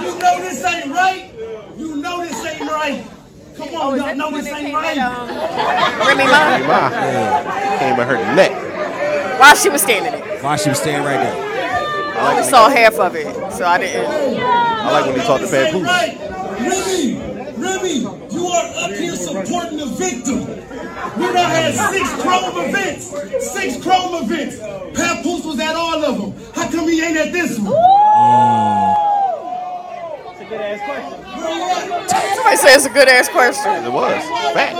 Speaker 11: You know this ain't right. Oh, You know this ain't right. Come on, y'all know this ain't right.
Speaker 3: Remy Ma,
Speaker 4: Ma came at her neck.
Speaker 3: while she was standing there,
Speaker 1: Why she was standing right there?
Speaker 3: I only saw half of it, so I didn't.
Speaker 4: I like when he talked to Bad Pooh.
Speaker 11: Right, Remy, Remy, you are up here supporting the victim. We done had six chrome events, six chrome events. Papoose was at all of them. How come he ain't at this one?
Speaker 10: Uh,
Speaker 3: Somebody said it's a good ass question.
Speaker 4: It was. Facts.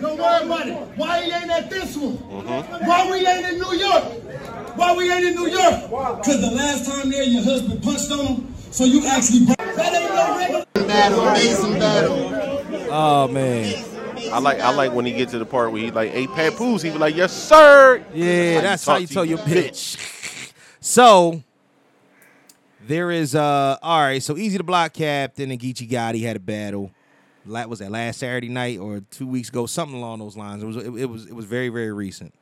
Speaker 11: Don't worry about it. Why he ain't at this one? Why we ain't in New York? Why we ain't in New York? Cause the last time there, your husband punched on him, so you actually. That ain't no regular.
Speaker 1: Oh man,
Speaker 4: I like I like when he get to the part where he like, hey Papoose, he was like, yes sir.
Speaker 1: yeah, that's how you
Speaker 4: talk to
Speaker 1: tell
Speaker 4: you,
Speaker 1: your bitch. So there is uh all right, so Easy to Block Captain and Geechee Gotti had a battle. That was that last Saturday night or two weeks ago, something along those lines. It was it, it was it was very, very recent.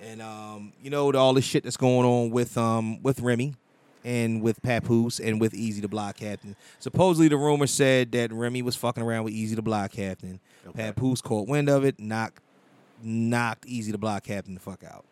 Speaker 1: And um, you know, all the shit that's going on with um with Remy and with Papoose and with Easy to Block Captain. Supposedly the rumor said that Remy was fucking around with Easy to Block Captain. Papoose caught wind of it, knocked knocked Easy to Block Captain the fuck out.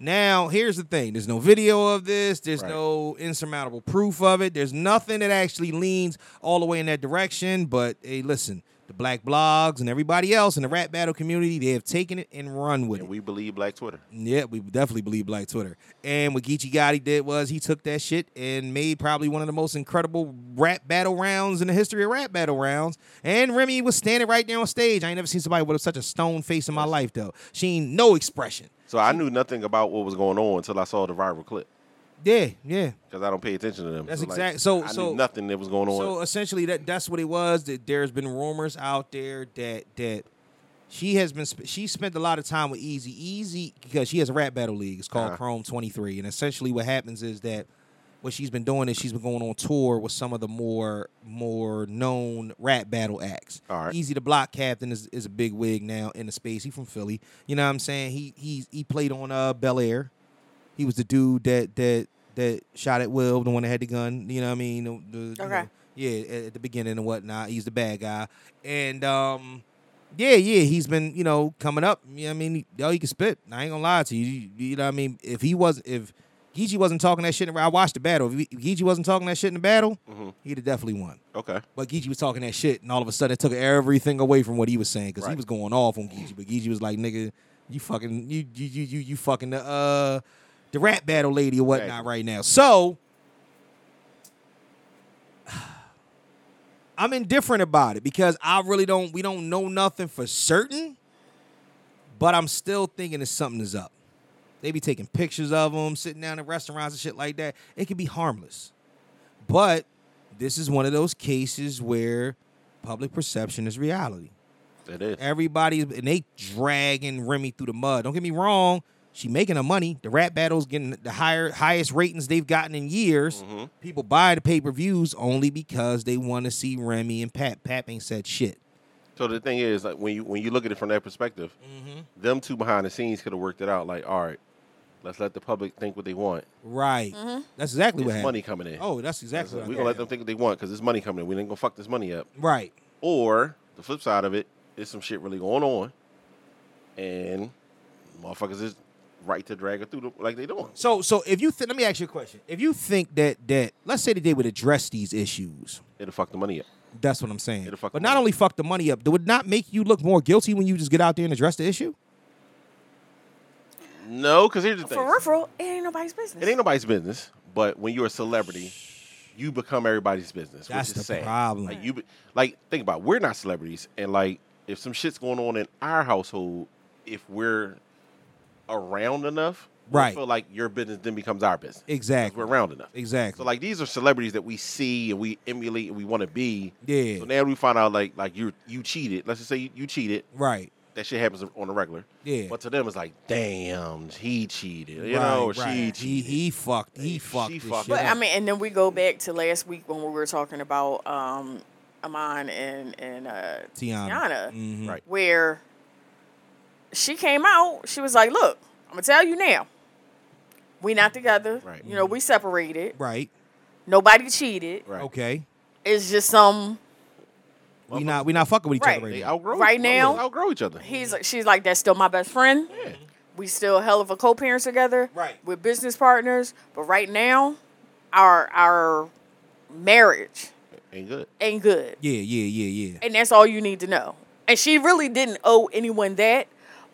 Speaker 1: Now, here's the thing. There's no video of this. There's
Speaker 4: Right.
Speaker 1: no insurmountable proof of it. There's nothing that actually leans all the way in that direction. But hey, listen, the black blogs, and everybody else in the rap battle community. They have taken it and run with it.
Speaker 4: We believe Black Twitter.
Speaker 1: Yeah, we definitely believe Black Twitter. And what Geechee Gotti did was he took that shit and made probably one of the most incredible rap battle rounds in the history of rap battle rounds. And Remy was standing right there on stage. I ain't never seen somebody with such a stone face in my life though. She ain't no expression.
Speaker 4: So I knew nothing about what was going on until I saw the viral clip
Speaker 1: Yeah, yeah.
Speaker 4: because I don't pay attention to them.
Speaker 1: That's
Speaker 4: like,
Speaker 1: exact- so-
Speaker 4: I
Speaker 1: so-
Speaker 4: knew nothing that was going on.
Speaker 1: So essentially, that that's what it was. That there's been rumors out there that that she has been sp- she spent a lot of time with Easy Easy because she has a rap battle league. It's called
Speaker 4: Uh-huh.
Speaker 1: Chrome Twenty Three, and essentially what happens is that what she's been doing is she's been going on tour with some of the more more known rap battle acts. All right. Easy the Block Captain is, is a big wig now in the space. He from Philly. You know what I'm saying? He he he played on uh Bel Air. He was the dude that that that shot at Will, the one that had the gun. You know what I mean? The- the- you
Speaker 3: Okay.
Speaker 1: know, yeah, at, at the beginning and whatnot. He's the bad guy, and um, yeah, yeah, he's been you know coming up. You know what I mean? Yo, he can spit. I ain't gonna lie to you. You, you know what I mean? If he wasn't, if Geechee wasn't talking that shit, in the- I watched the battle. If Geechee wasn't talking that shit in the battle, he'd have definitely won.
Speaker 4: Okay.
Speaker 1: But Geechee was talking that shit, and all of a sudden it took everything away from what he was saying because he was going off on Geechee. But Geechee was like, "Nigga, you fucking you you you you, you fucking the uh the rap battle lady or whatnot right now." So I'm indifferent about it because I really don't we don't know nothing for certain. But I'm still thinking that something is up. They be taking pictures of them, sitting down in restaurants and shit like that. It could be harmless. But this is one of those cases where public perception is reality.
Speaker 4: It is.
Speaker 1: Everybody's and they dragging Remy through the mud. Don't get me wrong, she making her money. The rap battles getting the higher highest ratings they've gotten in years.
Speaker 4: Mm-hmm.
Speaker 1: People buy the pay-per-views only because they want to see Remy and Pap. Pap ain't said shit.
Speaker 4: So the thing is, like when you when you look at it from that perspective,
Speaker 1: Mm-hmm.
Speaker 4: them two behind the scenes could have worked it out. Like, all right, let's let the public think what they want.
Speaker 1: Right. That's exactly what
Speaker 4: It's
Speaker 1: happened.
Speaker 4: money coming in.
Speaker 1: Oh, that's exactly what happened.
Speaker 4: we're gonna let them think what they want because it's money coming in. We ain't gonna fuck this money up.
Speaker 1: Right.
Speaker 4: Or the flip side of it is some shit really going on, and motherfuckers is right to drag it through the, like they doing.
Speaker 1: So so if you th- let me ask you a question. If you think that that let's say that they would address these issues,
Speaker 4: it'll fuck the money up.
Speaker 1: That's what I'm saying. but not only fuck the money up, would it not make you look more guilty when you just get out there and address the issue?
Speaker 4: No, because here's the thing.
Speaker 3: For real, for real, it ain't nobody's business.
Speaker 4: It ain't nobody's business, but when you're a celebrity, you become everybody's business.
Speaker 1: That's
Speaker 4: which
Speaker 1: the
Speaker 4: is sad.
Speaker 1: problem.
Speaker 4: Like you, be, like think about, it, we're not celebrities, and like if some shit's going on in our household, if we're around enough, we
Speaker 1: Right.
Speaker 4: feel like your business then becomes our business. 'cause
Speaker 1: Exactly.
Speaker 4: we're around enough.
Speaker 1: Exactly.
Speaker 4: So like these are celebrities that we see and we emulate and we want to be.
Speaker 1: Yeah.
Speaker 4: So now we find out like like you you cheated. Let's just say you, you cheated.
Speaker 1: Right.
Speaker 4: That shit happens on the regular.
Speaker 1: Yeah.
Speaker 4: But to them it's like, damn, he cheated. You
Speaker 1: Right,
Speaker 4: know, or she
Speaker 1: right.
Speaker 4: cheated.
Speaker 1: he, he fucked he fucked this
Speaker 4: fucked
Speaker 1: shit
Speaker 4: up.
Speaker 1: up.
Speaker 3: But I mean, and then we go back to last week when we were talking about um, Amon and and uh,
Speaker 1: Tiana.
Speaker 3: Tiana,
Speaker 1: Mhm. Right.
Speaker 3: Where she came out, she was like, "Look, I'm gonna tell you now. We not together. Right. You know, we separated.
Speaker 1: right.
Speaker 3: Nobody cheated.
Speaker 4: Right.
Speaker 1: Okay.
Speaker 3: It's just some
Speaker 1: We not we not fucking with each
Speaker 3: right.
Speaker 1: other right
Speaker 3: They
Speaker 1: now.
Speaker 3: right now.
Speaker 4: outgrow each other.
Speaker 3: He's like, she's like, that's still my best friend. We still hell of a co-parents together. Right. We're business partners, but right now, our our marriage
Speaker 4: Ain't good.
Speaker 3: ain't good,
Speaker 1: Yeah, yeah, yeah, yeah.
Speaker 3: and that's all you need to know. And she really didn't owe anyone that,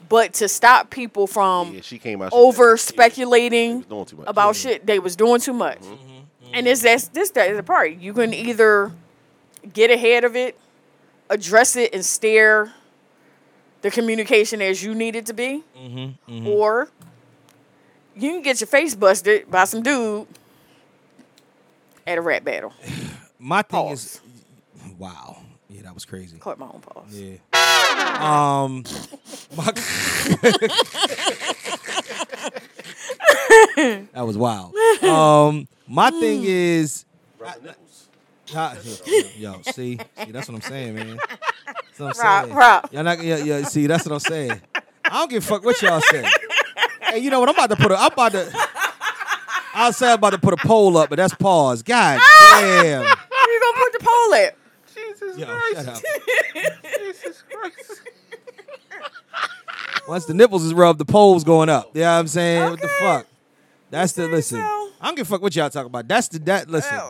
Speaker 3: but to stop people from
Speaker 4: Yeah, she came out she
Speaker 3: over speculating
Speaker 4: doing too much.
Speaker 3: about shit, they was doing too much.
Speaker 1: Mm-hmm.
Speaker 3: And it's that's this that is the part you can either get ahead of it, address it, and steer the communication as you need it to be.
Speaker 1: Mm-hmm.
Speaker 3: Or you can get your face busted by some dude at a rap battle.
Speaker 1: My thing is wow. Yeah, that was crazy.
Speaker 3: Caught my own pause.
Speaker 1: Yeah. Um my- That was wild. Um my thing is I- yo, see, see, that's what I'm saying, man. That's what I'm
Speaker 3: Rob,
Speaker 1: saying.
Speaker 3: Rob.
Speaker 1: Y'all not, yeah, yeah. See, that's what I'm saying. I don't give a fuck what y'all say. Hey, you know what? I'm about to put a. I'm about to. I'll say I'm about to put a poll up, but that's pause. God damn.
Speaker 3: Where you gonna put the pole at?
Speaker 4: Jesus
Speaker 1: Yo, Christ. shut up.
Speaker 4: Jesus Christ.
Speaker 1: Once the nipples is rubbed, the poll's going up. Yeah, I'm saying? What the fuck? That's the listen. I don't give a fuck what y'all talking about. That's the that listen.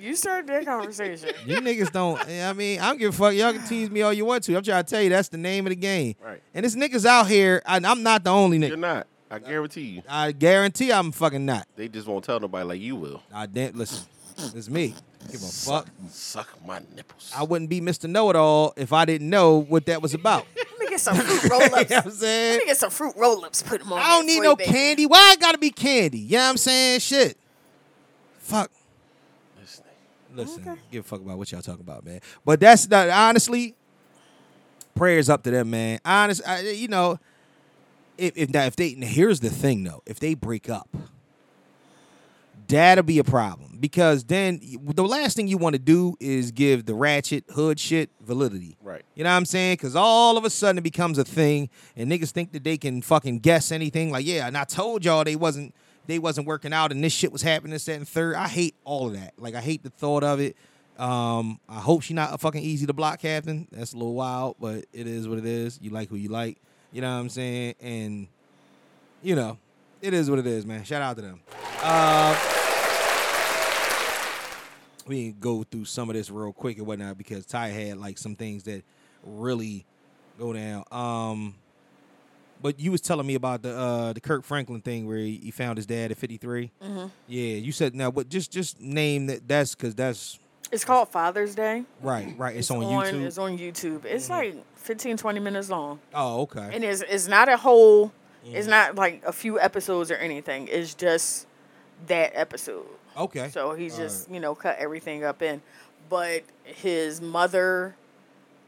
Speaker 3: You started that conversation.
Speaker 1: You niggas don't. eh, I mean, I don't give a fuck. Y'all can tease me all you want to. I'm trying to tell you that's the name of the game.
Speaker 4: Right.
Speaker 1: And this niggas out here, and I'm not the only
Speaker 4: You're
Speaker 1: nigga.
Speaker 4: not. I guarantee you.
Speaker 1: I guarantee I'm fucking not.
Speaker 4: They just won't tell nobody like you will.
Speaker 1: I didn't listen. It's me. Give a fuck.
Speaker 4: Suck my nipples.
Speaker 1: I wouldn't be Mr. Know It All if I didn't know what that was about.
Speaker 3: Let me get some fruit roll ups.
Speaker 1: I'm saying?
Speaker 3: Let me get some fruit roll ups. Put them on.
Speaker 1: I don't
Speaker 3: there
Speaker 1: need
Speaker 3: for you,
Speaker 1: no
Speaker 3: baby.
Speaker 1: candy. Why it gotta be candy? You know what I'm saying? Shit. Fuck. Listen, give a fuck about what y'all talking about, man. But that's not honestly. Prayers up to them, man. Honest, I, you know, if if now if they now here's the thing though, if they break up, that'll be a problem because then the last thing you want to do is give the ratchet hood shit validity.
Speaker 4: Right.
Speaker 1: You know what I'm saying? Because all of a sudden it becomes a thing, and niggas think that they can fucking guess anything. Like, yeah, and I told y'all they wasn't they wasn't working out, and this shit was happening. This, that, and third. I hate all of that. Like, I hate the thought of it. Um, I hope she not a fucking easy to block captain. That's a little wild, but it is what it is. You like who you like. You know what I'm saying? And you know, it is what it is, man. Shout out to them. Uh, we can go through some of this real quick and whatnot because Ty had like some things that really go down. Um, but you was telling me about the uh, the Kirk Franklin thing where he, he found his dad at 53.
Speaker 3: Mhm.
Speaker 1: Yeah, you said now, what? Just just name that. That's because that's
Speaker 3: It's called Father's Day.
Speaker 1: right, right. It's, on, YouTube.
Speaker 3: It's on YouTube. It's like 15, 20 minutes long.
Speaker 1: oh, okay.
Speaker 3: And it's, it's not a whole, it's not like a few episodes or anything. It's just that episode.
Speaker 1: Okay.
Speaker 3: So he just, you know, cut everything up in. But his mother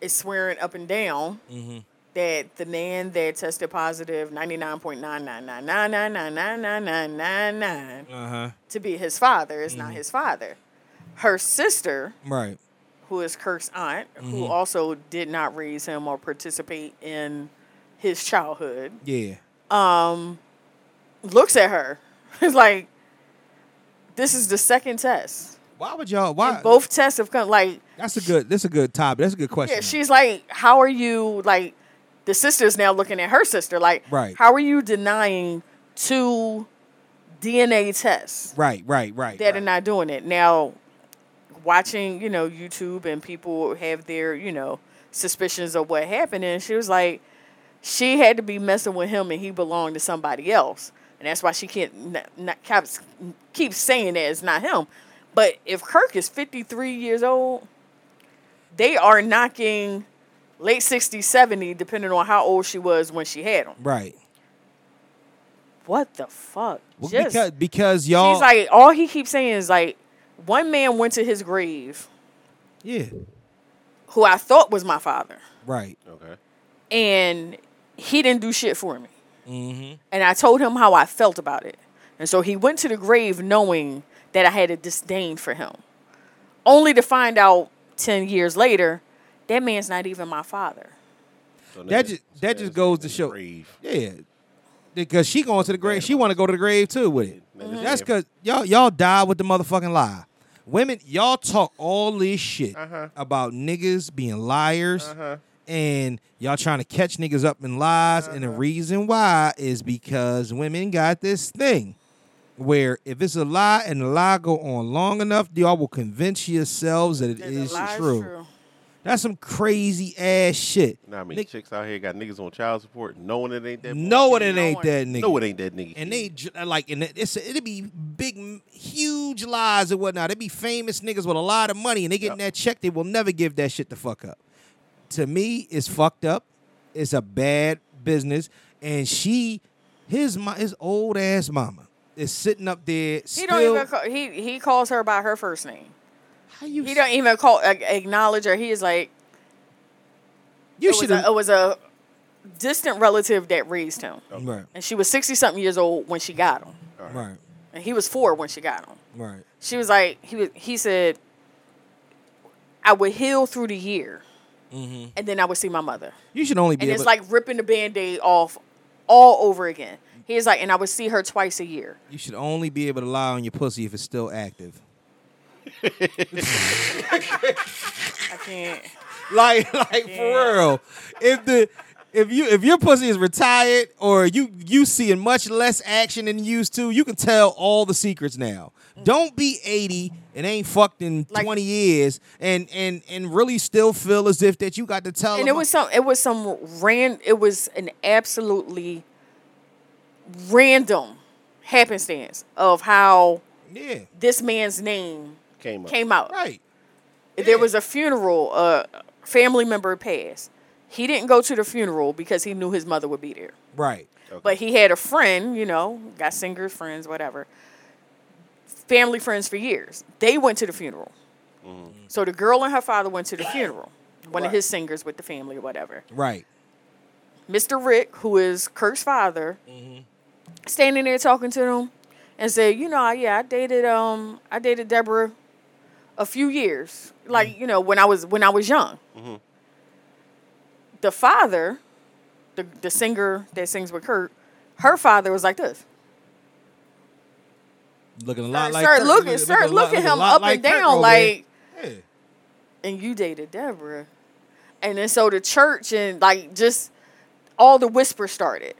Speaker 3: is swearing up and down
Speaker 1: Mm-hmm.
Speaker 3: that the man that tested positive 99.99999999999
Speaker 1: Uh huh.
Speaker 3: to be his father is not
Speaker 1: Mhm.
Speaker 3: his father. Her sister,
Speaker 1: Right.
Speaker 3: who is Kirk's aunt, who
Speaker 1: Mhm.
Speaker 3: also did not raise him or participate in his childhood,
Speaker 1: Yeah.
Speaker 3: um, looks at her. It's like, this is the second test.
Speaker 1: Why would y'all? Why?
Speaker 3: Both tests have come. Like,
Speaker 1: That's a good. That's a good topic. That's a good question.
Speaker 3: yeah, she's like, how are you? Like, the sister's now looking at her sister. Like,
Speaker 1: Right.
Speaker 3: how are you denying two DNA tests?
Speaker 1: right. Right. Right.
Speaker 3: that are not doing it now watching you know youtube and people have their you know suspicions of what happened and she was like she had to be messing with him and he belonged to somebody else and that's why she can't not, not keeps, keeps saying that it's not him but if kirk is 53 years old they are knocking late 60s 70 depending on how old she was when she had him
Speaker 1: Right.
Speaker 3: what the fuck
Speaker 1: Well,
Speaker 3: Just-
Speaker 1: because because y'all.
Speaker 3: She's like, all he keeps saying is like, one man went to his grave
Speaker 1: yeah.
Speaker 3: who I thought was my father,
Speaker 1: Right.
Speaker 4: Okay.
Speaker 3: and he didn't do shit for me.
Speaker 1: Mm-hmm.
Speaker 3: And I told him how I felt about it. And so he went to the grave knowing that I had a disdain for him, only to find out 10 years later that man's not even my father.
Speaker 1: That just that just goes to show. Yeah. Because she going to the grave. She want to go to the grave too with it. That's because y'all y'all die with the motherfucking lie. Women, y'all talk all this shit
Speaker 4: Uh-huh.
Speaker 1: about niggas being liars.
Speaker 4: Uh-huh.
Speaker 1: And y'all trying to catch niggas up in lies, and the
Speaker 4: Uh-huh.
Speaker 1: reason why is because women got this thing where if it's a lie and the lie go on long enough, y'all will convince yourselves that it is true. That's some crazy ass shit.
Speaker 4: Nah, I mean, chicks out here got niggas on child support knowing it ain't that.
Speaker 1: No, it
Speaker 4: bullshit.
Speaker 1: ain't that nigga.
Speaker 4: No, it ain't that nigga.
Speaker 1: And they j- like, and it- it's it'd be big, m- huge lies and whatnot. It'd be famous niggas with a lot of money, and they getting that check. They will never give that shit the fuck up. To me, it's fucked up. It's a bad business. And she, his mo- his old ass mama is sitting up there.
Speaker 3: He
Speaker 1: still,
Speaker 3: don't even call, he he calls her by her first name.
Speaker 1: How you?
Speaker 3: He don't even call ag- acknowledge her. He is like,
Speaker 1: You
Speaker 3: it was,
Speaker 1: should've-
Speaker 3: a, it was a distant relative that raised him,
Speaker 1: Right,
Speaker 3: and she was sixty something years old when she got him,
Speaker 1: right,
Speaker 3: and he was four when she got him.
Speaker 1: right.
Speaker 3: She was like, he was, he said, I would heal through the year,
Speaker 1: Mm-hmm.
Speaker 3: and then I would see my mother,
Speaker 1: You should only be
Speaker 3: and
Speaker 1: able.
Speaker 3: it's like ripping the band-aid off all over again. He's like, and I would see her twice a year.
Speaker 1: you should only be able to lie on your pussy if it's still active.
Speaker 3: I can't.
Speaker 1: like like for real. If the if you if your pussy is retired or you you seeing much less action than you used to, you can tell all the secrets now.
Speaker 3: Mm.
Speaker 1: Don't be 80 and ain't fucked in 20 years and and and really still feel as if that you got to tell
Speaker 3: and
Speaker 1: them
Speaker 3: it was some it was some ran it was an absolutely random happenstance of how
Speaker 1: yeah.
Speaker 3: this man's name
Speaker 4: Came up.
Speaker 3: came out.
Speaker 1: Right.
Speaker 3: There was a funeral, a family member passed. He didn't go to the funeral because he knew his mother would be there.
Speaker 1: right.
Speaker 3: But he had a friend, you know, got singer friends, whatever, family friends for years. They went to the funeral. So the girl and her father went to the funeral, one of
Speaker 1: Right.
Speaker 3: his singers with the family or whatever.
Speaker 1: Right.
Speaker 3: Mr. Rick, who is Kirk's father, standing there talking to them and said, "You know, yeah, I dated um, I dated Deborah a few years, like you know, when I was when I was young."
Speaker 4: Mm-hmm.
Speaker 3: The father, the the singer that sings with Kirk, her father was like this.
Speaker 1: Looking a lot like
Speaker 3: start
Speaker 1: Kirk,
Speaker 3: looking, start
Speaker 1: a lot-
Speaker 3: looking
Speaker 1: a
Speaker 3: him
Speaker 1: lot
Speaker 3: up
Speaker 1: like
Speaker 3: and
Speaker 1: Kirk
Speaker 3: down,
Speaker 1: over there.
Speaker 3: like, and you dated Deborah, and then so the church and like just all the whispers started.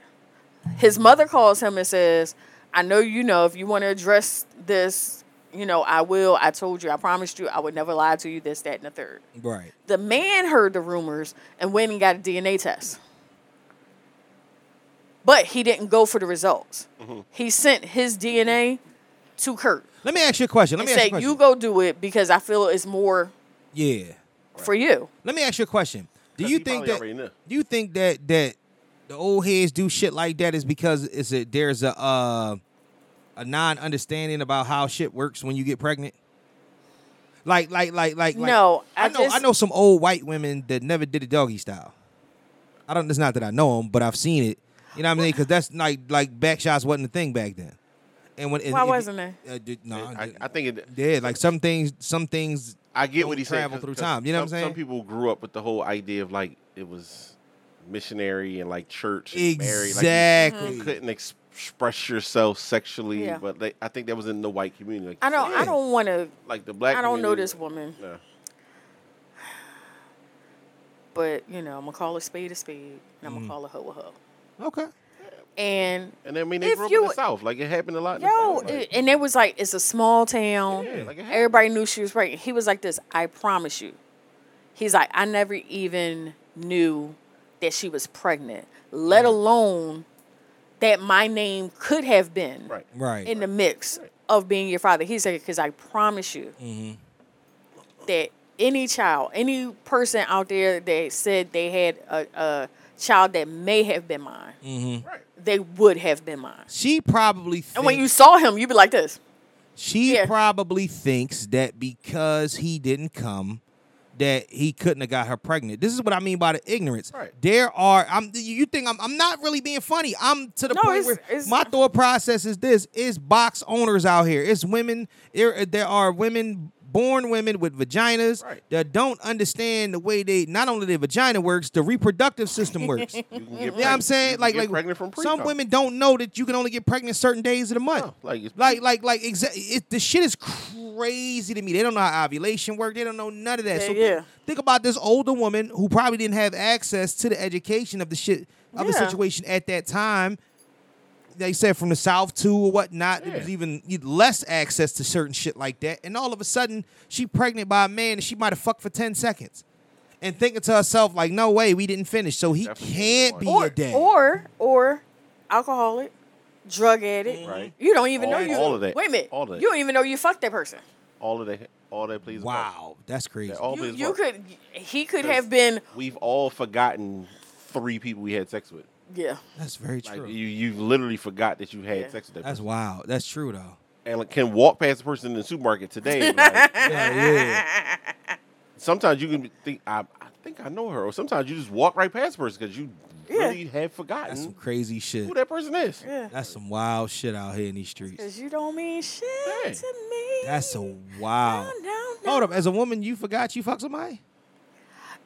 Speaker 3: His mother calls him and says, "I know you know if you want to address this, you know I will. I told you, I promised you, I would never lie to you. This, that, and the third.
Speaker 1: Right.
Speaker 3: The man heard the rumors and went and got a DNA test, but he didn't go for the results.
Speaker 1: Mm-hmm.
Speaker 3: He sent his DNA to Kurt
Speaker 1: Let me ask you a question. Let
Speaker 3: and
Speaker 1: me ask you a
Speaker 3: say,
Speaker 1: question.
Speaker 3: "You go do it because I feel it's more
Speaker 1: Yeah.
Speaker 3: for you."
Speaker 1: Let me ask you a question. Do you think
Speaker 4: probably
Speaker 1: that
Speaker 4: already knew.
Speaker 1: do you think that that the old heads do shit like that is because it's a there's a uh, a non understanding about how shit works when you get pregnant? Like like like like like-
Speaker 3: No, I
Speaker 1: know I
Speaker 3: just-
Speaker 1: know some old white women that never did a doggy style. I don't. It's not that I know them, but I've seen it. You know what I mean? Because that's like like back shots wasn't a thing back then. And when and
Speaker 3: Why
Speaker 1: if you-
Speaker 3: wasn't it?
Speaker 1: Uh, d- no,
Speaker 4: I, I think it,
Speaker 1: yeah, like some things, some things.
Speaker 4: I get what
Speaker 1: don't
Speaker 4: he's saying.
Speaker 1: Travel
Speaker 4: 'cause-
Speaker 1: through
Speaker 4: 'cause
Speaker 1: time. You know what I'm
Speaker 4: some-
Speaker 1: saying?
Speaker 4: Some people grew up with the whole idea of like it was missionary and like church and married. Like
Speaker 1: Exactly.
Speaker 4: you- you, couldn't ex- express yourself sexually,
Speaker 3: Yeah.
Speaker 4: but like, I think that was in the white community. Like,
Speaker 3: I don't. I don't want to.
Speaker 4: like the black.
Speaker 3: I don't know
Speaker 4: community,
Speaker 3: this woman,
Speaker 4: No.
Speaker 3: but you know, I'm gonna call her spade a spade, and I'm gonna
Speaker 4: Mm.
Speaker 3: call her hoe a hoe.
Speaker 1: Okay.
Speaker 3: And
Speaker 4: And I mean, they
Speaker 3: If
Speaker 4: grew up
Speaker 3: you-
Speaker 4: in the south. Like it happened a lot. in the
Speaker 3: yo,
Speaker 4: South, like-
Speaker 3: it- and it was like it's a small town.
Speaker 4: like it
Speaker 3: Everybody knew she was pregnant. He was like this. I promise you. He's like, I never even knew that she was pregnant,
Speaker 4: Mm.
Speaker 3: let alone that my name could have been
Speaker 4: right.
Speaker 1: Right.
Speaker 3: in the mix of being your father. He said, because I promise you
Speaker 1: Mm-hmm.
Speaker 3: that any child, any person out there that said they had a, a child that may have been mine,
Speaker 1: Mm-hmm.
Speaker 3: they would have been mine.
Speaker 1: She probably thinks,
Speaker 3: And when you saw him, you'd be like this.
Speaker 1: she probably thinks that because he didn't come that he couldn't have got her pregnant. This is what I mean by the ignorance.
Speaker 4: Right.
Speaker 1: There are I'm you think I'm I'm not really being funny. I'm to the
Speaker 3: No,
Speaker 1: point
Speaker 3: it's-
Speaker 1: where
Speaker 3: it's-
Speaker 1: my thought process is this is box owners out here. It's women there there are women born women with vaginas that don't understand the way they not only their vagina works, the reproductive system works.
Speaker 4: You can
Speaker 1: You
Speaker 4: get
Speaker 1: know what I'm
Speaker 4: pregnant-
Speaker 1: saying?
Speaker 4: you can
Speaker 1: Like,
Speaker 4: get
Speaker 1: like
Speaker 4: pregnant from pre
Speaker 1: some women don't know that you can only get pregnant certain days of the month.
Speaker 4: like it's
Speaker 1: Like, like, like, exactly. It, the shit is crazy to me. They don't know how ovulation work. They don't know none of that.
Speaker 3: Yeah,
Speaker 1: so
Speaker 3: yeah.
Speaker 1: Think, think about this older woman who probably didn't have access to the education of the shit of the
Speaker 3: Yeah.
Speaker 1: situation at that time. They said from the south too or whatnot. There was
Speaker 4: Yeah.
Speaker 1: even less access to certain shit like that. And all of a sudden, she pregnant by a man and she might have fucked for ten seconds. And thinking to herself, like, no way, we didn't finish. So he can't be
Speaker 3: Or,
Speaker 1: a dad.
Speaker 3: or, or alcoholic, drug
Speaker 1: Mm-hmm.
Speaker 3: addict.
Speaker 4: Right.
Speaker 3: You don't even know
Speaker 4: All-
Speaker 3: you.
Speaker 4: all of that.
Speaker 3: Wait a minute.
Speaker 4: All of that.
Speaker 3: You don't even know you fucked that person.
Speaker 4: all of that. All that plays. a part.
Speaker 1: wow, that's crazy.
Speaker 4: That all
Speaker 3: You,
Speaker 4: plays a
Speaker 3: you
Speaker 4: part.
Speaker 3: could. He could
Speaker 4: 'Cause
Speaker 3: have been.
Speaker 4: We've all forgotten three people we had sex with.
Speaker 3: Yeah.
Speaker 1: That's very
Speaker 4: Like
Speaker 1: true.
Speaker 4: you, you've literally forgot that you had sex with that
Speaker 1: That's
Speaker 4: person,
Speaker 1: wild. That's true though.
Speaker 4: and like, can walk past the person in the supermarket today. and, like, sometimes you can be- think I, I think I know her, or sometimes you just walk right past the person because you really have
Speaker 1: That's some
Speaker 4: forgotten
Speaker 1: crazy shit.
Speaker 4: who that person is.
Speaker 3: Yeah.
Speaker 1: That's some wild shit out here in these streets.
Speaker 3: Cause you don't mean shit
Speaker 4: Hey.
Speaker 3: to me.
Speaker 1: That's so wild.
Speaker 3: no, no.
Speaker 1: Hold up, as a woman, you forgot you fucked somebody.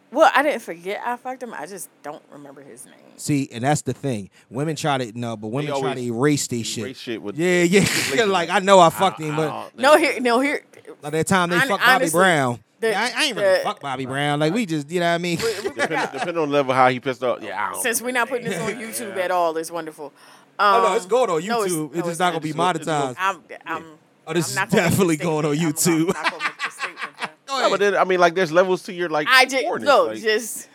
Speaker 3: Well, I didn't forget I fucked him. I just don't remember his name.
Speaker 1: See, and that's the thing. Women try to no, but women try to
Speaker 4: always
Speaker 1: erase their shit.
Speaker 4: Race shit with
Speaker 1: Yeah, yeah. like I know I fucked him, but
Speaker 4: I don't-
Speaker 3: No, here, no, here.
Speaker 1: by that time they
Speaker 3: Hon-
Speaker 1: fucked Bobby
Speaker 3: honestly- Uh,
Speaker 1: Brown, I, I ain't really fuck Bobby Brown. Like we just, you know what I mean?
Speaker 4: Depend- Depending on the level how he pissed off. Yeah, I don't
Speaker 3: Since we're not putting this on YouTube at all, it's wonderful.
Speaker 1: Oh, no,
Speaker 3: Um,
Speaker 1: it's going on
Speaker 3: no,
Speaker 1: YouTube. It's
Speaker 3: no,
Speaker 1: just not gonna be
Speaker 3: it's- it's-
Speaker 1: monetized.
Speaker 3: I'm, I'm,
Speaker 1: Oh, this is
Speaker 3: not gonna make a
Speaker 1: definitely going on YouTube.
Speaker 4: No, but then, I mean, like, there's levels to your like.
Speaker 3: I just
Speaker 4: poorness,
Speaker 3: no,
Speaker 4: like-
Speaker 3: just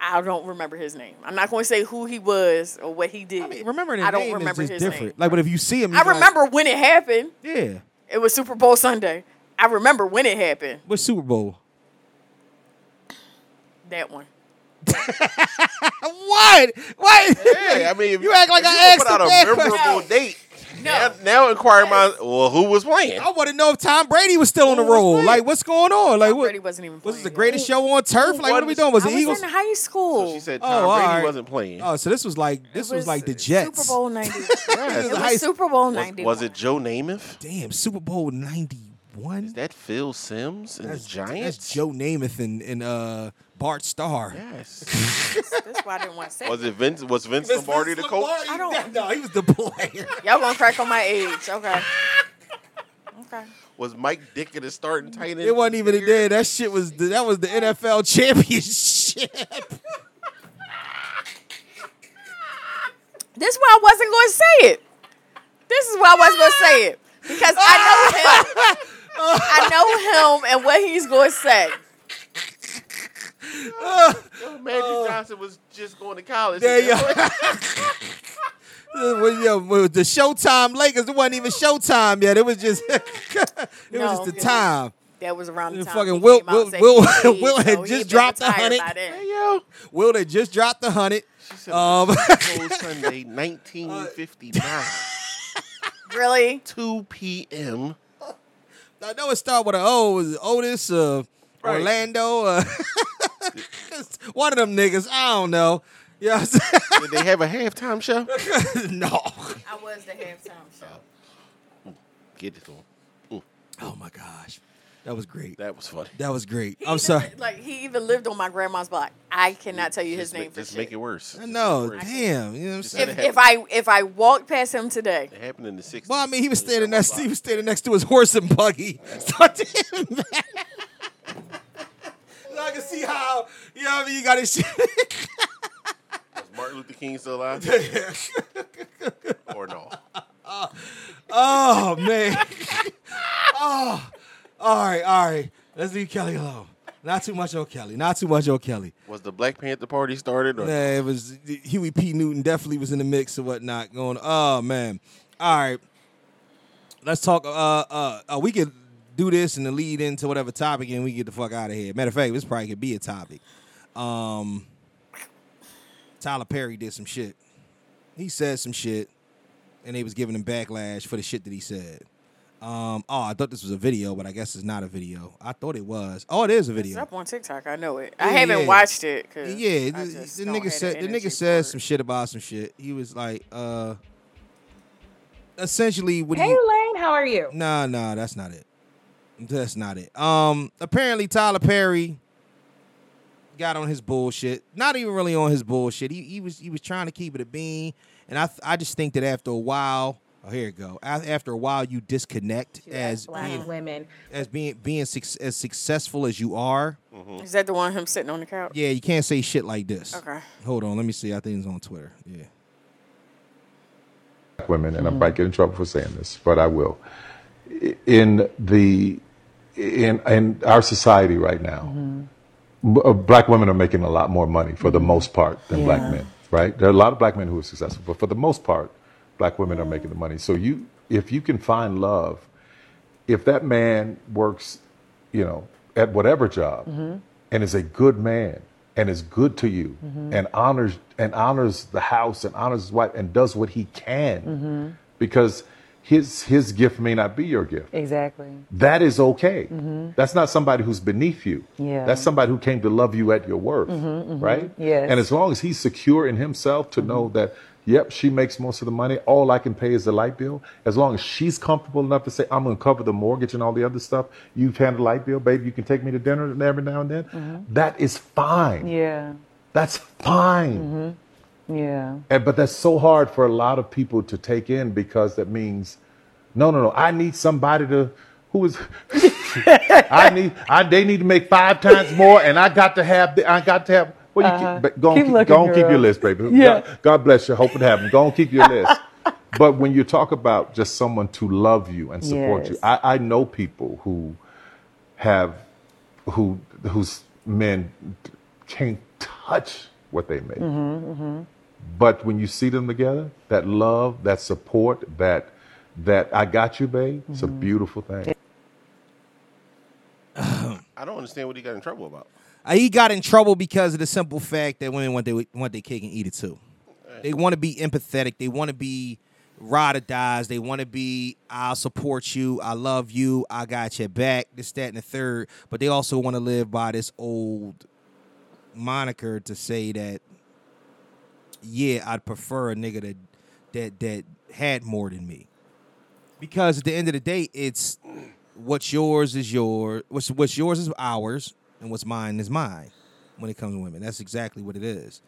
Speaker 3: I don't remember his name. I'm not going to say who he was or what he did. I
Speaker 1: remember
Speaker 3: I don't
Speaker 1: Name is
Speaker 3: remember
Speaker 1: just
Speaker 3: his
Speaker 1: different.
Speaker 3: name.
Speaker 1: Like, but if you see him,
Speaker 3: I remember when it happened.
Speaker 1: Yeah,
Speaker 3: It was Super Bowl Sunday. I remember when it happened.
Speaker 1: what Super Bowl?
Speaker 3: That one.
Speaker 1: what? What?
Speaker 4: Yeah, I mean,
Speaker 1: You act like
Speaker 4: if
Speaker 1: I
Speaker 4: gonna
Speaker 1: asked
Speaker 4: put out
Speaker 1: the
Speaker 4: a
Speaker 1: bad
Speaker 4: memorable
Speaker 1: question.
Speaker 4: date. Now, now inquire my well, who was playing?
Speaker 1: I want to know if Tom Brady was still on the roll. Like, what's going on? Like, what? Brady
Speaker 3: wasn't even.
Speaker 1: Was this the greatest show on turf? Like, what are we doing? Was
Speaker 3: I
Speaker 1: it Eagles?
Speaker 3: in high school. she
Speaker 4: said
Speaker 1: Oh, all right.
Speaker 4: playing.
Speaker 1: Oh, so this was like this was, like the Jets.
Speaker 3: Super Bowl ninety.
Speaker 4: Yes.
Speaker 3: It was Super Bowl
Speaker 4: Was,
Speaker 3: ninety.
Speaker 4: was it Joe Namath?
Speaker 1: Damn, Super Bowl '91. Is
Speaker 4: that Phil Sims and
Speaker 1: That's-
Speaker 4: the Giants?
Speaker 1: That's Joe Namath and, and uh, Bart Starr.
Speaker 4: Yes.
Speaker 3: That's why I didn't want to say.
Speaker 4: Was it Vince? Was Vince Lombardi the coach?
Speaker 3: I don't.
Speaker 1: No, he was the player.
Speaker 3: Y'all gonna crack on my age? Okay. Okay.
Speaker 4: Was Mike Dick the starting tight end?
Speaker 1: Mm, It wasn't even a day. That shit was the, that was the NFL championship.
Speaker 3: This why I wasn't gonna say it. This is why I wasn't gonna say it because I know him. I know him and what he's gonna say.
Speaker 4: Yo, Magic Johnson was just going to college.
Speaker 1: Oh. There you are. Well, yeah, well, the Showtime Lakers, it wasn't even Showtime yet. It was just it was just the time.
Speaker 3: That was around the time. he
Speaker 1: Fucking Will
Speaker 3: came out
Speaker 1: Will
Speaker 3: and
Speaker 1: Will,
Speaker 3: said he was
Speaker 1: Will
Speaker 3: gay,
Speaker 1: had
Speaker 3: so he
Speaker 1: just
Speaker 3: been
Speaker 1: dropped the
Speaker 3: retired
Speaker 1: hundred.
Speaker 3: by then.
Speaker 4: yo.
Speaker 1: Will had just dropped the hundred. Um,
Speaker 4: Super Bowl Sunday,
Speaker 1: Uh,
Speaker 4: 1959,
Speaker 3: Really?
Speaker 4: 2 p.m.
Speaker 1: I know it started with an O. It was Otis, uh,
Speaker 4: Right.
Speaker 1: Orlando, uh, one of them niggas. I don't know. Yeah,
Speaker 4: Did they have a halftime show?
Speaker 1: no.
Speaker 3: I was the halftime show.
Speaker 4: Get it on.
Speaker 1: Oh my gosh, that was great.
Speaker 4: That was funny.
Speaker 1: That was great.
Speaker 3: He
Speaker 1: I'm
Speaker 3: even-
Speaker 1: sorry.
Speaker 3: Like he even lived on my grandma's block. I cannot tell you his name for
Speaker 4: Just
Speaker 3: sure.
Speaker 4: make it worse.
Speaker 1: No, damn. You know what I'm saying?
Speaker 4: it
Speaker 3: If, if I if I walked past him today,
Speaker 4: It happened in the 60s.
Speaker 1: Well, I mean, he was standing next. He was standing next to his horse and buggy. So I didn't matter. So I can see how you know what I mean. You got his shit.
Speaker 4: Is Martin Luther King still alive? or no?
Speaker 1: Oh man. oh, all right, all right. Let's leave Kelly alone. Not too much on Kelly. Not too much on Kelly.
Speaker 4: Was the Black Panther Party started? Or
Speaker 1: Nah, it was Huey P. Newton definitely was in the mix and whatnot going. Oh man. All right. Let's talk. Uh, uh, uh we could do this and then lead into whatever topic, and we get the fuck out of here. Matter of fact, this probably could be a topic. Um, Tyler Perry did some shit. He said some shit, and they was giving him backlash for the shit that he said. Um, oh, I thought this was a video, but I guess it's not a video. I thought it was. Oh, it is a video.
Speaker 3: it's up on TikTok. I know it. I
Speaker 1: Yeah,
Speaker 3: haven't
Speaker 1: yeah.
Speaker 3: watched it because
Speaker 1: Yeah,
Speaker 3: I
Speaker 1: the,
Speaker 3: just
Speaker 1: the
Speaker 3: don't have
Speaker 1: nigga said the
Speaker 3: energy
Speaker 1: nigga said some shit about some shit. He was like, uh, essentially, what do
Speaker 12: Hey
Speaker 1: you?
Speaker 12: Lane, how are you?
Speaker 1: Nah, nah, that's not it. That's not it. Um, apparently Tyler Perry got on his bullshit. Not even really on his bullshit. He he was he was trying to keep it a bean, and I th- I just think that after a while, oh here it go. A- After a while, you disconnect as
Speaker 12: Black
Speaker 1: being
Speaker 12: women.
Speaker 1: as being being suc as successful as you are.
Speaker 3: Is that the one him sitting on the couch?
Speaker 1: Yeah, you can't say shit like this.
Speaker 3: Okay.
Speaker 1: Hold on, let me see. I think it's on Twitter. Yeah.
Speaker 13: black women, and I might get in trouble for saying this, but I will. I- In the in in our society right now, b- uh, black women are making a lot more money for the most part than black
Speaker 14: Yeah.
Speaker 13: men. Right? There are a lot of black men who are successful, but for the most part, black women are making the money. So you, if you can find love, if that man works, you know, at whatever job, and is a good man and is good to you and honors and honors the house and honors his wife and does what he can
Speaker 14: Mm-hmm.
Speaker 13: because his his gift may not be your gift
Speaker 12: Exactly.
Speaker 13: that is okay
Speaker 12: Mhm.
Speaker 13: that's not somebody who's beneath you
Speaker 12: Yeah.
Speaker 13: that's somebody who came to love you at your worth
Speaker 12: Mhm, mhm.
Speaker 13: right
Speaker 12: Yes.
Speaker 13: and as long as he's secure in himself to
Speaker 12: Mm-hmm.
Speaker 13: know that yep she makes most of the money all i can pay is the light bill as long as she's comfortable enough to say i'm going to cover the mortgage and all the other stuff you've handled light bill babe you can take me to dinner every now and then that is fine
Speaker 12: Mm-hmm. Yeah. Mm-hmm.
Speaker 13: that's fine
Speaker 12: Yeah.
Speaker 13: and, but that's so hard for a lot of people to take in because that means, no, no, no. I need somebody to who is I need. I they need to make five times more, and I got to have. The, I got to have. Well, you
Speaker 14: Uh-huh.
Speaker 13: keep, but go on,
Speaker 14: Keep
Speaker 13: keep,
Speaker 14: looking,
Speaker 13: go on, keep
Speaker 14: girl.
Speaker 13: your list, baby.
Speaker 14: Yeah.
Speaker 13: God, God bless you. Hope it happens. Go on, keep your list. But when you talk about just someone to love you and support you,
Speaker 14: Yes.
Speaker 13: I, I know people who have who whose men can't touch what they make.
Speaker 14: Mm-hmm,
Speaker 13: But when you see them together, that love, that support, that that I got you, babe, it's a
Speaker 14: Mm-hmm.
Speaker 13: beautiful thing.
Speaker 4: I don't understand what he got in trouble about.
Speaker 1: Uh, he got in trouble because of the simple fact that women want they want their cake and eat it too. They want to be empathetic. They want to be ride or dies. They want to be I'll support you. I love you. I got your back. This, that, and the third. But they also want to live by this old moniker to say that yeah, I'd prefer a nigga that that that had more than me. Because at the end of the day, it's what's yours is yours. What's what's yours is ours, and what's mine is mine. When it comes to women, that's exactly what it is,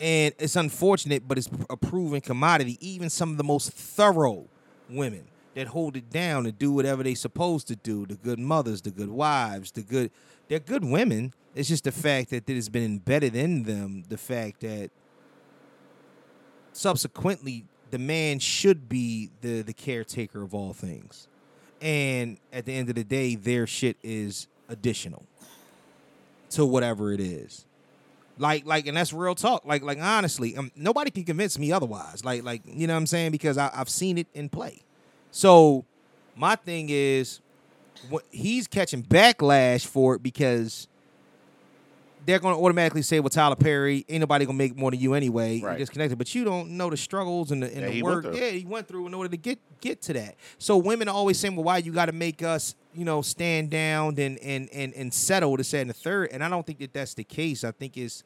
Speaker 1: and it's unfortunate, but it's a proven commodity. Even some of the most thorough women that hold it down and do whatever they supposed to do, the good mothers, the good wives, the good they're good women. It's just the fact that it has been embedded in them the fact that subsequently the man should be the the caretaker of all things and at the end of the day their shit is additional to whatever it is like like and that's real talk like like honestly um, nobody can convince me otherwise like like you know what i'm saying because I, i've seen it in play so my thing is what, he's catching backlash for it because they're going to automatically say, "Well, Tyler Perry, ain't nobody going to make more than you anyway. You're disconnected." But you don't know the struggles and the and
Speaker 4: Yeah,
Speaker 1: the
Speaker 4: he went
Speaker 1: work.
Speaker 4: through.
Speaker 1: Yeah, he went through in order to get get to that. So women are always saying, "Well, why you got to make us, you know, stand down and and and and settle to set in the third? And I don't think that that's the case. I think it's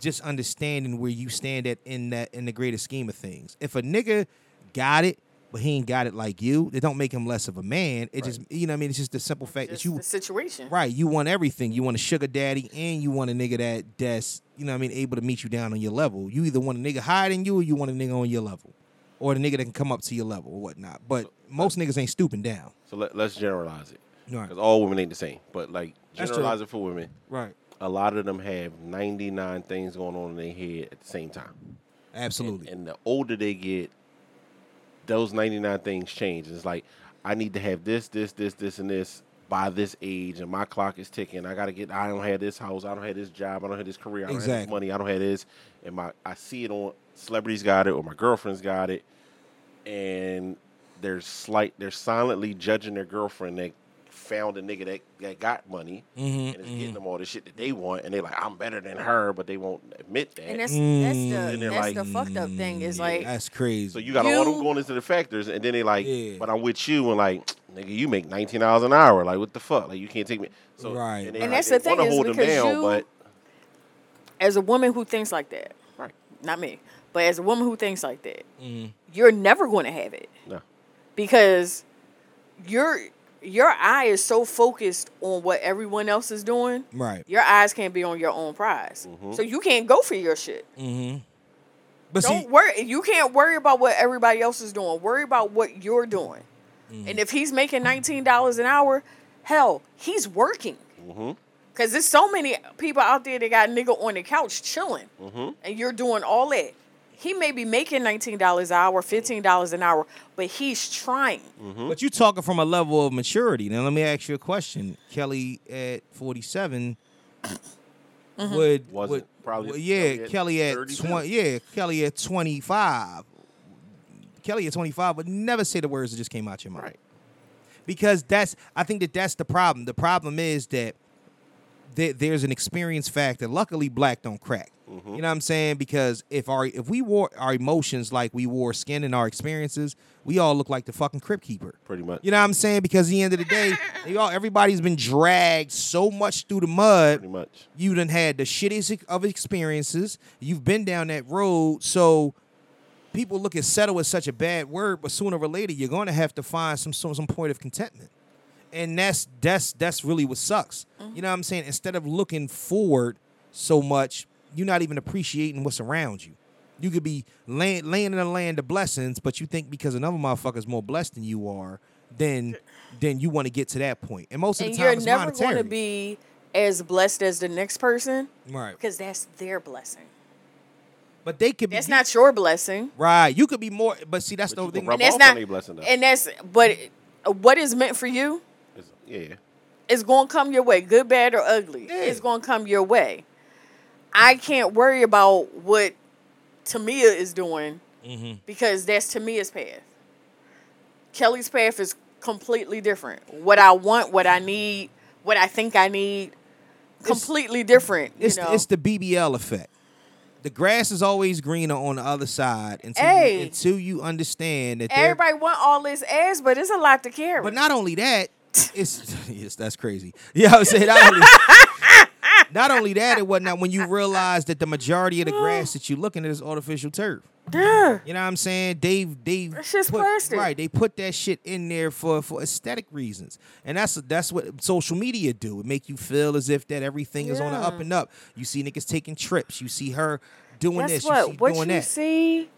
Speaker 1: just understanding where you stand at in that in the greater scheme of things. If a nigga got it. But he ain't got it like you. It don't make him less of a man. It just, you know, what I mean, it's just the simple fact that you
Speaker 3: the situation.
Speaker 1: Right. You want everything. You want a sugar daddy and you want a nigga that that's, you know what I mean, able to meet you down on your level. You either want a nigga higher than you or you want a nigga on your level. Or the nigga that can come up to your level or whatnot. But most niggas ain't stooping down.
Speaker 4: So let, let's generalize it.
Speaker 1: Right.
Speaker 4: Because all women ain't the same. But like
Speaker 1: That's true.
Speaker 4: generalize it for women.
Speaker 1: Right.
Speaker 4: A lot of them have 99 things going on in their head at the same time.
Speaker 1: Absolutely.
Speaker 4: And, and the older they get, those 99 things change. It's like, I need to have this, this, this, this, and this by this age, and my clock is ticking. I got to get, I don't have this house. I don't have this job. I don't have this career. I don't have this
Speaker 1: Exactly.
Speaker 4: money. I don't have this. And my, I see it on celebrities got it or my girlfriend's got it. And they're slight, they're silently judging their girlfriend that found a nigga that, that got money
Speaker 1: Mhm,
Speaker 4: and is getting them all the shit that they want. And they're like, I'm better than her, but they won't admit that.
Speaker 3: And that's that's the
Speaker 4: And they're
Speaker 3: that's the fucked up thing is like
Speaker 1: That's crazy.
Speaker 4: so you got all them going into the factors, and then they like, but I'm with you, and like, nigga, you make nineteen dollars an hour. Like, what the fuck? Like, you can't take me. So
Speaker 1: Right.
Speaker 4: And, they,
Speaker 3: And
Speaker 4: like,
Speaker 3: that's
Speaker 4: they
Speaker 3: the thing
Speaker 4: wanna
Speaker 3: is
Speaker 4: hold them
Speaker 3: because
Speaker 4: down,
Speaker 3: you-
Speaker 4: but
Speaker 3: as a woman who thinks like that.
Speaker 4: Right.
Speaker 3: Not me, but as a woman who thinks like that, you're never going to have it
Speaker 4: no,
Speaker 3: because your your eye is so focused on what everyone else is doing.
Speaker 1: Right.
Speaker 3: Your eyes can't be on your own prize,
Speaker 1: Mhm.
Speaker 3: so you can't go for your shit.
Speaker 1: Mm-hmm. But
Speaker 3: Don't
Speaker 1: see,
Speaker 3: worry. You can't worry about what everybody else is doing. Worry about what you're doing. And if he's making nineteen dollars an hour, hell, he's working.
Speaker 4: mm-hmm,
Speaker 3: Cause there's so many people out there that got nigga on the couch chilling,
Speaker 4: mm-hmm.
Speaker 3: and you're doing all that. He may be making nineteen dollars an hour, fifteen dollars an hour, but he's trying.
Speaker 1: But you talking from a level of maturity. Now let me ask you a question. Kelly at 47
Speaker 3: Mhm.
Speaker 1: would
Speaker 4: Wasn't.
Speaker 1: would-
Speaker 4: Probably
Speaker 1: would- yeah,
Speaker 4: Kelly
Speaker 1: Kelly
Speaker 4: at
Speaker 1: at,
Speaker 4: 32.
Speaker 1: 20 yeah, Kelly at 25. Kelly at 25 would never say the words that just came out your mouth. Right. Because that's I think that that's the problem. The problem is that there, there's an experience factor. Luckily, black don't crack.
Speaker 4: Mm-hmm.
Speaker 1: You know what I'm saying? Because if our if we wore our emotions like we wore skin and our experiences, we all look like the fucking crypt keeper.
Speaker 4: pretty much.
Speaker 1: You know what I'm saying? Because at the end of the day, they all everybody's been dragged so much through the mud. Pretty
Speaker 4: much.
Speaker 1: You done had the shittiest ex- of experiences. You've been down that road. So people look at settle as such a bad word, but sooner or later you're gonna have to find some some, some point of contentment. And that's that's that's really what sucks.
Speaker 3: Mm-hmm.
Speaker 1: You know what I'm saying? Instead of looking forward so much, you're not even appreciating what's around you. You could be laying, laying in a land of blessings, but you think because another motherfucker's more blessed than you are, then then you want to get to that point. And most of
Speaker 3: and
Speaker 1: the time,
Speaker 3: you're
Speaker 1: it's
Speaker 3: never
Speaker 1: monetary.
Speaker 3: going to be as blessed as the next person,
Speaker 1: Right.
Speaker 3: Because that's their blessing.
Speaker 1: But they could.
Speaker 3: That's not your blessing.
Speaker 1: Right. You could be more, but see, that's the thing.
Speaker 3: and that's not. and that's but what is meant for you
Speaker 4: yeah.
Speaker 3: is going to come your way, good, bad, or ugly. It's going to come your way. I can't worry about what Tamia is doing
Speaker 1: Mhm.
Speaker 3: because that's Tamia's path. Kelly's path is completely different. What I want, what I need, what I think I need, completely different. You
Speaker 1: It's,
Speaker 3: know,
Speaker 1: it's the BBL effect. The grass is always greener on the other side until,
Speaker 3: Hey.
Speaker 1: you, until you understand that there-
Speaker 3: everybody want all this ass, but it's a lot to carry.
Speaker 1: But not only that, it's yes, that's crazy. Yeah, I was saying not only, not only that and whatnot. When you realize that the majority of the grass that you're looking at is artificial turf.
Speaker 3: Yeah.
Speaker 1: You know what I'm saying? They've they've put, Right. They put that shit in there for, for aesthetic reasons. And that's that's what social media do. It make you feel as if that everything is on the up
Speaker 3: Yeah.
Speaker 1: and up. You see niggas taking trips. You see her doing
Speaker 3: Guess
Speaker 1: this.
Speaker 3: what?
Speaker 1: You see
Speaker 3: what
Speaker 1: doing
Speaker 3: you
Speaker 1: that.
Speaker 3: see,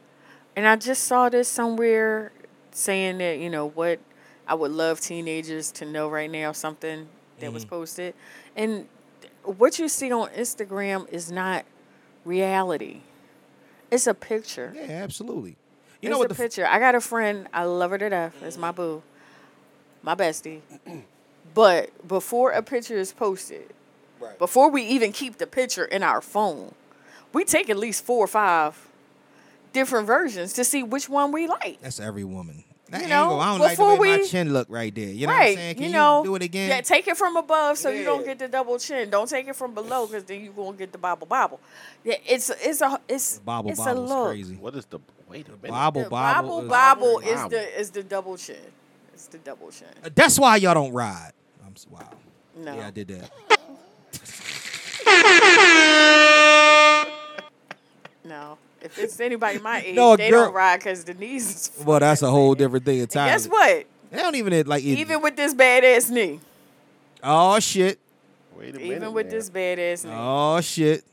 Speaker 3: and I just saw this somewhere saying that you know what I would love teenagers to know right now something that was
Speaker 14: Mhm.
Speaker 1: Mm-hmm.
Speaker 3: posted, and what you see on Instagram is not reality. It's a picture.
Speaker 1: Yeah, absolutely.
Speaker 3: You
Speaker 1: You
Speaker 3: know
Speaker 1: know
Speaker 3: it's
Speaker 1: what
Speaker 3: a
Speaker 1: the f-
Speaker 3: picture. I got a friend. I love her to death. It's my boo, my bestie. But before a picture is posted,
Speaker 1: Right.
Speaker 3: before we even keep the picture in our phone, we take at least four or five different versions to see which one we like.
Speaker 1: That's every woman.
Speaker 3: You
Speaker 1: That angle,
Speaker 3: know,
Speaker 1: I don't like the
Speaker 3: before
Speaker 1: way
Speaker 3: we-
Speaker 1: my chin look right there. You know what I'm
Speaker 3: right?
Speaker 1: saying?
Speaker 3: you
Speaker 1: Can
Speaker 3: know,
Speaker 1: do it again?
Speaker 3: Yeah, take it from above so you don't get the double chin. Don't take it from below because then you gonna get the bobble bobble. Yeah, it's it's a it's
Speaker 1: Bobble
Speaker 3: it's a
Speaker 1: bobble's
Speaker 3: look.
Speaker 1: crazy.
Speaker 4: What is the wait a minute?
Speaker 1: Bobble
Speaker 3: The
Speaker 1: bobble.
Speaker 3: bobble bobble is the is the double chin. It's the double chin.
Speaker 1: That's why y'all don't ride. I'm s- wow.
Speaker 3: No.
Speaker 1: Yeah, I did that.
Speaker 3: No. If it's anybody my age,
Speaker 1: No,
Speaker 3: they
Speaker 1: girl-
Speaker 3: don't ride because the knees is f-
Speaker 1: Well, that's a whole different thing entirely.
Speaker 3: Guess what?
Speaker 1: They don't even like it-
Speaker 3: Even with this badass knee.
Speaker 1: Oh shit.
Speaker 4: Wait
Speaker 3: Even with this badass knee.
Speaker 1: Oh shit.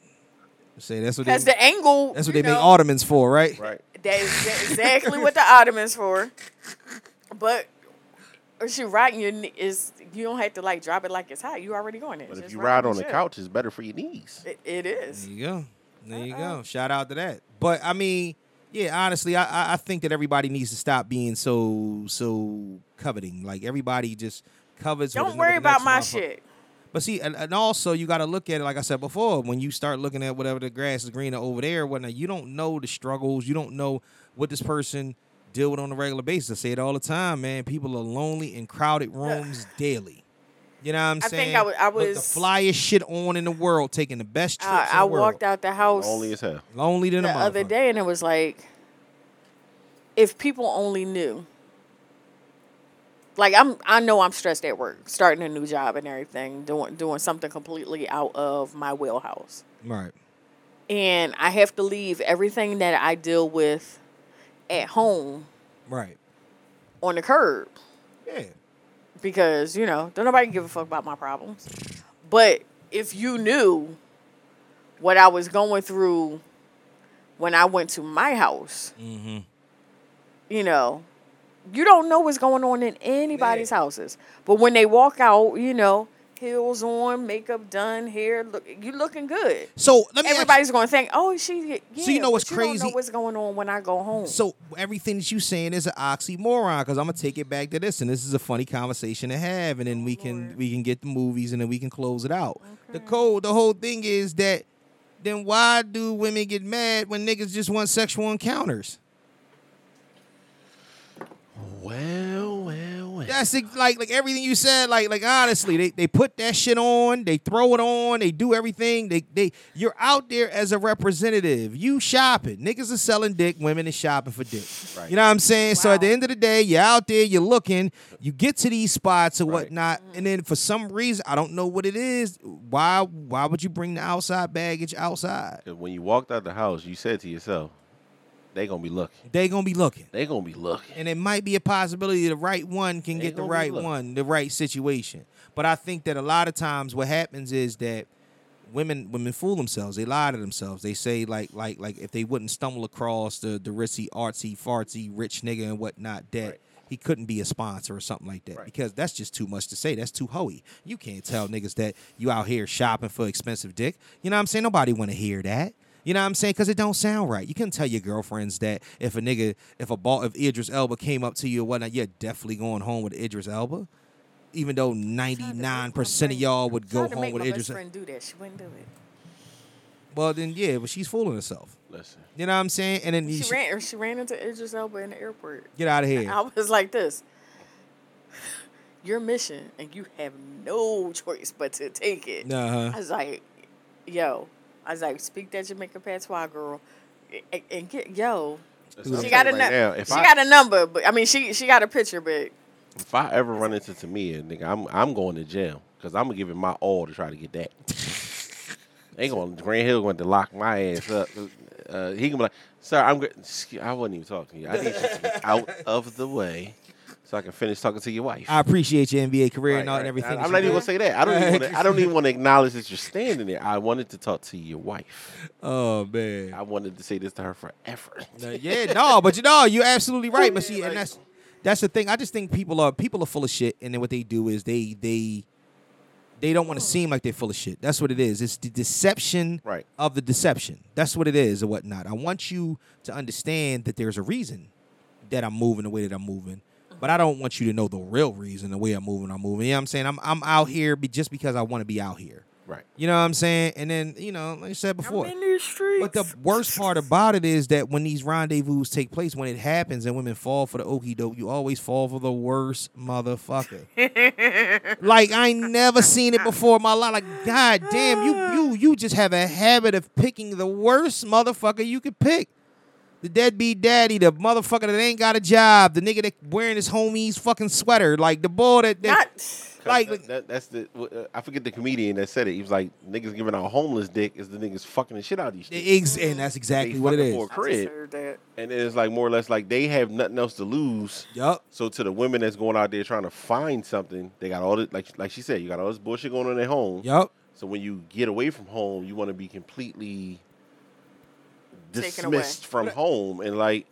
Speaker 1: Say that's what.
Speaker 3: Because
Speaker 1: they-
Speaker 3: the angle
Speaker 1: That's what
Speaker 3: you
Speaker 1: they make
Speaker 3: know,
Speaker 1: ottomans for, right?
Speaker 4: Right.
Speaker 3: That is that exactly what the ottoman's for. But if you riding your knee is you don't have to like drop it like it's hot. You already going there.
Speaker 4: But if
Speaker 3: Just
Speaker 4: you ride
Speaker 3: your
Speaker 4: on the
Speaker 3: shit.
Speaker 4: couch, it's better for your knees.
Speaker 3: It, it is.
Speaker 1: There you go. There you
Speaker 3: Uh-uh.
Speaker 1: go. Shout out to that. But I mean, yeah, honestly, I, I I think that everybody needs to stop being so so coveting. Like everybody just covets. what
Speaker 3: Don't
Speaker 1: is-
Speaker 3: worry
Speaker 1: what the next
Speaker 3: about my
Speaker 1: motherfucker-
Speaker 3: shit.
Speaker 1: But see, and, and also you got to look at it, like I said before, when you start looking at whatever the grass is greener over there, whatnot, you don't know the struggles. You don't know what this person deal with on a regular basis. I say it all the time, man. People are lonely in crowded rooms daily. You know what I'm
Speaker 3: I
Speaker 1: saying?
Speaker 3: think I wa- I
Speaker 1: With
Speaker 3: was-
Speaker 1: the flyest shit on in the world, taking the best trips.
Speaker 3: I,
Speaker 1: in
Speaker 3: I
Speaker 1: the world.
Speaker 3: walked out the house
Speaker 4: Lonely as hell.
Speaker 1: Lonely than
Speaker 3: the
Speaker 1: a mother.
Speaker 3: other day and it was like if people only knew like i'm i know i'm stressed at work starting a new job and everything doing doing something completely out of my wheelhouse
Speaker 1: Right.
Speaker 3: and i have to leave everything that i deal with at home
Speaker 1: Right.
Speaker 3: on the curb
Speaker 1: Yeah.
Speaker 3: because you know don't nobody give a fuck about my problems but if you knew what i was going through when i went to my house
Speaker 1: Mm-hmm.
Speaker 3: you know, you don't know what's going on in anybody's houses. But when they walk out, you know, heels on, makeup done, hair look, you looking good.
Speaker 1: So let me.
Speaker 3: Everybody's going to think, oh, she. Yeah,
Speaker 1: So you know
Speaker 3: but
Speaker 1: what's
Speaker 3: Don't know
Speaker 1: crazy?
Speaker 3: what's going on when I go home?
Speaker 1: So everything that you saying is an oxymoron because I'm gonna take it back to this, and this is a funny conversation to have, and
Speaker 3: Oh,
Speaker 1: then we can we can get the movies, and then we can close it out. The code, the whole thing is that then why do women get mad when niggas just want sexual encounters?
Speaker 4: Well, well, well.
Speaker 1: That's it, like like everything you said. Like like honestly, they, they put that shit on, they throw it on, they do everything. They they you're out there as a representative. You shopping. Niggas are selling dick. Women is shopping for dick. Right. You know what I'm saying? So at the end of the day, you're out there, you're looking, you get to these spots or whatnot, and then for some reason, I don't know what it is. Why why would you bring the outside baggage outside?
Speaker 4: 'Cause when you walked out the house, you said to yourself, they gonna be looking.
Speaker 1: They gonna be looking.
Speaker 4: They gonna be looking.
Speaker 1: And it might be a possibility the right one can get the
Speaker 4: gonna be
Speaker 1: right
Speaker 4: lucky.
Speaker 1: one, the right situation. But I think that a lot of times what happens is that women women fool themselves. They lie to themselves. They say like like like if they wouldn't stumble across the the ritzy artsy fartsy rich nigga and whatnot that he couldn't be a sponsor or something like that because that's just too much to say. That's too hoey. You can't tell niggas that you out here shopping for expensive dick. You know what I'm saying? Nobody want to hear that. You know what I'm saying? Because it don't sound right. You couldn't tell your girlfriends that if a nigga, if a ball, if Idris Elba came up to you or whatnot, you're definitely going home with Idris Elba. Even though 99% of y'all would go
Speaker 3: Tried to
Speaker 1: home
Speaker 3: make
Speaker 1: with
Speaker 3: my
Speaker 1: Idris
Speaker 3: best
Speaker 1: Elba.
Speaker 3: friend do that. She wouldn't do it.
Speaker 1: Well, then, yeah, but she's fooling herself.
Speaker 4: Listen.
Speaker 1: You know what I'm saying? And then you
Speaker 3: She,
Speaker 1: should-
Speaker 3: ran. Or she ran into Idris Elba in the airport.
Speaker 1: Get outta here.
Speaker 3: I was like this. Your mission, and you have no choice but to take it.
Speaker 1: Uh-huh.
Speaker 3: I was like, yo. I was like, speak that Jamaican patois, girl, and, and get yo.
Speaker 4: That's what
Speaker 3: She
Speaker 4: I'm
Speaker 3: got a
Speaker 4: saying right now.
Speaker 3: nu-
Speaker 4: If
Speaker 3: she
Speaker 4: I-
Speaker 3: got a number, but I mean, she she got a picture, but
Speaker 4: If I ever run into Tamia, nigga, I'm I'm going to jail because I'm gonna give it my all to try to get that. they going to Grand Hill going to lock my ass up. Uh, he gonna be like, "Sir, I'm. gr- Excuse, I wasn't even talking to you. I need you to be out of the way so I can finish talking to your wife."
Speaker 1: I appreciate your NBA career and, all, and everything.
Speaker 4: I, am not even gonna say that. I don't. Even wanna, I don't even want to acknowledge that you're standing there. I wanted to talk to your wife.
Speaker 1: Oh man,
Speaker 4: I wanted to say this to her forever.
Speaker 1: No, yeah, no, but you know, you're absolutely right. But see, and that's that's the thing. I just think people are people are full of shit, and then what they do is they they they don't want to seem like they're full of shit. That's what it is. It's the deception of the deception. That's what it is, and whatnot. I want you to understand that there's a reason that I'm moving the way that I'm moving. But I don't want you to know the real reason, the way I'm moving, I'm moving. You know what I'm saying? I'm I'm out here be, just because I want to be out here.
Speaker 4: Right.
Speaker 1: You know what I'm saying? And then, you know, like I said before.
Speaker 3: these streets.
Speaker 1: But the worst part about it is that when these rendezvous take place, when it happens and women fall for the okey doke, you always fall for the worst motherfucker. like I ain't never seen it before in my life. Like, god damn, you you you just have a habit of picking the worst motherfucker you could pick. The deadbeat daddy, the motherfucker that ain't got a job, the nigga that wearing his homie's fucking sweater, like the boy that, that
Speaker 4: Like that, that's the uh, I forget the comedian that said it. He was like, "Niggas giving out homeless dick is the niggas fucking the shit out of these."
Speaker 1: Ex- and that's exactly what it
Speaker 4: fucking
Speaker 1: is.
Speaker 4: For a crib, and it's like more or less like they have nothing else to lose.
Speaker 1: Yup.
Speaker 4: So to the women that's going out there trying to find something, they got all the like like she said, you got all this bullshit going on at home.
Speaker 1: Yup.
Speaker 4: So when you get away from home, you want to be completely
Speaker 3: Taken away.
Speaker 4: dismissed from home, and like,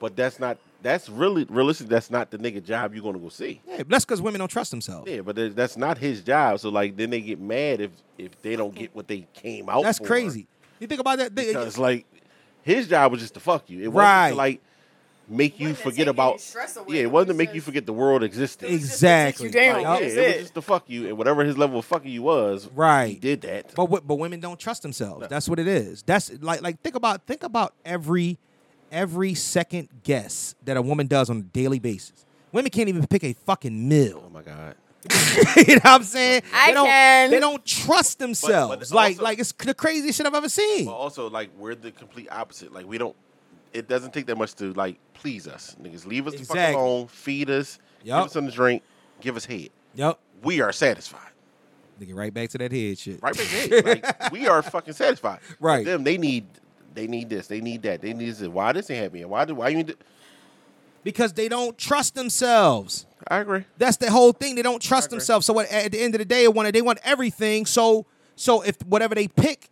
Speaker 4: but that's not. That's really realistic. That's not the nigga job you're gonna go see.
Speaker 1: Yeah, but that's because women don't trust themselves.
Speaker 4: Yeah, but that- that's not his job. So like, then they get mad if if they don't get what they came out.
Speaker 1: That's
Speaker 4: for.
Speaker 1: crazy. You think about that? They-
Speaker 4: Because like, his job was just to fuck you. It wasn't
Speaker 1: Right.
Speaker 4: to, like make you forget about. Yeah, it wasn't to make you forget the world existed.
Speaker 1: Exactly.
Speaker 4: Like,
Speaker 1: Like,
Speaker 4: yeah, it was just to fuck you, and whatever his level of fucking you was,
Speaker 1: Right.
Speaker 4: He did that.
Speaker 1: But wo- but women don't trust themselves. That's what it is. That's like like think about think about every every second guess that a woman does on a daily basis. Women can't even pick a fucking meal. Oh
Speaker 4: my god.
Speaker 1: you know what I'm saying?
Speaker 3: I
Speaker 1: they don't,
Speaker 3: can.
Speaker 1: They don't trust themselves.
Speaker 4: it's
Speaker 1: like
Speaker 4: also-
Speaker 1: like it's the craziest shit I've ever seen.
Speaker 4: But also, like, we're the complete opposite. Like, we don't. It doesn't take that much to like please us, niggas. Leave us the fuck
Speaker 1: Exactly.
Speaker 4: alone. Feed us. Give us something to drink. Give us head.
Speaker 1: Yep.
Speaker 4: We are satisfied.
Speaker 1: Nigga, right back to that head shit.
Speaker 4: Right back to it. Like we are fucking satisfied.
Speaker 1: Right.
Speaker 4: But them, they need they need this. They need that. They need this. Why this ain't happening? Why do why you need to
Speaker 1: because they don't trust themselves.
Speaker 4: I agree.
Speaker 1: That's the whole thing. They don't trust themselves. So at, at the end of the day, they want they want everything. So so if whatever they pick,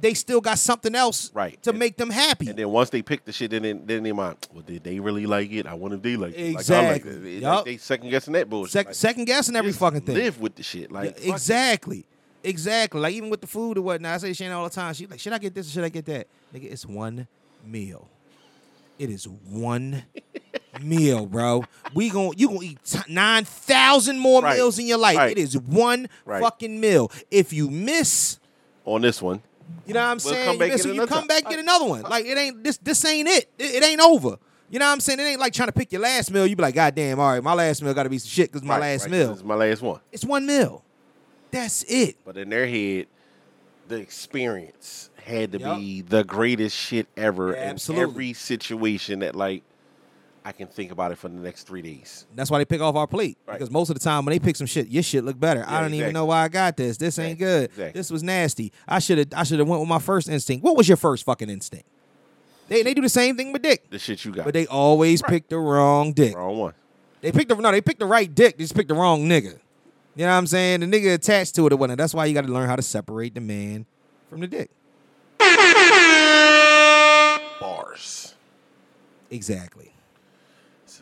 Speaker 1: they still got something else
Speaker 4: Right.
Speaker 1: to make them happy.
Speaker 4: And then once they pick the shit, then they- then they mind. Well, did they really like it? I wonder if they like it.
Speaker 1: Exactly.
Speaker 4: Like, I like it. Like,
Speaker 1: Yup.
Speaker 4: they second guessing that bullshit.
Speaker 1: Sec-
Speaker 4: Like,
Speaker 1: second guessing every fucking thing.
Speaker 4: live with the shit. Like
Speaker 1: Yeah, exactly, exactly. Like even with the food or whatnot. I say to Shannon all the time. She like, should I get this or should I get that? Nigga, it's one meal. It is one meal, bro. We gon' you gonna eat t- nine thousand more
Speaker 4: Right.
Speaker 1: meals in your life.
Speaker 4: Right.
Speaker 1: It is one
Speaker 4: Right.
Speaker 1: fucking meal. If you miss,
Speaker 4: on this one.
Speaker 1: you know what I'm
Speaker 4: We'll
Speaker 1: saying?
Speaker 4: come
Speaker 1: You
Speaker 4: back,
Speaker 1: miss
Speaker 4: get
Speaker 1: it, you
Speaker 4: another
Speaker 1: come
Speaker 4: time.
Speaker 1: back, get another one. Like it ain't this. This ain't it. it. it ain't over. You know what I'm saying? It ain't like trying to pick your last meal. You be like, God damn, all right, my last meal got to be some shit because my
Speaker 4: Right,
Speaker 1: last
Speaker 4: right, 'cause
Speaker 1: meal.
Speaker 4: It's my last one.
Speaker 1: It's one meal. That's it.
Speaker 4: But in their head, the experience had to
Speaker 1: Yup.
Speaker 4: be the greatest shit ever
Speaker 1: Yeah,
Speaker 4: in
Speaker 1: absolutely.
Speaker 4: every situation that like I can think about it for the next three days.
Speaker 1: That's why they pick off our plate because most of the time when they pick some shit, your shit look better. I don't even
Speaker 4: exactly.
Speaker 1: know why I got this. This ain't good.
Speaker 4: exactly.
Speaker 1: This was nasty. I should have. I should have went with my first instinct. What was your first fucking instinct? They they do the same thing with dick,
Speaker 4: The shit you got.
Speaker 1: but they always pick the wrong dick.
Speaker 4: Wrong one.
Speaker 1: They picked the no. They picked the right dick. They just picked the wrong nigga. You know what I'm saying? The nigga attached to it or whatnot. That's why you got to learn how to separate the man from the dick.
Speaker 4: Bars.
Speaker 1: Exactly.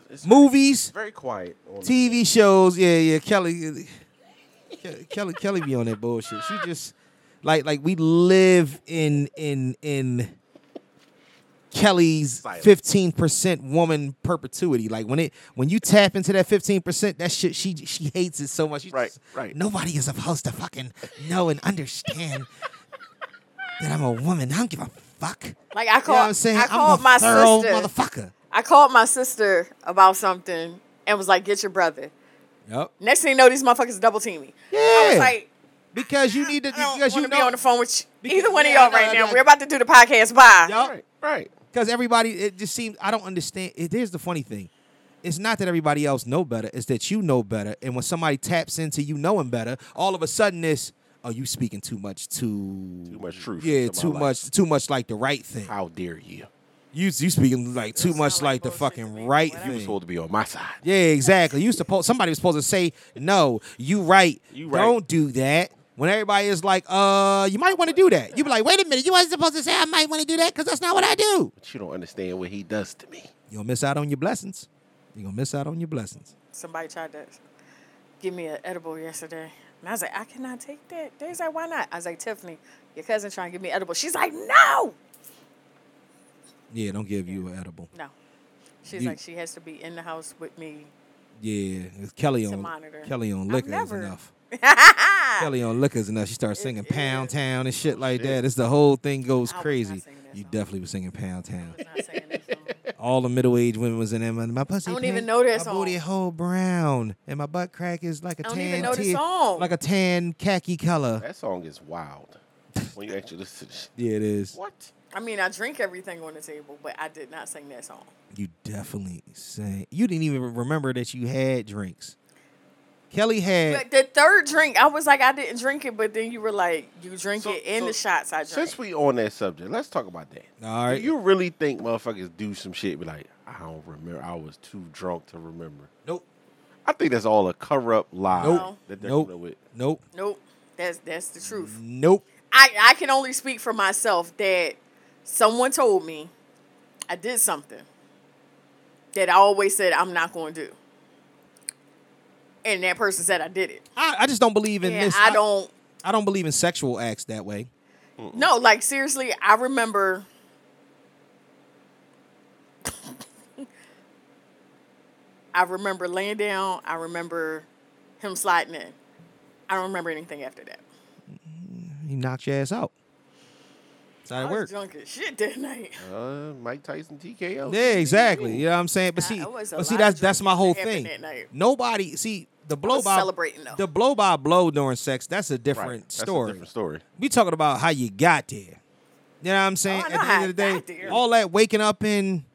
Speaker 4: it's
Speaker 1: movies,
Speaker 4: very quiet on-
Speaker 1: TV shows. Yeah, yeah, Kelly, Ke- Kelly, Kelly be on that bullshit. She just like like we live in in in Kelly's fifteen percent woman perpetuity. Like when it when you tap into that fifteen percent, that shit she she hates it so much. right, right. Nobody is supposed to fucking know and understand that I'm a woman. I don't give a fuck.
Speaker 3: Like I
Speaker 1: you know
Speaker 3: called,
Speaker 1: what I'm saying?
Speaker 3: I
Speaker 1: I'm
Speaker 3: called
Speaker 1: a
Speaker 3: my
Speaker 1: thorough
Speaker 3: sister.
Speaker 1: motherfucker.
Speaker 3: I called my sister about something and was like, "Get your brother."
Speaker 1: Yep.
Speaker 3: Next thing you know, these motherfuckers double team me. Yeah. I was
Speaker 1: Yeah.
Speaker 3: like,
Speaker 1: because you need to because you
Speaker 3: wanna
Speaker 1: know
Speaker 3: be on the phone with you. either one
Speaker 1: yeah,
Speaker 3: of y'all
Speaker 1: no,
Speaker 3: right
Speaker 1: I
Speaker 3: now.
Speaker 1: got-
Speaker 3: We're about to do the podcast. Bye.
Speaker 1: Right. Right. Because everybody, it just seems I don't understand. It, here's the funny thing: it's not that everybody else know better; it's that you know better. And when somebody taps into you knowing better, all of a sudden it's oh, you speaking too much, too too much truth. Yeah,
Speaker 4: to my
Speaker 1: too
Speaker 4: life.
Speaker 1: much, too much like the right thing. How dare you? You you speaking like too much like, the fucking right thing.
Speaker 4: You supposed to be on my side.
Speaker 1: Yeah, exactly. You supposed somebody was supposed to say, "No, you right.
Speaker 4: You right.
Speaker 1: Don't do that." When everybody is like, "Uh, you might want to do that," you be like, "Wait a minute, you wasn't supposed to say I might want to do that because that's not what I do."
Speaker 4: But you don't understand what he does to me.
Speaker 1: You gonna miss out on your blessings. You gonna miss out on your blessings.
Speaker 3: Somebody tried to give me an edible yesterday. And I was like, I cannot take that. They was like, why not? I was like, Tiffany, your cousin trying to give me an edible. She's like, no.
Speaker 1: Yeah, don't give you an edible.
Speaker 3: No. She's
Speaker 1: You-
Speaker 3: like, she has to be in the house with me.
Speaker 1: Yeah, 'cause Kelly
Speaker 3: It's a
Speaker 1: on
Speaker 3: monitor.
Speaker 1: Kelly on
Speaker 3: I've
Speaker 1: liquor is
Speaker 3: never-
Speaker 1: enough. Kelly on liquor is enough. She starts singing Pound Town and shit like that. It's the whole thing goes crazy. You definitely was singing Pound Town. All the middle aged women was in there. My my pussy.
Speaker 3: I don't
Speaker 1: pink,
Speaker 3: even know that
Speaker 1: my
Speaker 3: song.
Speaker 1: booty hole brown and my butt crack is like a
Speaker 3: I don't
Speaker 1: tan
Speaker 3: even know the
Speaker 1: tear-
Speaker 3: song.
Speaker 1: like a tan khaki color.
Speaker 4: That song is wild. when you actually listen to
Speaker 1: Yeah, it is.
Speaker 3: What? I mean, I drink everything on the table, but I did not sing that song.
Speaker 1: You definitely sang. You didn't even remember that you had drinks. Kelly had.
Speaker 3: But the third drink, I was like, I didn't drink it, but then you were like, you drink it in the shots I drank.
Speaker 4: Since we on that subject, let's talk about that.
Speaker 1: All
Speaker 4: right. Do you really think motherfuckers do some shit be like, I don't remember. I was too drunk to remember.
Speaker 1: Nope.
Speaker 4: I think that's all a cover up lie
Speaker 1: Nope.
Speaker 4: that they're
Speaker 1: Nope.
Speaker 4: coming with.
Speaker 1: Nope.
Speaker 3: Nope. That's that's the truth.
Speaker 1: Nope.
Speaker 3: I, I can only speak for myself that someone told me I did something that I always said I'm not going to do. And that person said I did it.
Speaker 1: I, I just don't believe in
Speaker 3: Yeah,
Speaker 1: this.
Speaker 3: I don't-
Speaker 1: I don't believe in sexual acts that way.
Speaker 3: No, like seriously, I remember I remember laying down, I remember him sliding in. I don't remember anything after that.
Speaker 1: He knocked your ass out. That's how
Speaker 3: I
Speaker 1: it
Speaker 3: was
Speaker 1: works.
Speaker 3: drunk as shit that night.
Speaker 4: Uh, Mike Tyson TKO.
Speaker 1: Yeah, exactly. You know what I'm saying? But see,
Speaker 3: was a
Speaker 1: but see,
Speaker 3: lot of
Speaker 1: that's that's my
Speaker 3: drinking
Speaker 1: whole
Speaker 3: that happened
Speaker 1: thing.
Speaker 3: that night.
Speaker 1: Nobody see the blow
Speaker 3: was
Speaker 1: by
Speaker 3: celebrating, though.
Speaker 1: The blow by blow during sex. That's a different
Speaker 4: Right. That's a
Speaker 1: story.
Speaker 4: different story.
Speaker 1: We talking about how you got there. You know what I'm saying?
Speaker 3: Oh, I know
Speaker 1: At the
Speaker 3: how
Speaker 1: end of the day, all that waking up in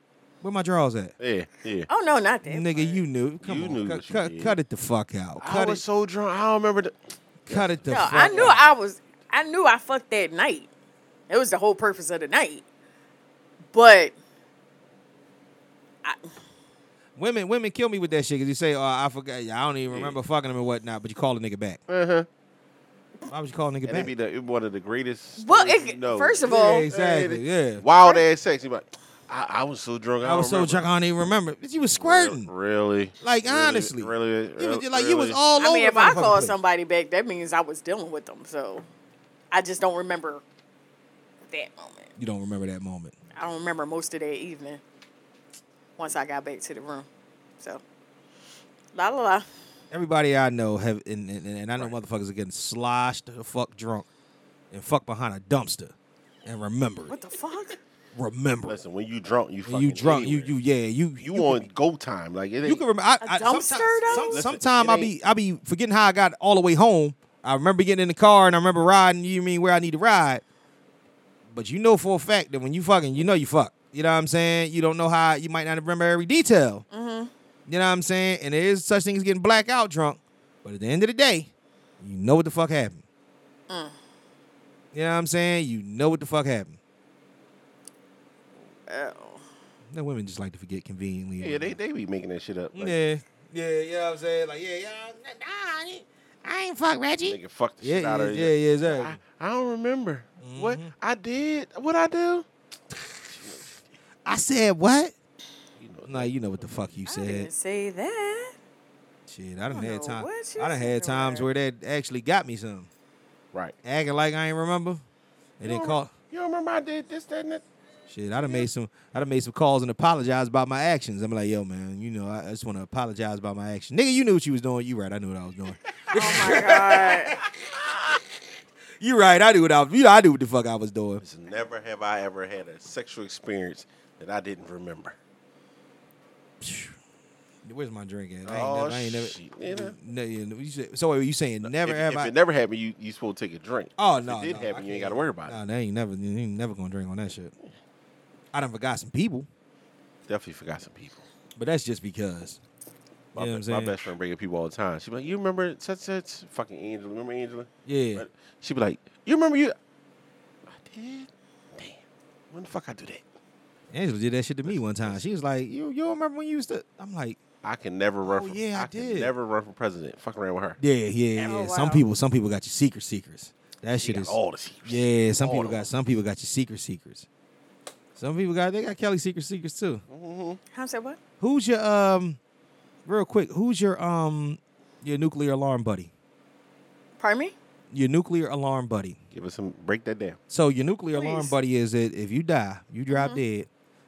Speaker 1: where my drawers at?
Speaker 4: Yeah, yeah.
Speaker 3: Oh no, not that.
Speaker 1: Nigga, you knew. Come on, cut, cut, cut it the fuck out.
Speaker 4: I
Speaker 1: Cut
Speaker 4: was
Speaker 1: it,
Speaker 4: so drunk. I don't remember. The,
Speaker 1: cut it the
Speaker 3: No,
Speaker 1: fuck.
Speaker 3: I knew
Speaker 1: out.
Speaker 3: I was. I knew I fucked that night. It was the whole purpose of the night. But
Speaker 1: Women, women kill me with that shit because you say, "Oh, I forgot. I don't even remember fucking him and whatnot." But you call a nigga back.
Speaker 4: Uh-huh.
Speaker 1: Why would you call a nigga
Speaker 4: Mm-hmm. And
Speaker 1: back?
Speaker 4: it'd be the, it one of the greatest.
Speaker 3: Well,
Speaker 4: stories
Speaker 3: it-
Speaker 4: you know.
Speaker 3: first of all-
Speaker 1: Yeah, exactly, yeah.
Speaker 4: Wild ass sex. You like, I, I was so drunk. I,
Speaker 1: I was so
Speaker 4: don't
Speaker 1: drunk I don't even remember. Bitch, you was squirting.
Speaker 4: remember. Really?
Speaker 1: Like,
Speaker 4: Really?
Speaker 1: honestly.
Speaker 4: Really?
Speaker 1: You was-
Speaker 4: Really?
Speaker 1: like, you was all
Speaker 3: I mean,
Speaker 1: over
Speaker 3: if
Speaker 1: the
Speaker 3: I
Speaker 1: motherfucking
Speaker 3: call
Speaker 1: place.
Speaker 3: somebody back, that means I was dealing with them. So I just don't remember that moment.
Speaker 1: You don't remember that moment.
Speaker 3: I don't remember most of that evening. Once I got back to the room, so la la la.
Speaker 1: Everybody I know have, and, and, and I know motherfuckers are getting sloshed the fuck drunk and fuck behind a dumpster and remember it.
Speaker 3: What the fuck?
Speaker 1: Remember.
Speaker 4: Listen, when you drunk, you
Speaker 1: When
Speaker 4: fucking
Speaker 1: you drunk, you you yeah, you
Speaker 4: you, on go time. Like it ain't.
Speaker 1: you can remember. I, I,
Speaker 3: A dumpster though.
Speaker 4: Listen,
Speaker 1: Sometimes
Speaker 4: it
Speaker 1: I
Speaker 4: ain't-
Speaker 1: be I be forgetting how I got all the way home. I remember getting in the car and I remember riding. You mean where I need to ride? But you know for a fact that when you fucking, you know you fuck. You know what I'm saying? You don't know how. You might not remember every detail.
Speaker 3: Mhm.
Speaker 1: You know what I'm saying? And there is such thing as getting blackout drunk. But at the end of the day, you know what the fuck happened.
Speaker 3: Mm.
Speaker 1: You know what I'm saying? You know what the fuck happened.
Speaker 3: Oh.
Speaker 1: The women just like to forget conveniently.
Speaker 4: Yeah, they they be making that shit up. Like,
Speaker 1: yeah, yeah. You know what I'm saying? Like yeah, yeah. I ain't fuck Reggie.
Speaker 4: Nigga, fuck the shit
Speaker 1: Yeah,
Speaker 4: out
Speaker 1: yeah,
Speaker 4: of you.
Speaker 1: yeah, yeah, Mm-hmm. exactly.
Speaker 4: I, I don't remember what I did. What I do?
Speaker 1: I said what?
Speaker 4: You know
Speaker 1: Nah, you know what the fuck you said.
Speaker 3: Say that.
Speaker 1: Shit, I done
Speaker 3: I
Speaker 1: had
Speaker 3: know
Speaker 1: time.
Speaker 3: what you
Speaker 1: I done had
Speaker 3: said
Speaker 1: times where that actually got me some. Right. Acting like I ain't remember. And then
Speaker 4: You don't-
Speaker 1: call
Speaker 4: You don't remember I did this, that, and that?
Speaker 1: shit. I done made some I done made some calls and apologized about my actions. I'm like, yo, man, you know, I, I just want to apologize about my action. Nigga, you knew what you was doing. You right, I knew what I was doing.
Speaker 3: Oh my god.
Speaker 1: you right, I knew what I was you know, I knew what the fuck I was doing.
Speaker 4: Never have I ever had a sexual experience that I didn't remember.
Speaker 1: Where's my drink at?
Speaker 4: Oh,
Speaker 1: I ain't never, I ain't never
Speaker 4: shit.
Speaker 1: no, you know, you said- so wait, you saying never
Speaker 4: if,
Speaker 1: have
Speaker 4: if
Speaker 1: I
Speaker 4: it never happened, you you supposed to take a drink.
Speaker 1: Oh
Speaker 4: If
Speaker 1: no.
Speaker 4: it did
Speaker 1: no,
Speaker 4: happen,
Speaker 1: I
Speaker 4: you ain't
Speaker 1: can't.
Speaker 4: got to worry about it.
Speaker 1: Nah, they ain't never you ain't never gonna drink on that shit. I done forgot some people.
Speaker 4: Definitely forgot some people.
Speaker 1: But that's just because.
Speaker 4: My,
Speaker 1: You know
Speaker 4: be-
Speaker 1: what I'm
Speaker 4: my
Speaker 1: saying?
Speaker 4: best friend bringing people all the time. She be like, "You remember such such fucking Angela? Remember Angela?"
Speaker 1: Yeah.
Speaker 4: But she be like, "You remember you?" I did. Damn. When the fuck I do that?
Speaker 1: Angela did that shit to me one time. She was like, "You you don't remember when you used to?" I'm like,
Speaker 4: I can never run.
Speaker 1: Oh,
Speaker 4: for,
Speaker 1: yeah, I
Speaker 4: can
Speaker 1: did.
Speaker 4: Never run for president. Fuck around with her.
Speaker 1: "Yeah, yeah, yeah."
Speaker 4: Oh,
Speaker 1: Some
Speaker 4: wow.
Speaker 1: people some people got your secret secrets. That
Speaker 4: She
Speaker 1: shit
Speaker 4: got
Speaker 1: is
Speaker 4: all the secrets.
Speaker 1: Yeah, some
Speaker 4: All
Speaker 1: people
Speaker 4: of
Speaker 1: got some people got your secret secrets. Some people got they got Kelly secret secrets too.
Speaker 3: How say what?
Speaker 1: Who's your um real quick, who's your um your nuclear alarm buddy?
Speaker 3: Pardon me?
Speaker 1: Your nuclear alarm buddy.
Speaker 4: Give us some break that down.
Speaker 1: So your nuclear alarm
Speaker 3: Please. Mm-hmm.
Speaker 1: buddy is that if you die, you drop dead,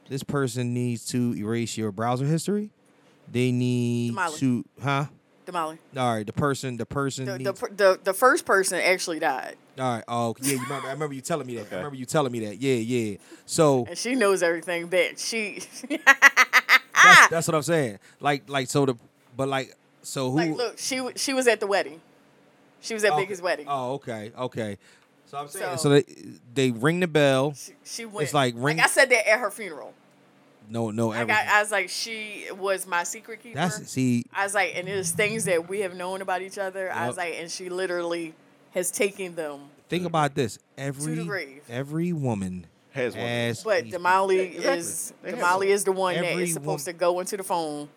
Speaker 1: this person needs to erase your browser history. They need
Speaker 3: Molly.
Speaker 1: to huh?
Speaker 3: Damali.
Speaker 1: All right, the person, the person.
Speaker 3: The, the,
Speaker 1: needs,
Speaker 3: per- the, the first person actually died.
Speaker 1: all right. Oh, yeah. You remember, I remember you telling me that. I remember you telling me that. Yeah, yeah. So
Speaker 3: And she knows everything, bitch. She
Speaker 1: that's, that's what I'm saying. Like, like so the, but like so who?
Speaker 3: like look, she w- she was at the wedding. She was at
Speaker 1: Okay.
Speaker 3: Biggie's wedding.
Speaker 1: oh, okay, okay. So I'm
Speaker 3: saying-
Speaker 1: So they they ring the bell.
Speaker 3: She went.
Speaker 1: It's like ring.
Speaker 3: I said that at her funeral.
Speaker 1: no, no.
Speaker 3: I
Speaker 1: Everything.
Speaker 3: got. I was like, she was my secret keeper.
Speaker 1: That's see.
Speaker 3: I was like, and there's things that we have known about each other. I was
Speaker 1: Yup.
Speaker 3: like, and she literally has taken them.
Speaker 1: Think about this. Every
Speaker 3: grave.
Speaker 1: every woman has
Speaker 4: one.
Speaker 3: But Damali
Speaker 4: exactly.
Speaker 3: is
Speaker 4: They have
Speaker 3: Damali
Speaker 4: them.
Speaker 3: is the one that
Speaker 1: Every
Speaker 3: is supposed to go into the phone,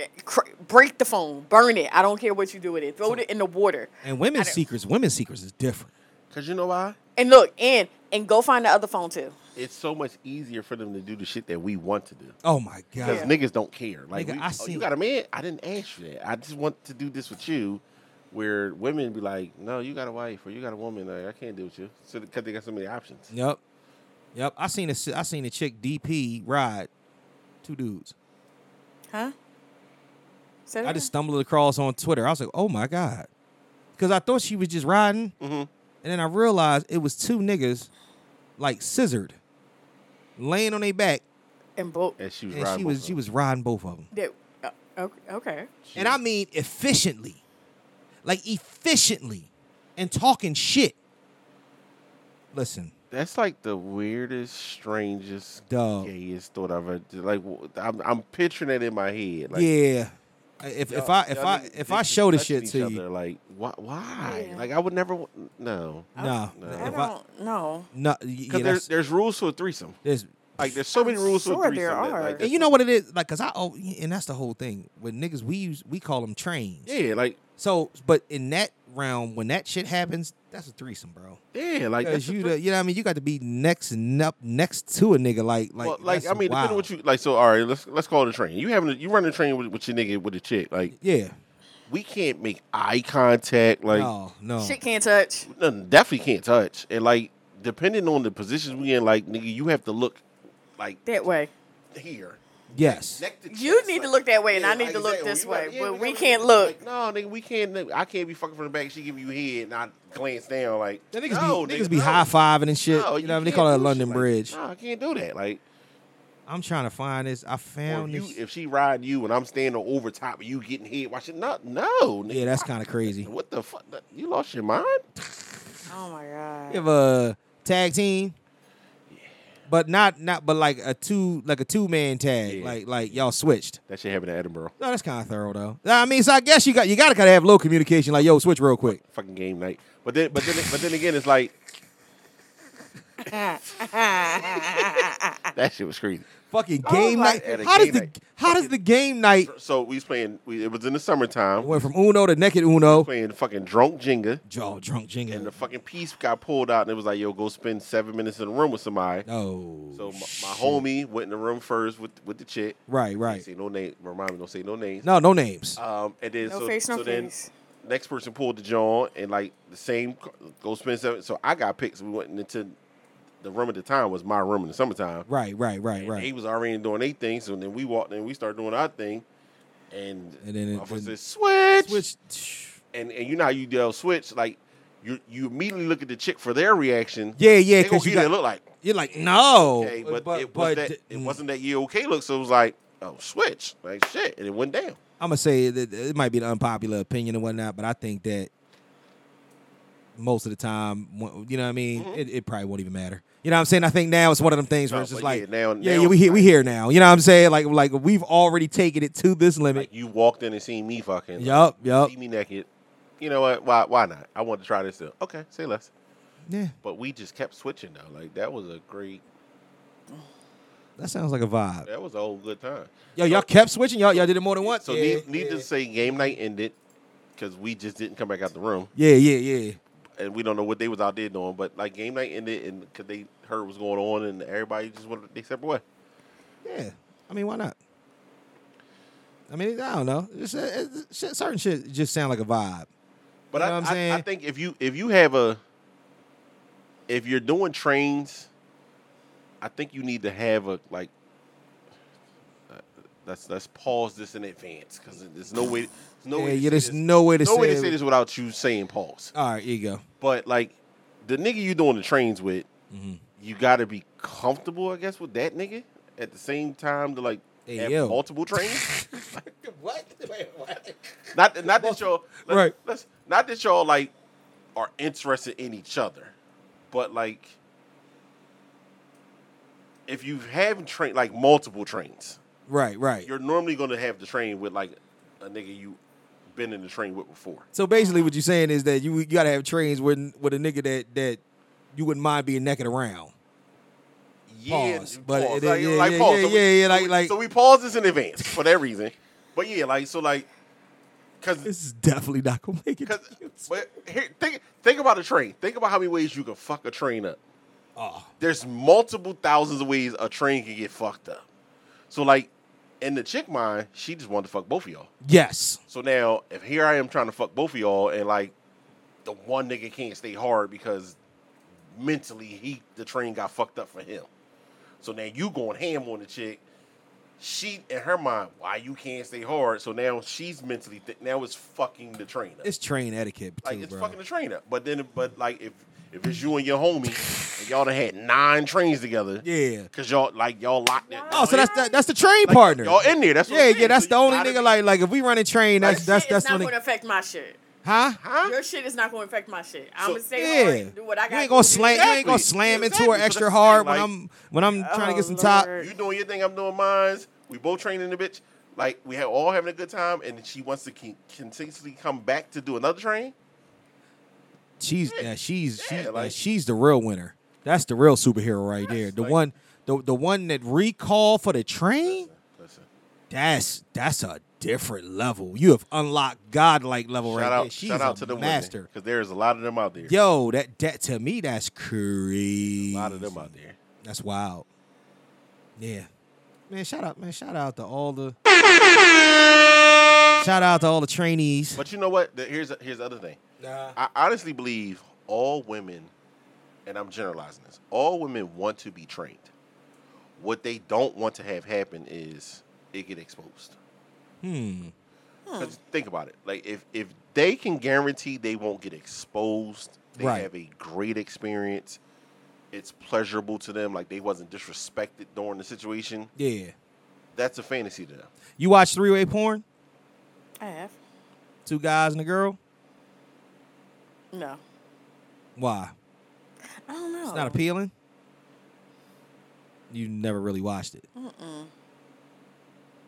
Speaker 3: eh, cr- break the phone, burn it. I don't care what you do with it. Throw it in the water.
Speaker 1: and women's secrets. Women's secrets is different.
Speaker 4: Cause you know why?
Speaker 3: And look, and and go find the other phone too.
Speaker 4: It's so much easier for them to do the shit that we want to do.
Speaker 1: Oh my
Speaker 4: Because
Speaker 1: god.
Speaker 4: niggas don't care. Like,
Speaker 1: Nigga,
Speaker 4: we-
Speaker 1: I
Speaker 4: oh,
Speaker 1: seen-
Speaker 4: you got a man? I didn't ask you that. I just want to do this with you. Where women be like, no, you got a wife or you got a woman. Like, I can't deal with you. So because they got so many options.
Speaker 1: Yep. Yep. I seen a si- I seen a chick DP ride two dudes.
Speaker 3: Huh? Say
Speaker 1: I just stumbled across on Twitter. I was like, oh my god, because I thought she was just riding,
Speaker 4: Mm-hmm.
Speaker 1: and then I realized it was two niggas, like scissored, laying on their back,
Speaker 3: and both.
Speaker 4: And she was
Speaker 1: and
Speaker 4: riding
Speaker 1: she
Speaker 4: both
Speaker 1: was
Speaker 4: of
Speaker 1: she was riding both of them,
Speaker 3: That, uh, okay, okay.
Speaker 1: and I mean efficiently, like efficiently, and talking shit. Listen,
Speaker 4: That's like the weirdest, strangest,
Speaker 1: Dog.
Speaker 4: gayest thought I've ever. Like w- I'm, I'm picturing that in my head. Like,
Speaker 1: yeah. If if
Speaker 4: y'all-
Speaker 1: I if
Speaker 4: y'all
Speaker 1: I
Speaker 4: niggas
Speaker 1: if I
Speaker 4: just
Speaker 1: show this
Speaker 4: touching
Speaker 1: shit
Speaker 4: each
Speaker 1: to you,
Speaker 4: other, like why? Why? Like I would never. wa- No,
Speaker 1: Nah.
Speaker 4: no.
Speaker 1: I
Speaker 3: I
Speaker 1: If I-
Speaker 3: don't know.
Speaker 1: no,
Speaker 4: Because
Speaker 1: yeah,
Speaker 4: there's
Speaker 1: that's,
Speaker 4: there's rules to a threesome.
Speaker 1: there's
Speaker 4: Like there's so many rules to a
Speaker 3: sure
Speaker 4: threesome.
Speaker 3: there
Speaker 4: that, like,
Speaker 3: are.
Speaker 4: that's-
Speaker 1: And you know what it is, like, cause I oh, and that's the whole thing with niggas. We use we call them trains.
Speaker 4: yeah, like
Speaker 1: So, but in that round, when that shit happens, that's a threesome, bro.
Speaker 4: yeah, like
Speaker 1: Cause
Speaker 4: that's a
Speaker 1: you,
Speaker 4: threesome.
Speaker 1: the, you know, what I mean, you got to be next and up next to a nigga, like, like,
Speaker 4: Well, like
Speaker 1: that's
Speaker 4: I mean,
Speaker 1: wild.
Speaker 4: depending what you like. So all right, let's let's call it a train. You having a, you running a train with, with your nigga with a chick. Like
Speaker 1: yeah,
Speaker 4: we can't make eye contact. Like
Speaker 1: no, no,
Speaker 3: Shit can't touch.
Speaker 4: nothing, definitely can't touch. And like depending on the positions we in, like nigga, you have to look like
Speaker 3: That way.
Speaker 4: here.
Speaker 1: yes,
Speaker 4: Neck to
Speaker 3: You
Speaker 4: chest,
Speaker 3: need
Speaker 4: like-
Speaker 3: to look that way, and
Speaker 4: Yeah,
Speaker 3: I need
Speaker 4: like,
Speaker 3: to look
Speaker 4: exactly.
Speaker 3: this
Speaker 4: Well,
Speaker 3: way.
Speaker 4: you gotta- yeah,
Speaker 3: but we
Speaker 4: gotta
Speaker 3: can't
Speaker 4: look.
Speaker 3: look.
Speaker 4: Like, no, nigga, we can't. nigga, I can't be fucking from the back. She give you head, and I glance down. Like
Speaker 1: That niggas
Speaker 4: no,
Speaker 1: be
Speaker 4: nigga,
Speaker 1: niggas be
Speaker 4: no.
Speaker 1: high fiving and shit.
Speaker 4: No,
Speaker 1: you know, what I
Speaker 4: you
Speaker 1: mean? they
Speaker 4: can't
Speaker 1: call it a
Speaker 4: do shit
Speaker 1: London
Speaker 4: like-
Speaker 1: Bridge.
Speaker 4: No, I can't do that. Like
Speaker 1: I'm trying to find this. I
Speaker 4: or
Speaker 1: found
Speaker 4: if, you,
Speaker 1: this.
Speaker 4: if she riding you and I'm standing over top of you getting hit, why should not? No, nigga,
Speaker 1: yeah, that's kind of crazy.
Speaker 4: what the fuck? You lost your mind?
Speaker 3: Oh my god.
Speaker 1: You have a tag team, but not not, but like a two like a two man tag,
Speaker 4: Yeah.
Speaker 1: like like y'all switched.
Speaker 4: That shit happened in Edinburgh.
Speaker 1: No, that's kind of thorough though. Nah, I mean, so I guess you got you gotta kind of have low communication. Like, yo, switch real quick.
Speaker 4: Fucking game night. But then, but then, but then again, it's like that shit was crazy.
Speaker 1: Fucking
Speaker 4: Oh
Speaker 1: game
Speaker 4: my-
Speaker 1: night.
Speaker 4: At a
Speaker 1: How does
Speaker 4: game
Speaker 1: the
Speaker 4: night.
Speaker 1: how does the game night
Speaker 4: So we was playing. We, it was in the summertime.
Speaker 1: went from Uno to Naked Uno?
Speaker 4: Playing fucking drunk Jenga.
Speaker 1: Jaw drunk Jenga.
Speaker 4: And the fucking piece got pulled out, and it was like, "Yo, go spend seven minutes in the room with somebody."
Speaker 1: No.
Speaker 4: So my, my homie went in the room first with with the chick.
Speaker 1: Right,
Speaker 4: Can't
Speaker 1: right.
Speaker 4: Say no name. Remind me, don't say no names.
Speaker 1: No, no names.
Speaker 4: Um, and then
Speaker 3: No
Speaker 4: so,
Speaker 3: face, no
Speaker 4: so then
Speaker 3: face.
Speaker 4: next person pulled the John, and like the same c- go spend seven. So I got picked. So we went into the room at the time was my room in the summertime.
Speaker 1: Right, right, right,
Speaker 4: And He
Speaker 1: right.
Speaker 4: was already doing their thing, so then we walked in, we started doing our thing, and
Speaker 1: And then it-
Speaker 4: officer
Speaker 1: then-
Speaker 4: says, switch, and and you know how you yell switch, like you you immediately look at the chick for their reaction.
Speaker 1: Yeah, yeah,
Speaker 4: They gonna
Speaker 1: 'cause you
Speaker 4: get it
Speaker 1: got-
Speaker 4: look like
Speaker 1: You're like, no.
Speaker 4: okay, but, it, was
Speaker 1: but- Mm.
Speaker 4: that, it wasn't that year okay look, so it was like oh switch, like shit, and it went down.
Speaker 1: I'm gonna say that it might be an unpopular opinion and whatnot, but I think that most of the time, wh- you know what I mean, it, it probably won't even matter. You know what I'm saying? I think now it's one of them things where
Speaker 4: Mm-hmm. No,
Speaker 1: it's just
Speaker 4: but yeah,
Speaker 1: like,
Speaker 4: now-
Speaker 1: yeah,
Speaker 4: now
Speaker 1: yeah, we
Speaker 4: it's
Speaker 1: here, we here now. You know what I'm saying? Like, like we've already taken it to this limit.
Speaker 4: You walked in and seen me fucking.
Speaker 1: Yup, yup.
Speaker 4: See me naked. You know what? Why why not? I want to try this still. Okay, say less.
Speaker 1: Yeah.
Speaker 4: But we just kept switching though. Like that was a great.
Speaker 1: That sounds like a vibe.
Speaker 4: That was a whole good time.
Speaker 1: Yo, y'all kept switching. Y'all, y'all did it more than once.
Speaker 4: So
Speaker 1: yeah,
Speaker 4: need, need to say game night ended because we just didn't come back out the room,
Speaker 1: yeah, yeah, yeah.
Speaker 4: and we don't know what they was out there doing. But like game night ended, and because they heard what was going on, and everybody just went their separate way.
Speaker 1: Yeah. I mean, why not? I mean, I don't know. It's, it's, shit- certain shit just sound like a vibe.
Speaker 4: But
Speaker 1: You know
Speaker 4: I,
Speaker 1: what I'm
Speaker 4: I- I,
Speaker 1: saying?
Speaker 4: think if you if you have a if you're doing trains, I think you need to have a like. uh, Let's let's pause this in advance because there's no way. There's no
Speaker 1: Yeah,
Speaker 4: way to
Speaker 1: yeah,
Speaker 4: say
Speaker 1: there's
Speaker 4: this.
Speaker 1: no way to
Speaker 4: no way
Speaker 1: say
Speaker 4: to
Speaker 1: it.
Speaker 4: say this without you saying pause.
Speaker 1: All right, here you go.
Speaker 4: But like the nigga you doing the trains with,
Speaker 1: Mhm.
Speaker 4: you got to be comfortable, I guess, with that nigga. At the same time, to like
Speaker 1: Hey,
Speaker 4: have
Speaker 1: yo.
Speaker 4: multiple trains. what? Not not that y'all let,
Speaker 1: Right.
Speaker 4: Let's not that y'all like are interested in each other, but like if you have train like multiple trains,
Speaker 1: Right, right.
Speaker 4: you're normally going to have the train with like a nigga you been in the train with before.
Speaker 1: So basically, what you're saying is that you, you gotta have trains with with a nigga that that you wouldn't mind being naked around.
Speaker 4: Yeah,
Speaker 1: Pause. But
Speaker 4: pause.
Speaker 1: it-
Speaker 4: like,
Speaker 1: yeah,
Speaker 4: like
Speaker 1: yeah,
Speaker 4: pause.
Speaker 1: yeah,
Speaker 4: so we,
Speaker 1: yeah, yeah,
Speaker 4: so
Speaker 1: like-
Speaker 4: we-
Speaker 1: like-
Speaker 4: so we pause this in advance for that reason. But yeah, like so like because
Speaker 1: This is definitely not gonna make it.
Speaker 4: But here, think think about a train. Think about how many ways you can fuck a train up.
Speaker 1: Oh.
Speaker 4: There's multiple thousands of ways a train can get fucked up. So like in the chick mind, she just wanted to fuck both of y'all.
Speaker 1: Yes.
Speaker 4: So now if here I am trying to fuck both of y'all and like the one nigga can't stay hard because mentally he the train got fucked up for him. So now you going ham on the chick. She in her mind, why you can't stay hard? So now she's mentally th- now it's fucking the train up
Speaker 1: It's train etiquette too,
Speaker 4: like it's
Speaker 1: bro.
Speaker 4: fucking the train up. But then, but like if if it's you and your homie, and y'all done had nine trains together,
Speaker 1: Yeah.
Speaker 4: because y'all like y'all locked in.
Speaker 1: Oh, so that's the, that's the train partner.
Speaker 4: y'all in there, that's what I'm
Speaker 1: yeah,
Speaker 4: saying.
Speaker 1: yeah. That's
Speaker 4: So
Speaker 1: the
Speaker 4: you
Speaker 1: only
Speaker 4: gotta
Speaker 1: nigga like like if we running train, that's that's
Speaker 3: It's
Speaker 1: that's
Speaker 3: not
Speaker 1: when
Speaker 3: going to
Speaker 1: it,
Speaker 3: affect my shit.
Speaker 1: huh?
Speaker 3: Your shit is not going to affect my shit. I'm gonna stay hard
Speaker 1: Yeah,
Speaker 3: and do what I got.
Speaker 1: you ain't gonna slam, you ain't gonna slam into her extra hard when I'm when I'm trying to get some top.
Speaker 4: You doing your thing, I'm doing mine. We both training the bitch. Like we have all having a good time, and she wants to con- continuously come back to do another train.
Speaker 1: She's yeah, she's she, yeah,
Speaker 4: like-
Speaker 1: she's the real winner. That's the real superhero right there. The one the the one that recall for the train.
Speaker 4: Listen,
Speaker 1: That's that's a different level. You have unlocked godlike level
Speaker 4: shout
Speaker 1: right
Speaker 4: out,
Speaker 1: there. She's
Speaker 4: shout
Speaker 1: a
Speaker 4: out to the
Speaker 1: master.
Speaker 4: because there is a lot of them out there.
Speaker 1: Yo, that that to me that's crazy.
Speaker 4: a lot of them out there.
Speaker 1: That's wild. Yeah. Man, shout out, man. Shout out to all the shout out to all the trainees.
Speaker 4: But you know what? The- Here's here's the other thing.
Speaker 1: Nah.
Speaker 4: I honestly believe all women, and I'm generalizing this, all women want to be trained. What they don't want to have happen is it get exposed.
Speaker 1: Hmm.
Speaker 4: 'Cause Think about it. Like if if they can guarantee they won't get exposed, they
Speaker 1: Right.
Speaker 4: have a great experience. It's pleasurable to them. Like they wasn't disrespected during the situation.
Speaker 1: Yeah.
Speaker 4: That's a fantasy to them.
Speaker 1: You watch three way porn?
Speaker 3: I have
Speaker 1: Two guys and a girl?
Speaker 3: no.
Speaker 1: Why?
Speaker 3: I don't know.
Speaker 1: It's not appealing. You never really watched it.
Speaker 3: Mm-mm.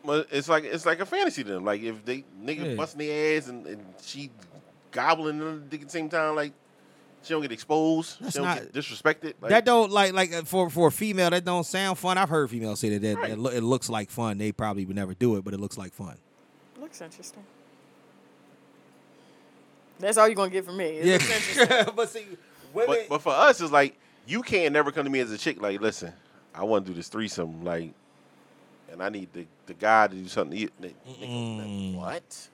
Speaker 4: Well, it's like it's like a fantasy to them. Like if they nigga
Speaker 1: Yeah.
Speaker 4: busting their ass and, and she gobbling them at the same time, like She don't get exposed. she don't
Speaker 1: not-
Speaker 4: get disrespected. Like,
Speaker 1: that don't like like uh, for for a female that don't sound fun. I've heard females say that, that it, loo- it looks like fun. They probably would never do it, but it looks like fun.
Speaker 3: Looks interesting. That's all you're gonna get from me. It
Speaker 1: Yeah.
Speaker 3: looks interesting.
Speaker 1: but see,
Speaker 4: But, but for us, it's like you can't never come to me as a chick. Like, listen, I want to do this threesome. Like, and I need the, the guy to do something. to you." Nigga, nigga, What?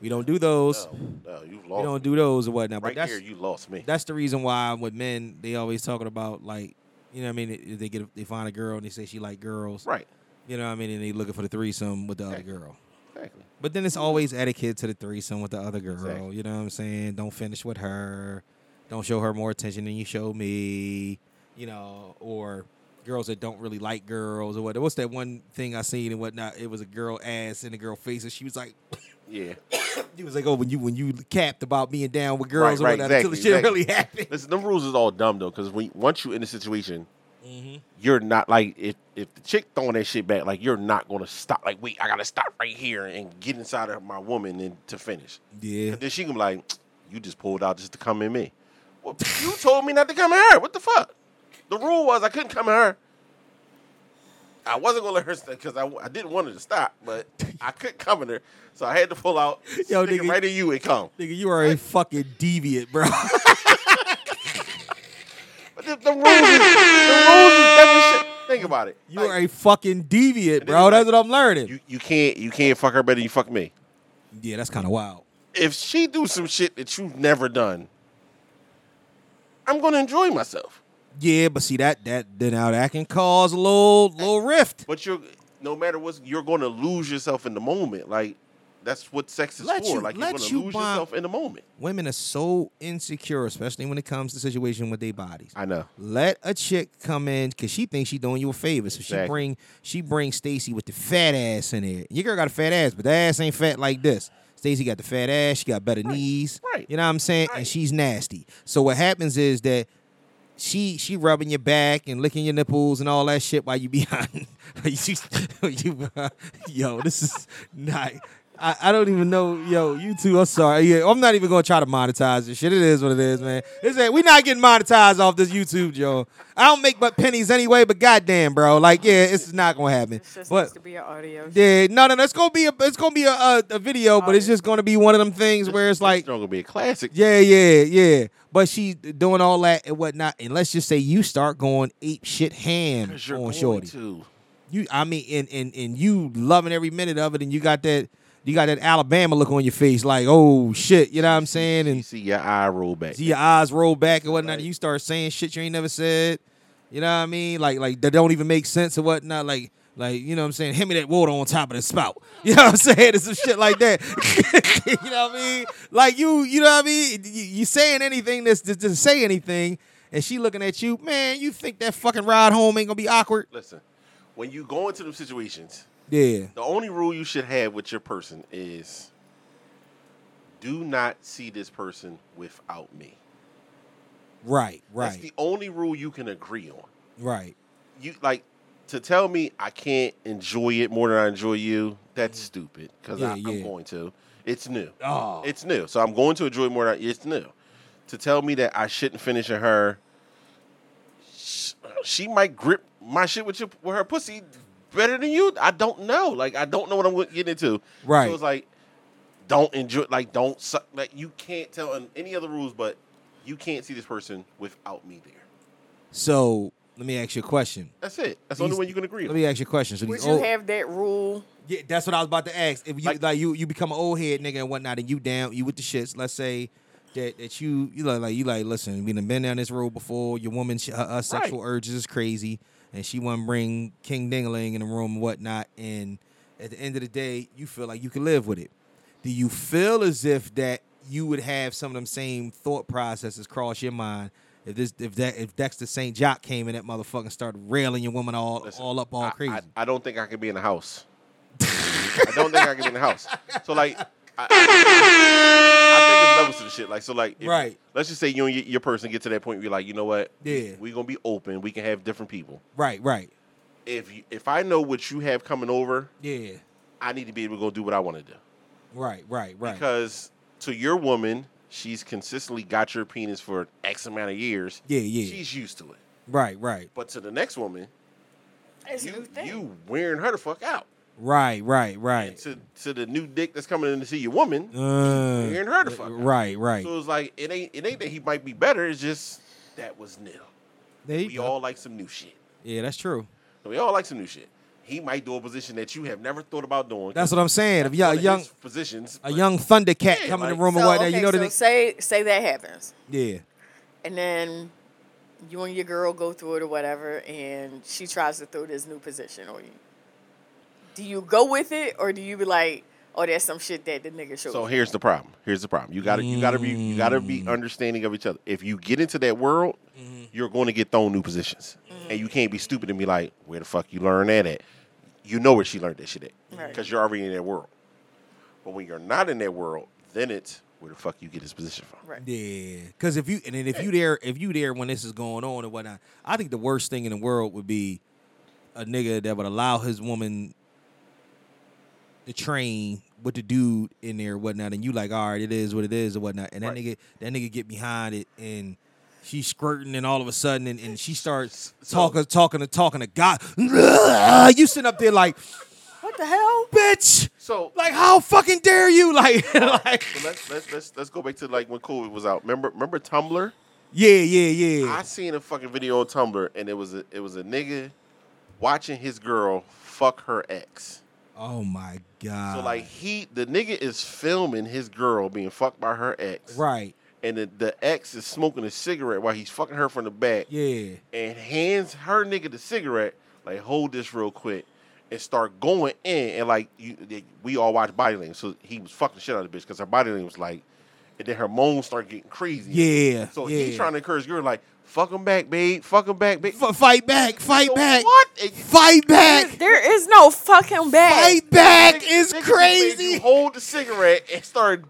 Speaker 1: We don't do those.
Speaker 4: No, you've
Speaker 1: we
Speaker 4: lost.
Speaker 1: Mm. don't
Speaker 4: me.
Speaker 1: do those or whatnot.
Speaker 4: Right
Speaker 1: but that's,
Speaker 4: here, you lost me.
Speaker 1: That's the reason why with men they always talking about like you know what I mean if they get a, they find a girl and they say she like girls.
Speaker 4: Right.
Speaker 1: You know what I mean and they looking for the threesome with the other girl.
Speaker 4: Exactly.
Speaker 1: But then it's always etiquette to the threesome with the other girl.
Speaker 4: Exactly.
Speaker 1: You know what I'm saying? Don't finish with her. Don't show her more attention than you show me. You know, or girls that don't really like girls or what. What's that one thing I seen and whatnot? It was a girl ass and a girl face, and she was like,
Speaker 4: Yeah.
Speaker 1: "She was like, oh, when you when you capped about being down with girls or
Speaker 4: right, right,
Speaker 1: whatnot
Speaker 4: exactly,
Speaker 1: until the shit
Speaker 4: exactly.
Speaker 1: really happened."
Speaker 4: Listen, them rules is all dumb though, because when once you're in the situation, you're not like if if the chick throwing that shit back, like you're not gonna stop. Like, wait, I gotta stop right here and get inside of my woman and to finish.
Speaker 1: Yeah.
Speaker 4: then she gonna be like, you just pulled out just to come in me. Well, you told me not to come in her. What the fuck? The rule was I couldn't come in her. I wasn't gonna let her because I, I didn't want her to stop, but I couldn't come in her, so I had to pull out, Yo, stick it right at you and come.
Speaker 1: Nigga, you are a fucking deviant, bro.
Speaker 4: But the, the rules, is, the rules is that shit. Think about it.
Speaker 1: You are a fucking deviant, bro. That's what I'm learning.
Speaker 4: You, you can't you can't fuck her better than you fuck me.
Speaker 1: Yeah, that's kind of wild.
Speaker 4: If she do some shit that you've never done, I'm gonna enjoy myself.
Speaker 1: Yeah, but see that that then now that can cause a little little rift.
Speaker 4: But you're no matter what, you're gonna lose yourself in the moment. Like that's what sex is
Speaker 1: Let
Speaker 4: for.
Speaker 1: you-
Speaker 4: like you're
Speaker 1: let
Speaker 4: gonna
Speaker 1: you
Speaker 4: lose
Speaker 1: bond-
Speaker 4: yourself in the moment.
Speaker 1: Women are so insecure, especially when it comes to situation with their bodies.
Speaker 4: I know.
Speaker 1: Let a chick come in because she thinks she doing you a favor. So she
Speaker 4: Exactly.
Speaker 1: bring she bring Stacy with the fat ass in there. Your girl got a fat ass, but the ass ain't fat like this. Stacy got the fat ass. She got better knees. Right. You know what I'm saying? And she's nasty. So what happens is that she she rubbing your back and licking your nipples and all that shit while you behind. you, you- yo, this is not. I, I don't even know, yo. You two, I'm sorry. Yeah, I'm not even gonna try to monetize this shit. It is what it is, man. This ain't, we not getting monetized off this YouTube, Joe. I don't make but pennies anyway. But goddamn, bro, like yeah, it's not gonna happen.
Speaker 3: Just
Speaker 1: But
Speaker 3: needs to be an audio.
Speaker 1: yeah, no, no, no. It's gonna be a, it's gonna be a, a, a video, but it's just gonna be one of them things where it's like,
Speaker 4: gonna be a classic.
Speaker 1: Yeah, yeah, yeah. But she doing all that and whatnot, and let's just say you start going ape shit ham on
Speaker 4: 'Cause you're going
Speaker 1: shorty.
Speaker 4: to.
Speaker 1: You, I mean, and and and you loving every minute of it, and you got that, you got that Alabama look on your face, like oh shit, you know what I'm saying? And
Speaker 4: see your eye roll back,
Speaker 1: see your eyes roll back and whatnot. And you start saying shit you ain't never said. You know what I mean? Like like that don't even make sense or whatnot. Like like you know what I'm saying? Hand me that water on top of the spout. You know what I'm saying? It's some shit like that. you know what I mean? Like you you know what I mean? You, you saying anything that's that doesn't say anything, and she looking at you. Man, you think that fucking ride home ain't gonna be awkward?
Speaker 4: Listen, when you go into them situations,
Speaker 1: Yeah.
Speaker 4: the only rule you should have with your person is do not see this person without me.
Speaker 1: Right.
Speaker 4: That's
Speaker 1: Right.
Speaker 4: the only rule you can agree on.
Speaker 1: Right.
Speaker 4: You like to tell me I can't enjoy it more than I enjoy you. That's stupid because
Speaker 1: Mm. Yeah,
Speaker 4: I'm
Speaker 1: yeah.
Speaker 4: going to. It's new.
Speaker 1: Oh.
Speaker 4: It's new. So I'm going to enjoy it more than I, it's new. To tell me that I shouldn't finish in her, sh- she might grip my shit with your with her pussy better than you. I don't know. Like I don't know what I'm getting into.
Speaker 1: Right.
Speaker 4: So it's like don't enjoy. Like don't suck. Like you can't tell on any other rules, but you can't see this person without me there.
Speaker 1: So let me ask you a question.
Speaker 4: That's it. That's the only
Speaker 1: These-
Speaker 4: one you can agree
Speaker 1: Let
Speaker 4: on.
Speaker 1: me ask you a question. So
Speaker 3: Would
Speaker 1: these
Speaker 3: you
Speaker 1: old-
Speaker 3: have that rule?
Speaker 1: Yeah, that's what I was about to ask. If you like, you you become an old head nigga and whatnot, and you down, you with the shits. Let's say that that you you like, like you like. Listen, we done been down this road before. Your woman, she, her, her sexual urges is crazy, and she want to bring King Dingaling in the room and whatnot. And at the end of the day, you feel like you can live with it. Do you feel as if that you would have some of them same thought processes cross your mind? If this, if that, if Dexter St. Jock came in that motherfucker and started railing your woman all, all up, all crazy.
Speaker 4: I don't think I could be in the house. I don't think I could be in the house. So like, I, I, I think it's levels to the shit. Like so, like if-
Speaker 1: Right.
Speaker 4: Let's just say you and your, your person get to that point where you're like, you know what?
Speaker 1: Yeah.
Speaker 4: we gonna be open. We can have different people.
Speaker 1: right, right.
Speaker 4: If you, if I know what you have coming over,
Speaker 1: Yeah.
Speaker 4: I need to be able to go do what I want to do
Speaker 1: Right, right, right.
Speaker 4: because to your woman, she's consistently got your penis for X amount of years.
Speaker 1: Yeah, yeah.
Speaker 4: She's used to it.
Speaker 1: Right, right,
Speaker 4: But to the next woman,
Speaker 3: It's a new thing.
Speaker 4: you wearing her the fuck out.
Speaker 1: right, right, right.
Speaker 4: To to the new dick that's coming in to see your woman,
Speaker 1: Uh,
Speaker 4: wearing her the fuck out.
Speaker 1: right, right.
Speaker 4: So it's like it ain't it ain't that he might be better. It's just that was nil.
Speaker 1: There you
Speaker 4: we all like some new shit.
Speaker 1: Yeah, that's true.
Speaker 4: We all like some new shit. He might do a position that you have never thought about doing.
Speaker 1: That's what I'm saying. If
Speaker 4: That's
Speaker 1: y'all
Speaker 4: one of
Speaker 1: young
Speaker 4: his positions,
Speaker 1: a young Thundercat
Speaker 4: Yeah,
Speaker 1: come in
Speaker 4: like-
Speaker 1: the room and
Speaker 3: So,
Speaker 1: what that,
Speaker 3: okay,
Speaker 1: you know
Speaker 3: so
Speaker 1: that they,
Speaker 3: say say that happens,
Speaker 1: yeah,
Speaker 3: and then you and your girl go through it or whatever, and she tries to throw this new position on you. Do you go with it, or do you be like, "Oh, that's some shit that the nigga showed."
Speaker 4: So
Speaker 3: me.
Speaker 4: here's the problem. Here's the problem. You gotta you gotta be you gotta be understanding of each other. If you get into that world, you're going to get thrown new positions,
Speaker 3: Mm-hmm.
Speaker 4: and you can't be stupid and be like, "Where the fuck you learn that at?" You know where she learned that shit at,
Speaker 3: Right.
Speaker 4: because you're already in that world. But when you're not in that world, then it's where the fuck you get this position from.
Speaker 3: Right.
Speaker 1: yeah. Because if you and then if you there if you there when this is going on and whatnot, I think the worst thing in the world would be a nigga that would allow his woman to train with the dude in there and whatnot, and you like, all right, it is what it is and whatnot, and that nigga that nigga get behind it and. She squirting and all of a sudden and, and she starts talking talking and talking to God. You sitting up there like,
Speaker 3: What the hell?
Speaker 1: bitch.
Speaker 4: So
Speaker 1: Like, how fucking dare you? Like, like
Speaker 4: So let's let's let's let's go back to like when COVID was out. Remember remember Tumblr?
Speaker 1: yeah, yeah, yeah.
Speaker 4: I seen a fucking video on Tumblr, and it was a it was a nigga watching his girl fuck her ex.
Speaker 1: oh my god.
Speaker 4: So like he the nigga is filming his girl being fucked by her ex.
Speaker 1: right,
Speaker 4: And the, the ex is smoking a cigarette while he's fucking her from the back
Speaker 1: yeah,
Speaker 4: and hands her nigga the cigarette, like hold this real quick, and start going in and like you they, we all watch body language. So he was fucking the shit out of the bitch because her body language was like and then her moans start getting crazy.
Speaker 1: Yeah,
Speaker 4: So
Speaker 1: yeah.
Speaker 4: he's trying to encourage girl like, fuck him back, babe, fuck him back, babe.
Speaker 1: F- fight back, fight
Speaker 4: So
Speaker 1: back,
Speaker 4: What?
Speaker 1: fight back.
Speaker 3: There is no fucking back.
Speaker 1: Fight back
Speaker 4: Nigga-
Speaker 1: is
Speaker 4: nigga just made
Speaker 1: crazy.
Speaker 4: you hold the cigarette and start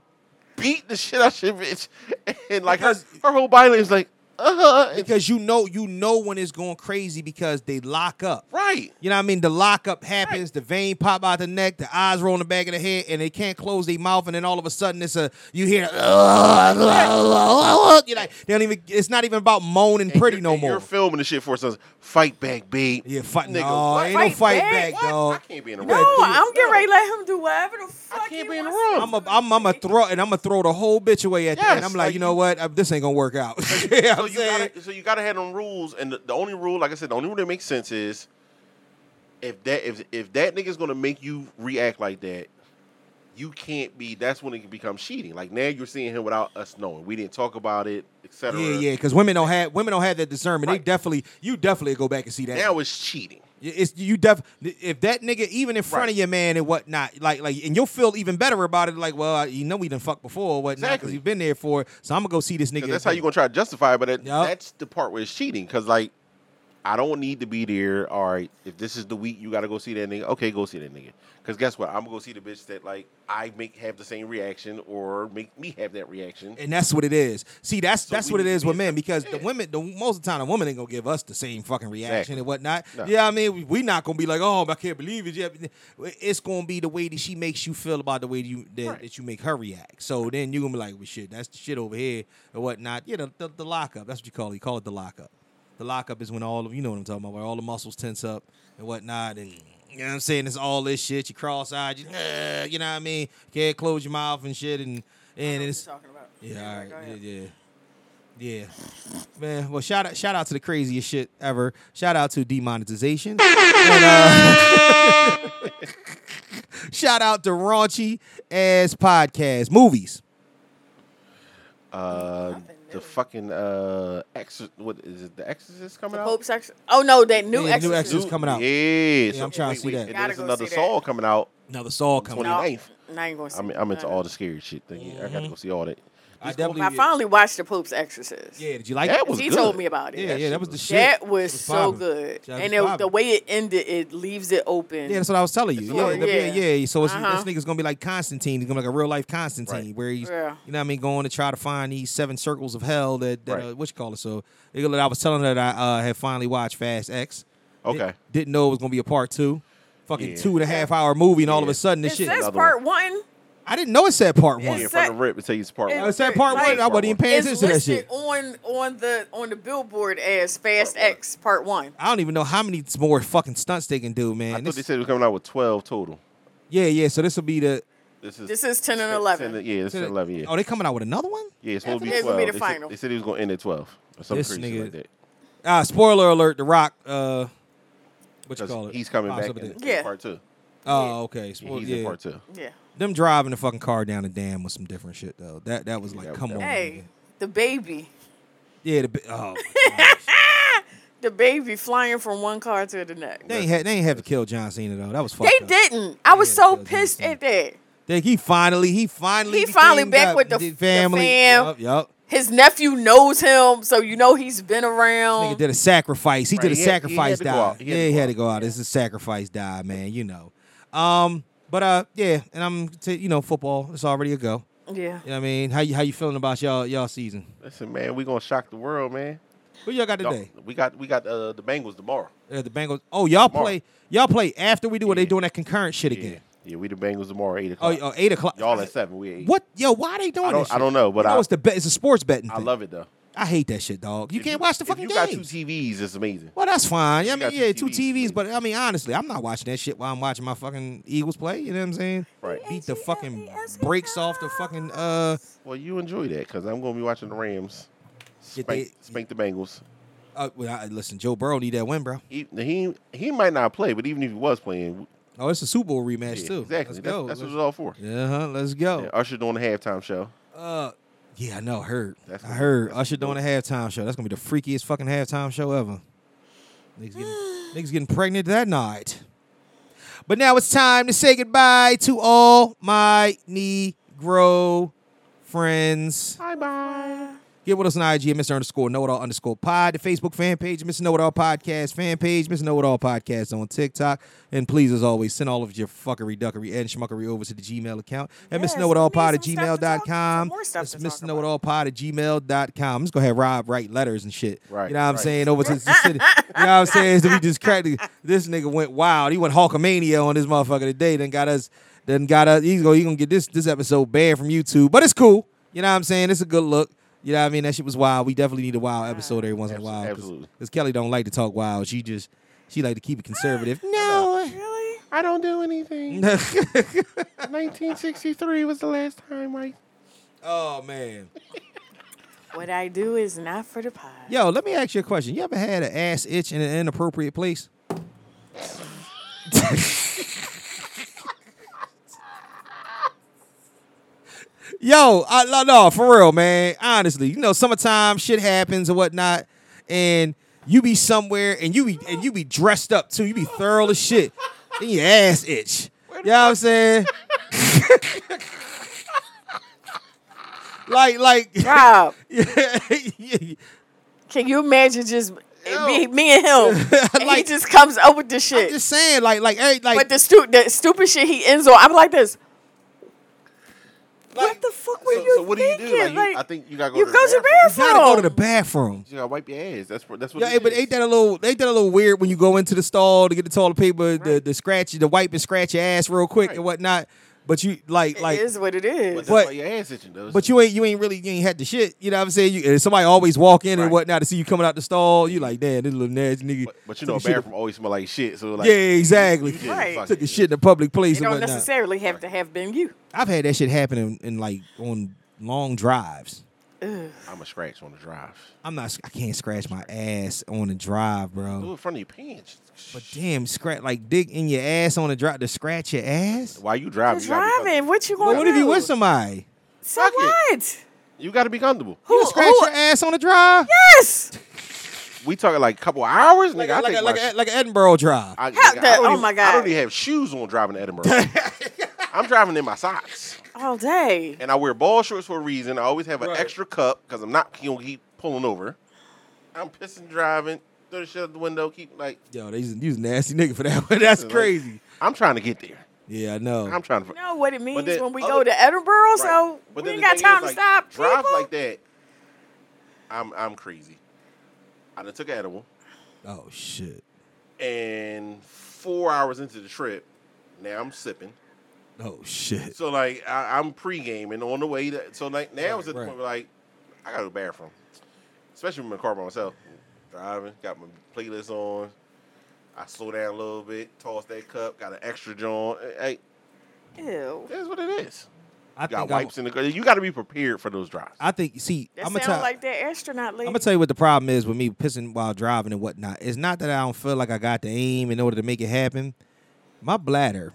Speaker 4: beating the shit out your bitch, and like her, her whole body language is like, uh huh,
Speaker 1: Because you know, you know when it's going crazy because they lock up.
Speaker 4: right.
Speaker 1: You know what I mean? The lockup happens, the vein pop out the neck, the eyes roll in the back of the head, and they can't close their mouth, and then all of a sudden it's a you hear you're like they don't even it's not even about moaning pretty no
Speaker 4: And
Speaker 1: more.
Speaker 4: You're filming the shit for us. Fight back, babe.
Speaker 1: Yeah, fight.
Speaker 4: Nigga,
Speaker 1: no,
Speaker 4: what?
Speaker 1: ain't no
Speaker 3: Fight
Speaker 1: fight
Speaker 3: back?
Speaker 1: back,
Speaker 4: What? I
Speaker 1: dog.
Speaker 4: can't be in a
Speaker 1: No,
Speaker 4: room.
Speaker 3: No, I'm getting ready to let him do whatever the fuck
Speaker 4: I can't
Speaker 3: he
Speaker 4: be in a
Speaker 3: wants.
Speaker 4: room.
Speaker 1: I'm a, I'm I'm a throw and I'm gonna throw the whole bitch away at the end.
Speaker 4: Yes,
Speaker 1: I'm like,
Speaker 4: like
Speaker 1: you know what? Uh, this ain't gonna work out. You know what
Speaker 4: so
Speaker 1: I'm
Speaker 4: you
Speaker 1: saying?
Speaker 4: gotta, so you gotta have them rules, and the, the only rule, like I said, the only rule that makes sense is if that if if that nigga's gonna make you react like that, you can't be. That's when it can become cheating. Like now you're seeing him without us knowing. We didn't talk about it, etc.
Speaker 1: yeah, yeah. Because women don't have women don't have that discernment. They definitely you definitely go back and see that.
Speaker 4: Now it's cheating.
Speaker 1: It's you def if that nigga even in front of
Speaker 4: Right.
Speaker 1: your man and whatnot, like like, and you'll feel even better about it. Like, well, I- you know we done fucked before or whatnot because
Speaker 4: Exactly.
Speaker 1: you've been there for. it, So I'm gonna go see this nigga.
Speaker 4: 'Cause that's how you're gonna try to justify it, but that,
Speaker 1: Yup.
Speaker 4: that's the part where it's cheating. Cause like, I don't need to be there. All right, if this is the week you gotta go see that nigga, okay, go see that nigga. Cause guess what? I'm gonna go see the bitch that like I make have the same reaction or make me have that reaction.
Speaker 1: and that's what it is. See, that's
Speaker 4: So
Speaker 1: that's
Speaker 4: we
Speaker 1: what it
Speaker 4: need to
Speaker 1: is
Speaker 4: be
Speaker 1: with men because the women, the most of the time, the woman ain't gonna give us the same fucking reaction
Speaker 4: Exactly.
Speaker 1: and whatnot.
Speaker 4: No.
Speaker 1: Yeah, I mean, we, we not gonna be like, oh, I can't believe it. Yeah, It's gonna be the way that she makes you feel about the way you that,
Speaker 4: Right.
Speaker 1: that you make her react. So then you gonna be like, well, shit, that's the shit over here and whatnot. Yeah, the, the, the lockup. That's what you call it. You call it the lockup. The lockup is when all of you know what I'm talking about, where all the muscles tense up and whatnot, and you know what I'm saying. It's all this shit. You cross-eyed, you, uh, you know what I mean. Can't close your mouth and shit, and and it's
Speaker 3: Talking about.
Speaker 1: yeah, all
Speaker 3: go
Speaker 1: right.
Speaker 3: ahead.
Speaker 1: yeah, yeah, yeah, man. Well, shout out, shout out to the craziest shit ever. Shout out to demonetization. and, uh, shout out to raunchy ass podcast movies.
Speaker 4: Uh, the fucking uh, exor- what is it? The Exorcist coming
Speaker 3: The
Speaker 4: out.
Speaker 3: Pope's exorcist. Oh no, that new
Speaker 1: Yeah,
Speaker 3: yeah,
Speaker 1: the new Exorcist coming out.
Speaker 4: Yeah,
Speaker 1: I'm trying to see that.
Speaker 4: And
Speaker 3: Gotta
Speaker 4: there's
Speaker 3: go
Speaker 4: another
Speaker 3: see that.
Speaker 4: Saul coming out.
Speaker 1: Another Saul coming. out.
Speaker 4: 29th.
Speaker 3: No, I ain't gonna see.
Speaker 4: I'm,
Speaker 3: it.
Speaker 4: I'm into
Speaker 3: No, no.
Speaker 4: all the scary shit. Thing. I
Speaker 3: Mm-hmm.
Speaker 4: got to go see all that.
Speaker 1: I definitely.
Speaker 3: I finally watched the Pope's Exorcist.
Speaker 1: yeah, did you like
Speaker 4: That
Speaker 1: it?
Speaker 4: was
Speaker 3: he
Speaker 4: good.
Speaker 3: told me about it.
Speaker 1: Yeah, yeah, that was the shit.
Speaker 3: That was,
Speaker 1: It
Speaker 3: so
Speaker 1: poppin'.
Speaker 3: good,
Speaker 1: That
Speaker 3: and
Speaker 1: was
Speaker 3: it, the
Speaker 1: poppin'.
Speaker 3: way it ended, it leaves it open.
Speaker 1: Yeah, that's what I was telling you. Yeah,
Speaker 3: what-
Speaker 1: the- yeah,
Speaker 3: yeah.
Speaker 1: yeah. So it's,
Speaker 3: Uh-huh.
Speaker 1: this nigga's gonna be like Constantine. He's gonna be like a real life Constantine,
Speaker 4: Right.
Speaker 1: where he's,
Speaker 3: Yeah.
Speaker 1: you know, what I mean, going to try to find these seven circles of hell that, that
Speaker 4: Right.
Speaker 1: uh, what you call it. So nigga, that I was telling her that I uh, had finally watched Fast X. Di-
Speaker 4: Okay.
Speaker 1: didn't know it was gonna be a part two. Fucking
Speaker 4: Yeah.
Speaker 1: two and a half hour movie, and all of
Speaker 4: Yeah.
Speaker 1: a sudden this
Speaker 3: it
Speaker 1: shit.
Speaker 3: says
Speaker 4: Another
Speaker 3: part one.
Speaker 1: I didn't know it said part one.
Speaker 4: Yeah, from the rip, it says part one.
Speaker 1: It said part one. I wasn't even paying
Speaker 3: It's
Speaker 1: attention to that
Speaker 3: listed
Speaker 1: shit.
Speaker 3: on on the on the billboard as Fast X Part One.
Speaker 1: I don't even know how many more fucking stunts they can do, man.
Speaker 4: I thought they said it was coming out with 12 total.
Speaker 1: yeah, yeah. So this will be the.
Speaker 4: This is,
Speaker 3: This is ten and eleven.
Speaker 4: 10 yeah, this is 11, yeah.
Speaker 1: Oh, they coming out with another one?
Speaker 4: Yeah, it's supposed to be
Speaker 3: It's gonna
Speaker 4: 12.
Speaker 3: be the
Speaker 4: they,
Speaker 3: final.
Speaker 4: Said, they said he was going to end at 12 or something
Speaker 1: This
Speaker 4: crazy
Speaker 1: nigga-
Speaker 4: like that.
Speaker 1: Ah, spoiler alert. The Rock. Uh, what you
Speaker 4: 'Cause
Speaker 1: call it?
Speaker 4: He's coming
Speaker 1: Oh,
Speaker 4: back
Speaker 1: something
Speaker 4: in,
Speaker 1: like
Speaker 4: in
Speaker 1: that.
Speaker 4: part two.
Speaker 1: Oh, okay. Spoil-
Speaker 4: he's
Speaker 1: yeah.
Speaker 4: in part two.
Speaker 3: Yeah.
Speaker 1: Them driving the fucking car down the dam was some different shit though. That that was like, come on.
Speaker 3: Hey, the baby,
Speaker 1: Yeah, the, bi- oh,
Speaker 3: the baby flying from one car to the next.
Speaker 1: they ain't had, they ain't have to kill John Cena though. That was fucked
Speaker 3: They
Speaker 1: up.
Speaker 3: didn't. I was so pissed at that.
Speaker 1: They, he finally he finally
Speaker 3: He finally
Speaker 1: became
Speaker 3: back
Speaker 1: God-
Speaker 3: with the- the
Speaker 1: family.
Speaker 3: fam.
Speaker 1: Yup, yup.
Speaker 3: His nephew knows him, so you know he's been
Speaker 1: Nigga
Speaker 3: around.
Speaker 1: did a sacrifice. He
Speaker 3: Right,
Speaker 1: did a
Speaker 3: he had- he had
Speaker 1: sacrifice
Speaker 3: to go
Speaker 1: dive.
Speaker 3: out. He had
Speaker 1: Yeah, he had to go out. It's a sacrifice dive, man. You know. Um, but uh, yeah, and I'm t- you know football. It's already a go.
Speaker 3: Yeah.
Speaker 1: You know what I mean, how you how you feeling about y'all y'all season?
Speaker 4: Listen, man, we going to shock the world, man.
Speaker 1: Who y'all got
Speaker 4: Y'all-
Speaker 1: today?
Speaker 4: We got we got uh, the Bengals tomorrow.
Speaker 1: Uh, the Bengals. Oh, y'all
Speaker 4: Tomorrow.
Speaker 1: play y'all play after we do it. They doing that concurrent shit again.
Speaker 4: Yeah, we the Bengals tomorrow, 8
Speaker 1: Oh, oh,
Speaker 4: o'clock.
Speaker 1: 8 o'clock.
Speaker 4: Y'all at 7. We at 8.
Speaker 1: What yo? Why they doing
Speaker 4: I don't-
Speaker 1: this?
Speaker 4: I
Speaker 1: shit?
Speaker 4: don't know, but
Speaker 1: you know
Speaker 4: I-
Speaker 1: it's the bet. It's a sports betting.
Speaker 4: I
Speaker 1: thing.
Speaker 4: love it, though.
Speaker 1: I hate that shit, dog. You can't watch the fucking
Speaker 4: you
Speaker 1: game.
Speaker 4: got two TVs, it's amazing.
Speaker 1: Well, that's fine. Yeah, I
Speaker 4: You
Speaker 1: mean,
Speaker 4: got
Speaker 1: yeah, two TVs, but I mean, honestly, I'm not watching that shit while I'm watching my fucking Eagles play. You know what I'm saying?
Speaker 4: Right.
Speaker 1: Beat the fucking breaks off the fucking. uh
Speaker 4: Well, you enjoy that because I'm going to be watching the Rams
Speaker 1: Get
Speaker 4: spank, spank the Bengals.
Speaker 1: uh, well, I, listen, Joe Burrow need that win, bro.
Speaker 4: He, he he might not play, but even if he was playing,
Speaker 1: Oh, it's a Super Bowl rematch
Speaker 4: yeah,
Speaker 1: too.
Speaker 4: exactly.
Speaker 1: Let's
Speaker 4: that's
Speaker 1: go.
Speaker 4: that's what
Speaker 1: Let's-
Speaker 4: it's all for.
Speaker 1: Yeah, huh? Let's go.
Speaker 4: Yeah, Usher doing the halftime show.
Speaker 1: Uh, yeah, I know. Heard.
Speaker 4: That's
Speaker 1: I
Speaker 4: gonna-
Speaker 1: heard
Speaker 4: that's
Speaker 1: Usher doing a halftime show. That's gonna be the freakiest fucking halftime show ever. Niggas getting, niggas getting pregnant that night. But now it's time to say goodbye to all my Negro friends.
Speaker 4: Bye bye.
Speaker 1: Get with us on IG at Mr. Underscore Know It All Underscore Pod, the Facebook fan page, Mr. Know It All Podcast fan page, Mr. Know It All Podcast on TikTok. And please, as always, send all of your fuckery, duckery, and schmuckery over to the Gmail account at Mr. Know It All Pod at gmail.com. It's Mr. Know It All Pod at gmail.com. I'm just going to have Rob write letters and shit. Right. You know what I'm
Speaker 4: right.
Speaker 1: saying? Over to the city. You know what I'm saying? So we just cracked it. This nigga went wild. He went Hulkamania on this motherfucker today. Then got us. Then got us. He's gonna, he gonna get this this episode banned from YouTube. But it's cool. You know what I'm saying? It's a good look. You know what I mean? That shit was wild. We definitely need a wild episode every once in a while. Absolutely. Because Kelly don't like to talk wild. She just she like to keep it conservative. No.
Speaker 4: Really? I don't do anything. 1963 was the last time I.
Speaker 1: oh man.
Speaker 3: What I do is not for the pie.
Speaker 1: Yo, let me ask you a question. You ever had an ass itch in an inappropriate place? Yo, I, no, no, for real, man. Honestly, you know, summertime shit happens and whatnot, and you be somewhere and you be and you be dressed up too. You be thorough as shit, and your ass itch. You know what I'm saying? like, like,
Speaker 3: Rob,
Speaker 1: can
Speaker 3: you imagine just me, me and him? And he just comes up with this shit. I'm just
Speaker 1: saying, like, like, like.
Speaker 3: But the, stu- the stupid shit he ends on, I'm like this. what the fuck were you
Speaker 4: So what do you do?
Speaker 3: thinking?
Speaker 4: Like, you, I think you gotta go.
Speaker 3: you
Speaker 4: to
Speaker 3: go to
Speaker 4: the
Speaker 1: You gotta go to the bathroom.
Speaker 4: You gotta wipe your ass. That's what. That's what.
Speaker 1: Yeah,
Speaker 4: it
Speaker 1: but
Speaker 4: is.
Speaker 1: ain't that a little? Ain't that a little weird when you go into the stall to get the toilet paper, the the scratch, the wipe and scratch your ass real quick and whatnot. But you like like
Speaker 3: is what it is.
Speaker 4: That's why your ass itching though.
Speaker 1: But you ain't you ain't really you ain't had the shit. You know what I'm saying? You, and somebody always walk in and whatnot to see you coming out the stall. You like, damn, this little nasty nigga. But,
Speaker 4: But you know, a bathroom always smell like shit. So like,
Speaker 1: yeah, exactly.
Speaker 4: you just fuck
Speaker 1: Took
Speaker 4: it.
Speaker 1: a shit in a public place
Speaker 3: It
Speaker 1: and
Speaker 3: don't
Speaker 1: whatnot.
Speaker 3: necessarily have to have been you.
Speaker 1: I've had that shit happen in, in like on long drives.
Speaker 3: Ugh.
Speaker 4: I'm a scratch on the drive.
Speaker 1: I'm not. I can't scratch my ass on the drive, bro.
Speaker 4: Do it in front of your pants.
Speaker 1: But damn, scratch like dig in your ass on a drop to scratch your ass.
Speaker 4: Why you driving?
Speaker 3: Just
Speaker 4: You gotta be
Speaker 3: driving. What you
Speaker 1: Well,
Speaker 3: going
Speaker 1: what
Speaker 3: to
Speaker 1: if
Speaker 3: do?
Speaker 1: you with somebody?
Speaker 3: So what?
Speaker 4: You got to be comfortable.
Speaker 1: Who, you scratch your ass on a drive?
Speaker 3: Yes.
Speaker 4: We talking like a couple hours, nigga. I
Speaker 1: like
Speaker 4: think
Speaker 1: a- like
Speaker 4: my
Speaker 1: a- like a Edinburgh drive.
Speaker 4: I,
Speaker 3: Hell,
Speaker 4: nigga, I
Speaker 3: that-
Speaker 4: don't
Speaker 3: oh
Speaker 4: even-
Speaker 3: my
Speaker 4: I
Speaker 3: God.
Speaker 4: don't even have shoes on driving to Edinburgh. I'm driving in my socks,
Speaker 3: All day.
Speaker 4: and I wear ball shorts for a reason. I always have an extra cup because I'm not gonna keep pulling over. I'm pissing driving. Throw the shit out the window. Keep like
Speaker 1: Yo, they using a nasty nigga for that one. That's
Speaker 4: Like,
Speaker 1: crazy.
Speaker 4: I'm trying to get there.
Speaker 1: Yeah, I know.
Speaker 4: I'm trying to.
Speaker 3: You know what it means
Speaker 4: then
Speaker 3: when we
Speaker 4: other-
Speaker 3: go to Edinburgh, so
Speaker 4: But
Speaker 3: we
Speaker 4: then
Speaker 3: ain't
Speaker 4: the
Speaker 3: got
Speaker 4: thing
Speaker 3: time
Speaker 4: is,
Speaker 3: to stop.
Speaker 4: like, Drive
Speaker 3: people.
Speaker 4: like that. I'm I'm crazy. I done took an edible,
Speaker 1: Oh shit.
Speaker 4: and four hours into the trip, now I'm sipping.
Speaker 1: Oh shit.
Speaker 4: So like I, I'm pregame and on the way to so like now it's at the
Speaker 1: right.
Speaker 4: point where like I gotta go to the bathroom. Especially when I'm in the car by myself. Driving, got my playlist on. I slow down a little bit, toss that cup, got an extra joint. Hey,
Speaker 3: Ew.
Speaker 4: That's what it is.
Speaker 1: I
Speaker 4: got
Speaker 1: think I'm-
Speaker 4: wipes in the car. You gotta be prepared for those drives.
Speaker 1: I think. See,
Speaker 3: That
Speaker 1: I'm gonna
Speaker 3: sounds
Speaker 1: tell.
Speaker 3: like that astronaut lady.
Speaker 1: I'm gonna tell you what the problem is with me pissing while driving and whatnot. It's not that I don't feel like I got the aim in order to make it happen. My bladder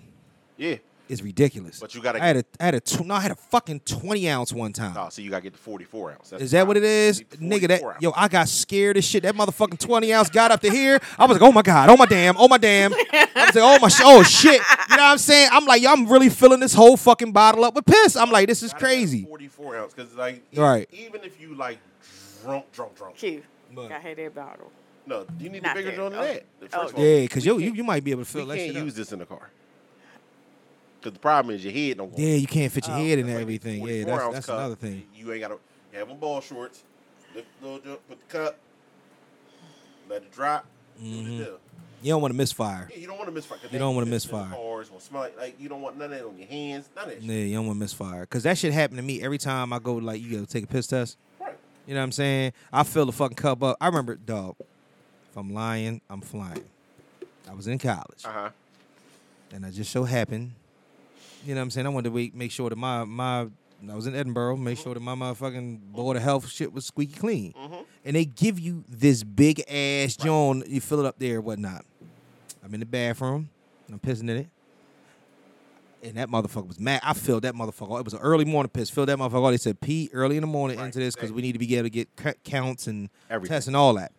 Speaker 4: Yeah.
Speaker 1: is ridiculous.
Speaker 4: But you gotta
Speaker 1: I had a, I had a, tw- no, I had a fucking twenty ounce one time.
Speaker 4: Oh, so you gotta get the 44 ounce. That's
Speaker 1: Is
Speaker 4: the
Speaker 1: that what it
Speaker 4: problem.
Speaker 1: is,
Speaker 4: You need
Speaker 1: nigga? That
Speaker 4: 44 ounce.
Speaker 1: yo, I got scared as shit. That motherfucking twenty ounce got up to here. I was like, oh my god, oh my damn, oh my damn. I was like, oh my, sh- oh shit. You know what I'm saying? I'm like, yo, I'm really filling this whole fucking bottle up with piss. I'm like, this is crazy.
Speaker 4: 44 ounce because like e-
Speaker 1: Right.
Speaker 4: even if you like drunk drunk drunk
Speaker 3: Q. I had that bottle.
Speaker 4: no you need
Speaker 3: Not
Speaker 4: a bigger
Speaker 3: that.
Speaker 4: joint than
Speaker 3: Oh.
Speaker 4: that
Speaker 3: Oh,
Speaker 4: first of all,
Speaker 1: Yeah, because
Speaker 4: we
Speaker 1: yo, you, you might be able to fill
Speaker 4: can't,
Speaker 1: that
Speaker 4: we
Speaker 1: shit
Speaker 4: can't
Speaker 1: up.
Speaker 4: use this in the car because the problem is your head don't go
Speaker 1: Yeah, you can't fit your
Speaker 4: Oh.
Speaker 1: head in everything. Yeah,
Speaker 4: 44
Speaker 1: that's,
Speaker 4: ounce
Speaker 1: that's
Speaker 4: cup,
Speaker 1: another thing.
Speaker 4: you ain't gotta you have them ball shorts lift the little joint put the cup let it drop do
Speaker 1: Mhm.
Speaker 4: what it do.
Speaker 1: You don't want to misfire.
Speaker 4: Yeah, you don't want to misfire 'cause
Speaker 1: You
Speaker 4: that
Speaker 1: don't wanna
Speaker 4: gets in the
Speaker 1: misfire.
Speaker 4: car, it's gonna smell like, like you don't want none of that on your hands none of that shit.
Speaker 1: Yeah, you don't want to misfire. Cause that shit happened to me every time I go like you go take a piss test. You know what I'm saying? I fill the fucking cup up. I remember, dog. If I'm lying, I'm flying. I was in college.
Speaker 4: Uh-huh.
Speaker 1: And I just so happened, you know what I'm saying? I wanted to wait, make sure that my my I was in Edinburgh, make sure that my motherfucking board of health shit was squeaky clean. And they give you this big ass joint, you fill it up there, whatnot. I'm in the bathroom, and I'm pissing in it. And that motherfucker was mad. I filled that motherfucker. It was an early morning piss. Filled that motherfucker. out. They said, pee early in the morning into this because we need to be able to get c- counts and
Speaker 4: Everything.
Speaker 1: tests and all that.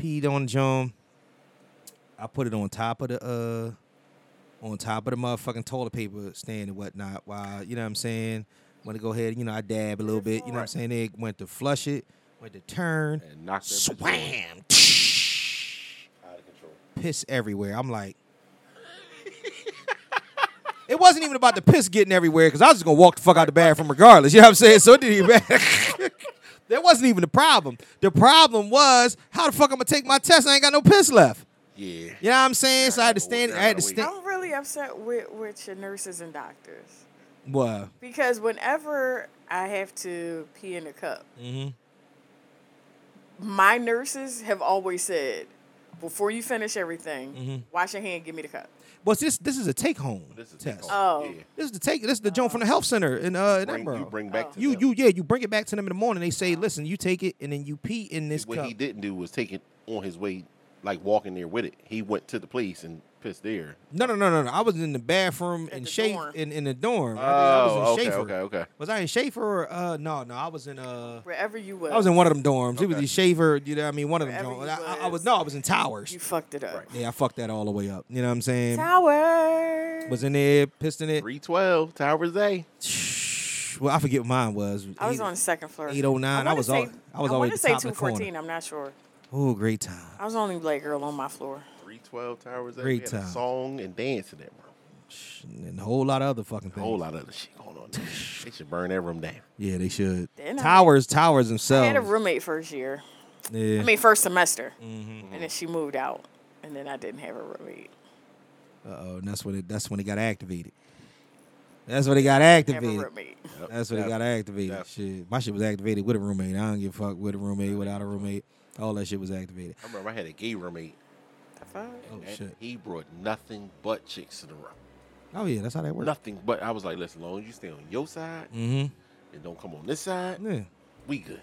Speaker 1: Peed on John. I put it on top of the uh on top of the motherfucking toilet paper stand and whatnot. While you know what I'm saying, want to go ahead, you know, I dab a little bit. You know what I'm saying? They went to flush it, went to turn,
Speaker 4: and knocked
Speaker 1: swam,
Speaker 4: out of control
Speaker 1: piss everywhere. I'm like, it wasn't even about the piss getting everywhere because I was just gonna walk the fuck out the bathroom regardless. You know what I'm saying? So it didn't even matter. that wasn't even the problem. The problem was how the fuck I'm gonna take my test? I ain't got no piss left.
Speaker 4: yeah
Speaker 1: You know what I'm saying? So I had to stand. I had to stand.
Speaker 3: I'm really upset with, with your nurses and doctors
Speaker 1: What?
Speaker 3: because whenever I have to pee in a cup,
Speaker 1: Mm-hmm.
Speaker 3: my nurses have always said, before you finish everything,
Speaker 1: Mhm.
Speaker 3: wash your hand, give me the cup.
Speaker 1: Well, this this is a take home test.
Speaker 3: Oh,
Speaker 1: This is the take. This is the joint from the health center in uh in Edinburgh.
Speaker 4: you bring back to
Speaker 1: you
Speaker 4: them.
Speaker 1: you yeah you bring it back to them in the morning. They say, listen, you take it and then you pee in this
Speaker 4: what
Speaker 1: cup.
Speaker 4: he didn't do was take it on his way, like walking there with it. He went to the police and pissed there.
Speaker 1: No, no, no, no, no. I was in the bathroom in Schaefer in, in the dorm. I think I was
Speaker 4: Oh,
Speaker 1: in
Speaker 4: okay,
Speaker 1: Schaefer.
Speaker 4: okay, okay.
Speaker 1: Was I in Schaefer or uh no, no, I was in uh
Speaker 3: wherever you were.
Speaker 1: I was in one of them dorms. It was
Speaker 3: Okay.
Speaker 1: in Schaefer, you know what I mean, one of them
Speaker 3: Wherever
Speaker 1: dorms.
Speaker 3: you
Speaker 1: I, I- I was no, I was in Towers.
Speaker 3: You fucked it up.
Speaker 1: Yeah, I fucked that all the way up. You know what I'm saying?
Speaker 3: Tower.
Speaker 1: Was in there, pissed in it.
Speaker 4: 312, Towers A.
Speaker 1: Well, I forget what mine was.
Speaker 3: I was
Speaker 1: Eight-
Speaker 3: on the second floor.
Speaker 1: 809. I
Speaker 3: wanna
Speaker 1: was
Speaker 3: say-
Speaker 1: al- I was
Speaker 3: I
Speaker 1: always
Speaker 3: wanna
Speaker 1: the
Speaker 3: say
Speaker 1: top of the corner.
Speaker 3: 214. I'm not sure.
Speaker 1: Oh, great time.
Speaker 3: I was the only black girl on my floor.
Speaker 4: 312 Towers A.
Speaker 1: Great
Speaker 4: We had a
Speaker 1: time.
Speaker 4: song and dance in that room.
Speaker 1: And a whole lot of other fucking
Speaker 4: A
Speaker 1: things.
Speaker 4: whole lot of other shit going on. There. they should burn that room down.
Speaker 1: Yeah, they should.
Speaker 3: Then I-
Speaker 1: towers, towers
Speaker 3: I had a
Speaker 1: themselves.
Speaker 3: roommate first year.
Speaker 1: yeah.
Speaker 3: I mean, first semester.
Speaker 1: Mhm.
Speaker 3: And then she moved out. And then I didn't have a roommate.
Speaker 1: Uh oh, and that's when it that's when it got activated. That's when it got activated.
Speaker 3: roommate.
Speaker 4: Yep,
Speaker 1: That's when it got
Speaker 4: definitely,
Speaker 1: activated. Shit. My shit was activated with a roommate. I don't give a fuck with a roommate, without a roommate. All that shit was activated.
Speaker 4: I remember I had a gay roommate.
Speaker 3: Oh,
Speaker 4: that-
Speaker 1: shit.
Speaker 4: He brought nothing but chicks to the room.
Speaker 1: Oh yeah, that's how that works.
Speaker 4: Nothing but I was like, listen, as long as you stay on your side
Speaker 1: Mm-hmm.
Speaker 4: and don't come on this side,
Speaker 1: Yeah.
Speaker 4: we good.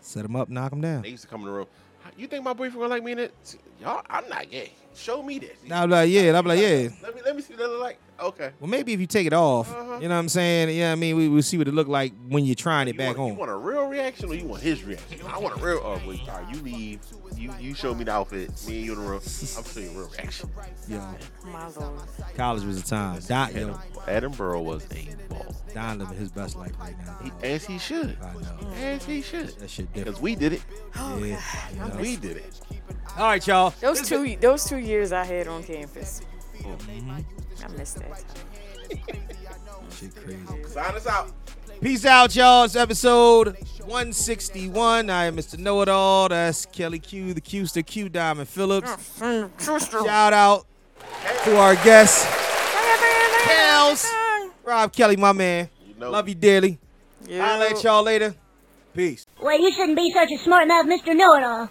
Speaker 1: Set them up, knock them down.
Speaker 4: They used to come in the room. "How- You think my boyfriend gonna like me in it? See, Y'all, I'm not gay. Show me this.
Speaker 1: And I'm like, yeah, and I'm like, yeah.
Speaker 4: Let me let me see what they look like. Okay.
Speaker 1: Well, maybe if you take it off,
Speaker 4: Uh-huh.
Speaker 1: you know what I'm saying? Yeah, I mean, we will see what it look like when you're trying it back
Speaker 4: You
Speaker 1: on.
Speaker 4: want a real reaction or you want his reaction? I want a real. Oh wait, all right, you leave. You you show me the outfit. Me and you in the room. I'm showing you a real reaction.
Speaker 1: Yo,
Speaker 3: My lord.
Speaker 1: college was a time. Don, yo,
Speaker 4: Edinburgh was a ball.
Speaker 1: Don living his best life right now.
Speaker 4: He, as he should.
Speaker 1: I know.
Speaker 4: As he should.
Speaker 1: That shit different.
Speaker 4: Because we did it.
Speaker 1: Yeah. you know.
Speaker 4: We did it.
Speaker 1: All right, y'all.
Speaker 3: Those two those two years I had on campus.
Speaker 1: Mhm.
Speaker 3: I missed that.
Speaker 1: Shit crazy.
Speaker 4: Sign us out.
Speaker 1: Peace out, y'all. It's episode 161. I am Mr. Know It All. That's Kelly Q, the Qster, Q Diamond Phillips.
Speaker 3: Mm.
Speaker 1: Shout out to our guest, Kels Rob Kelly, my man. Love you dearly. I'll let y'all later. Peace.
Speaker 14: Well, you shouldn't be such a smart mouth, Mr. Know It All.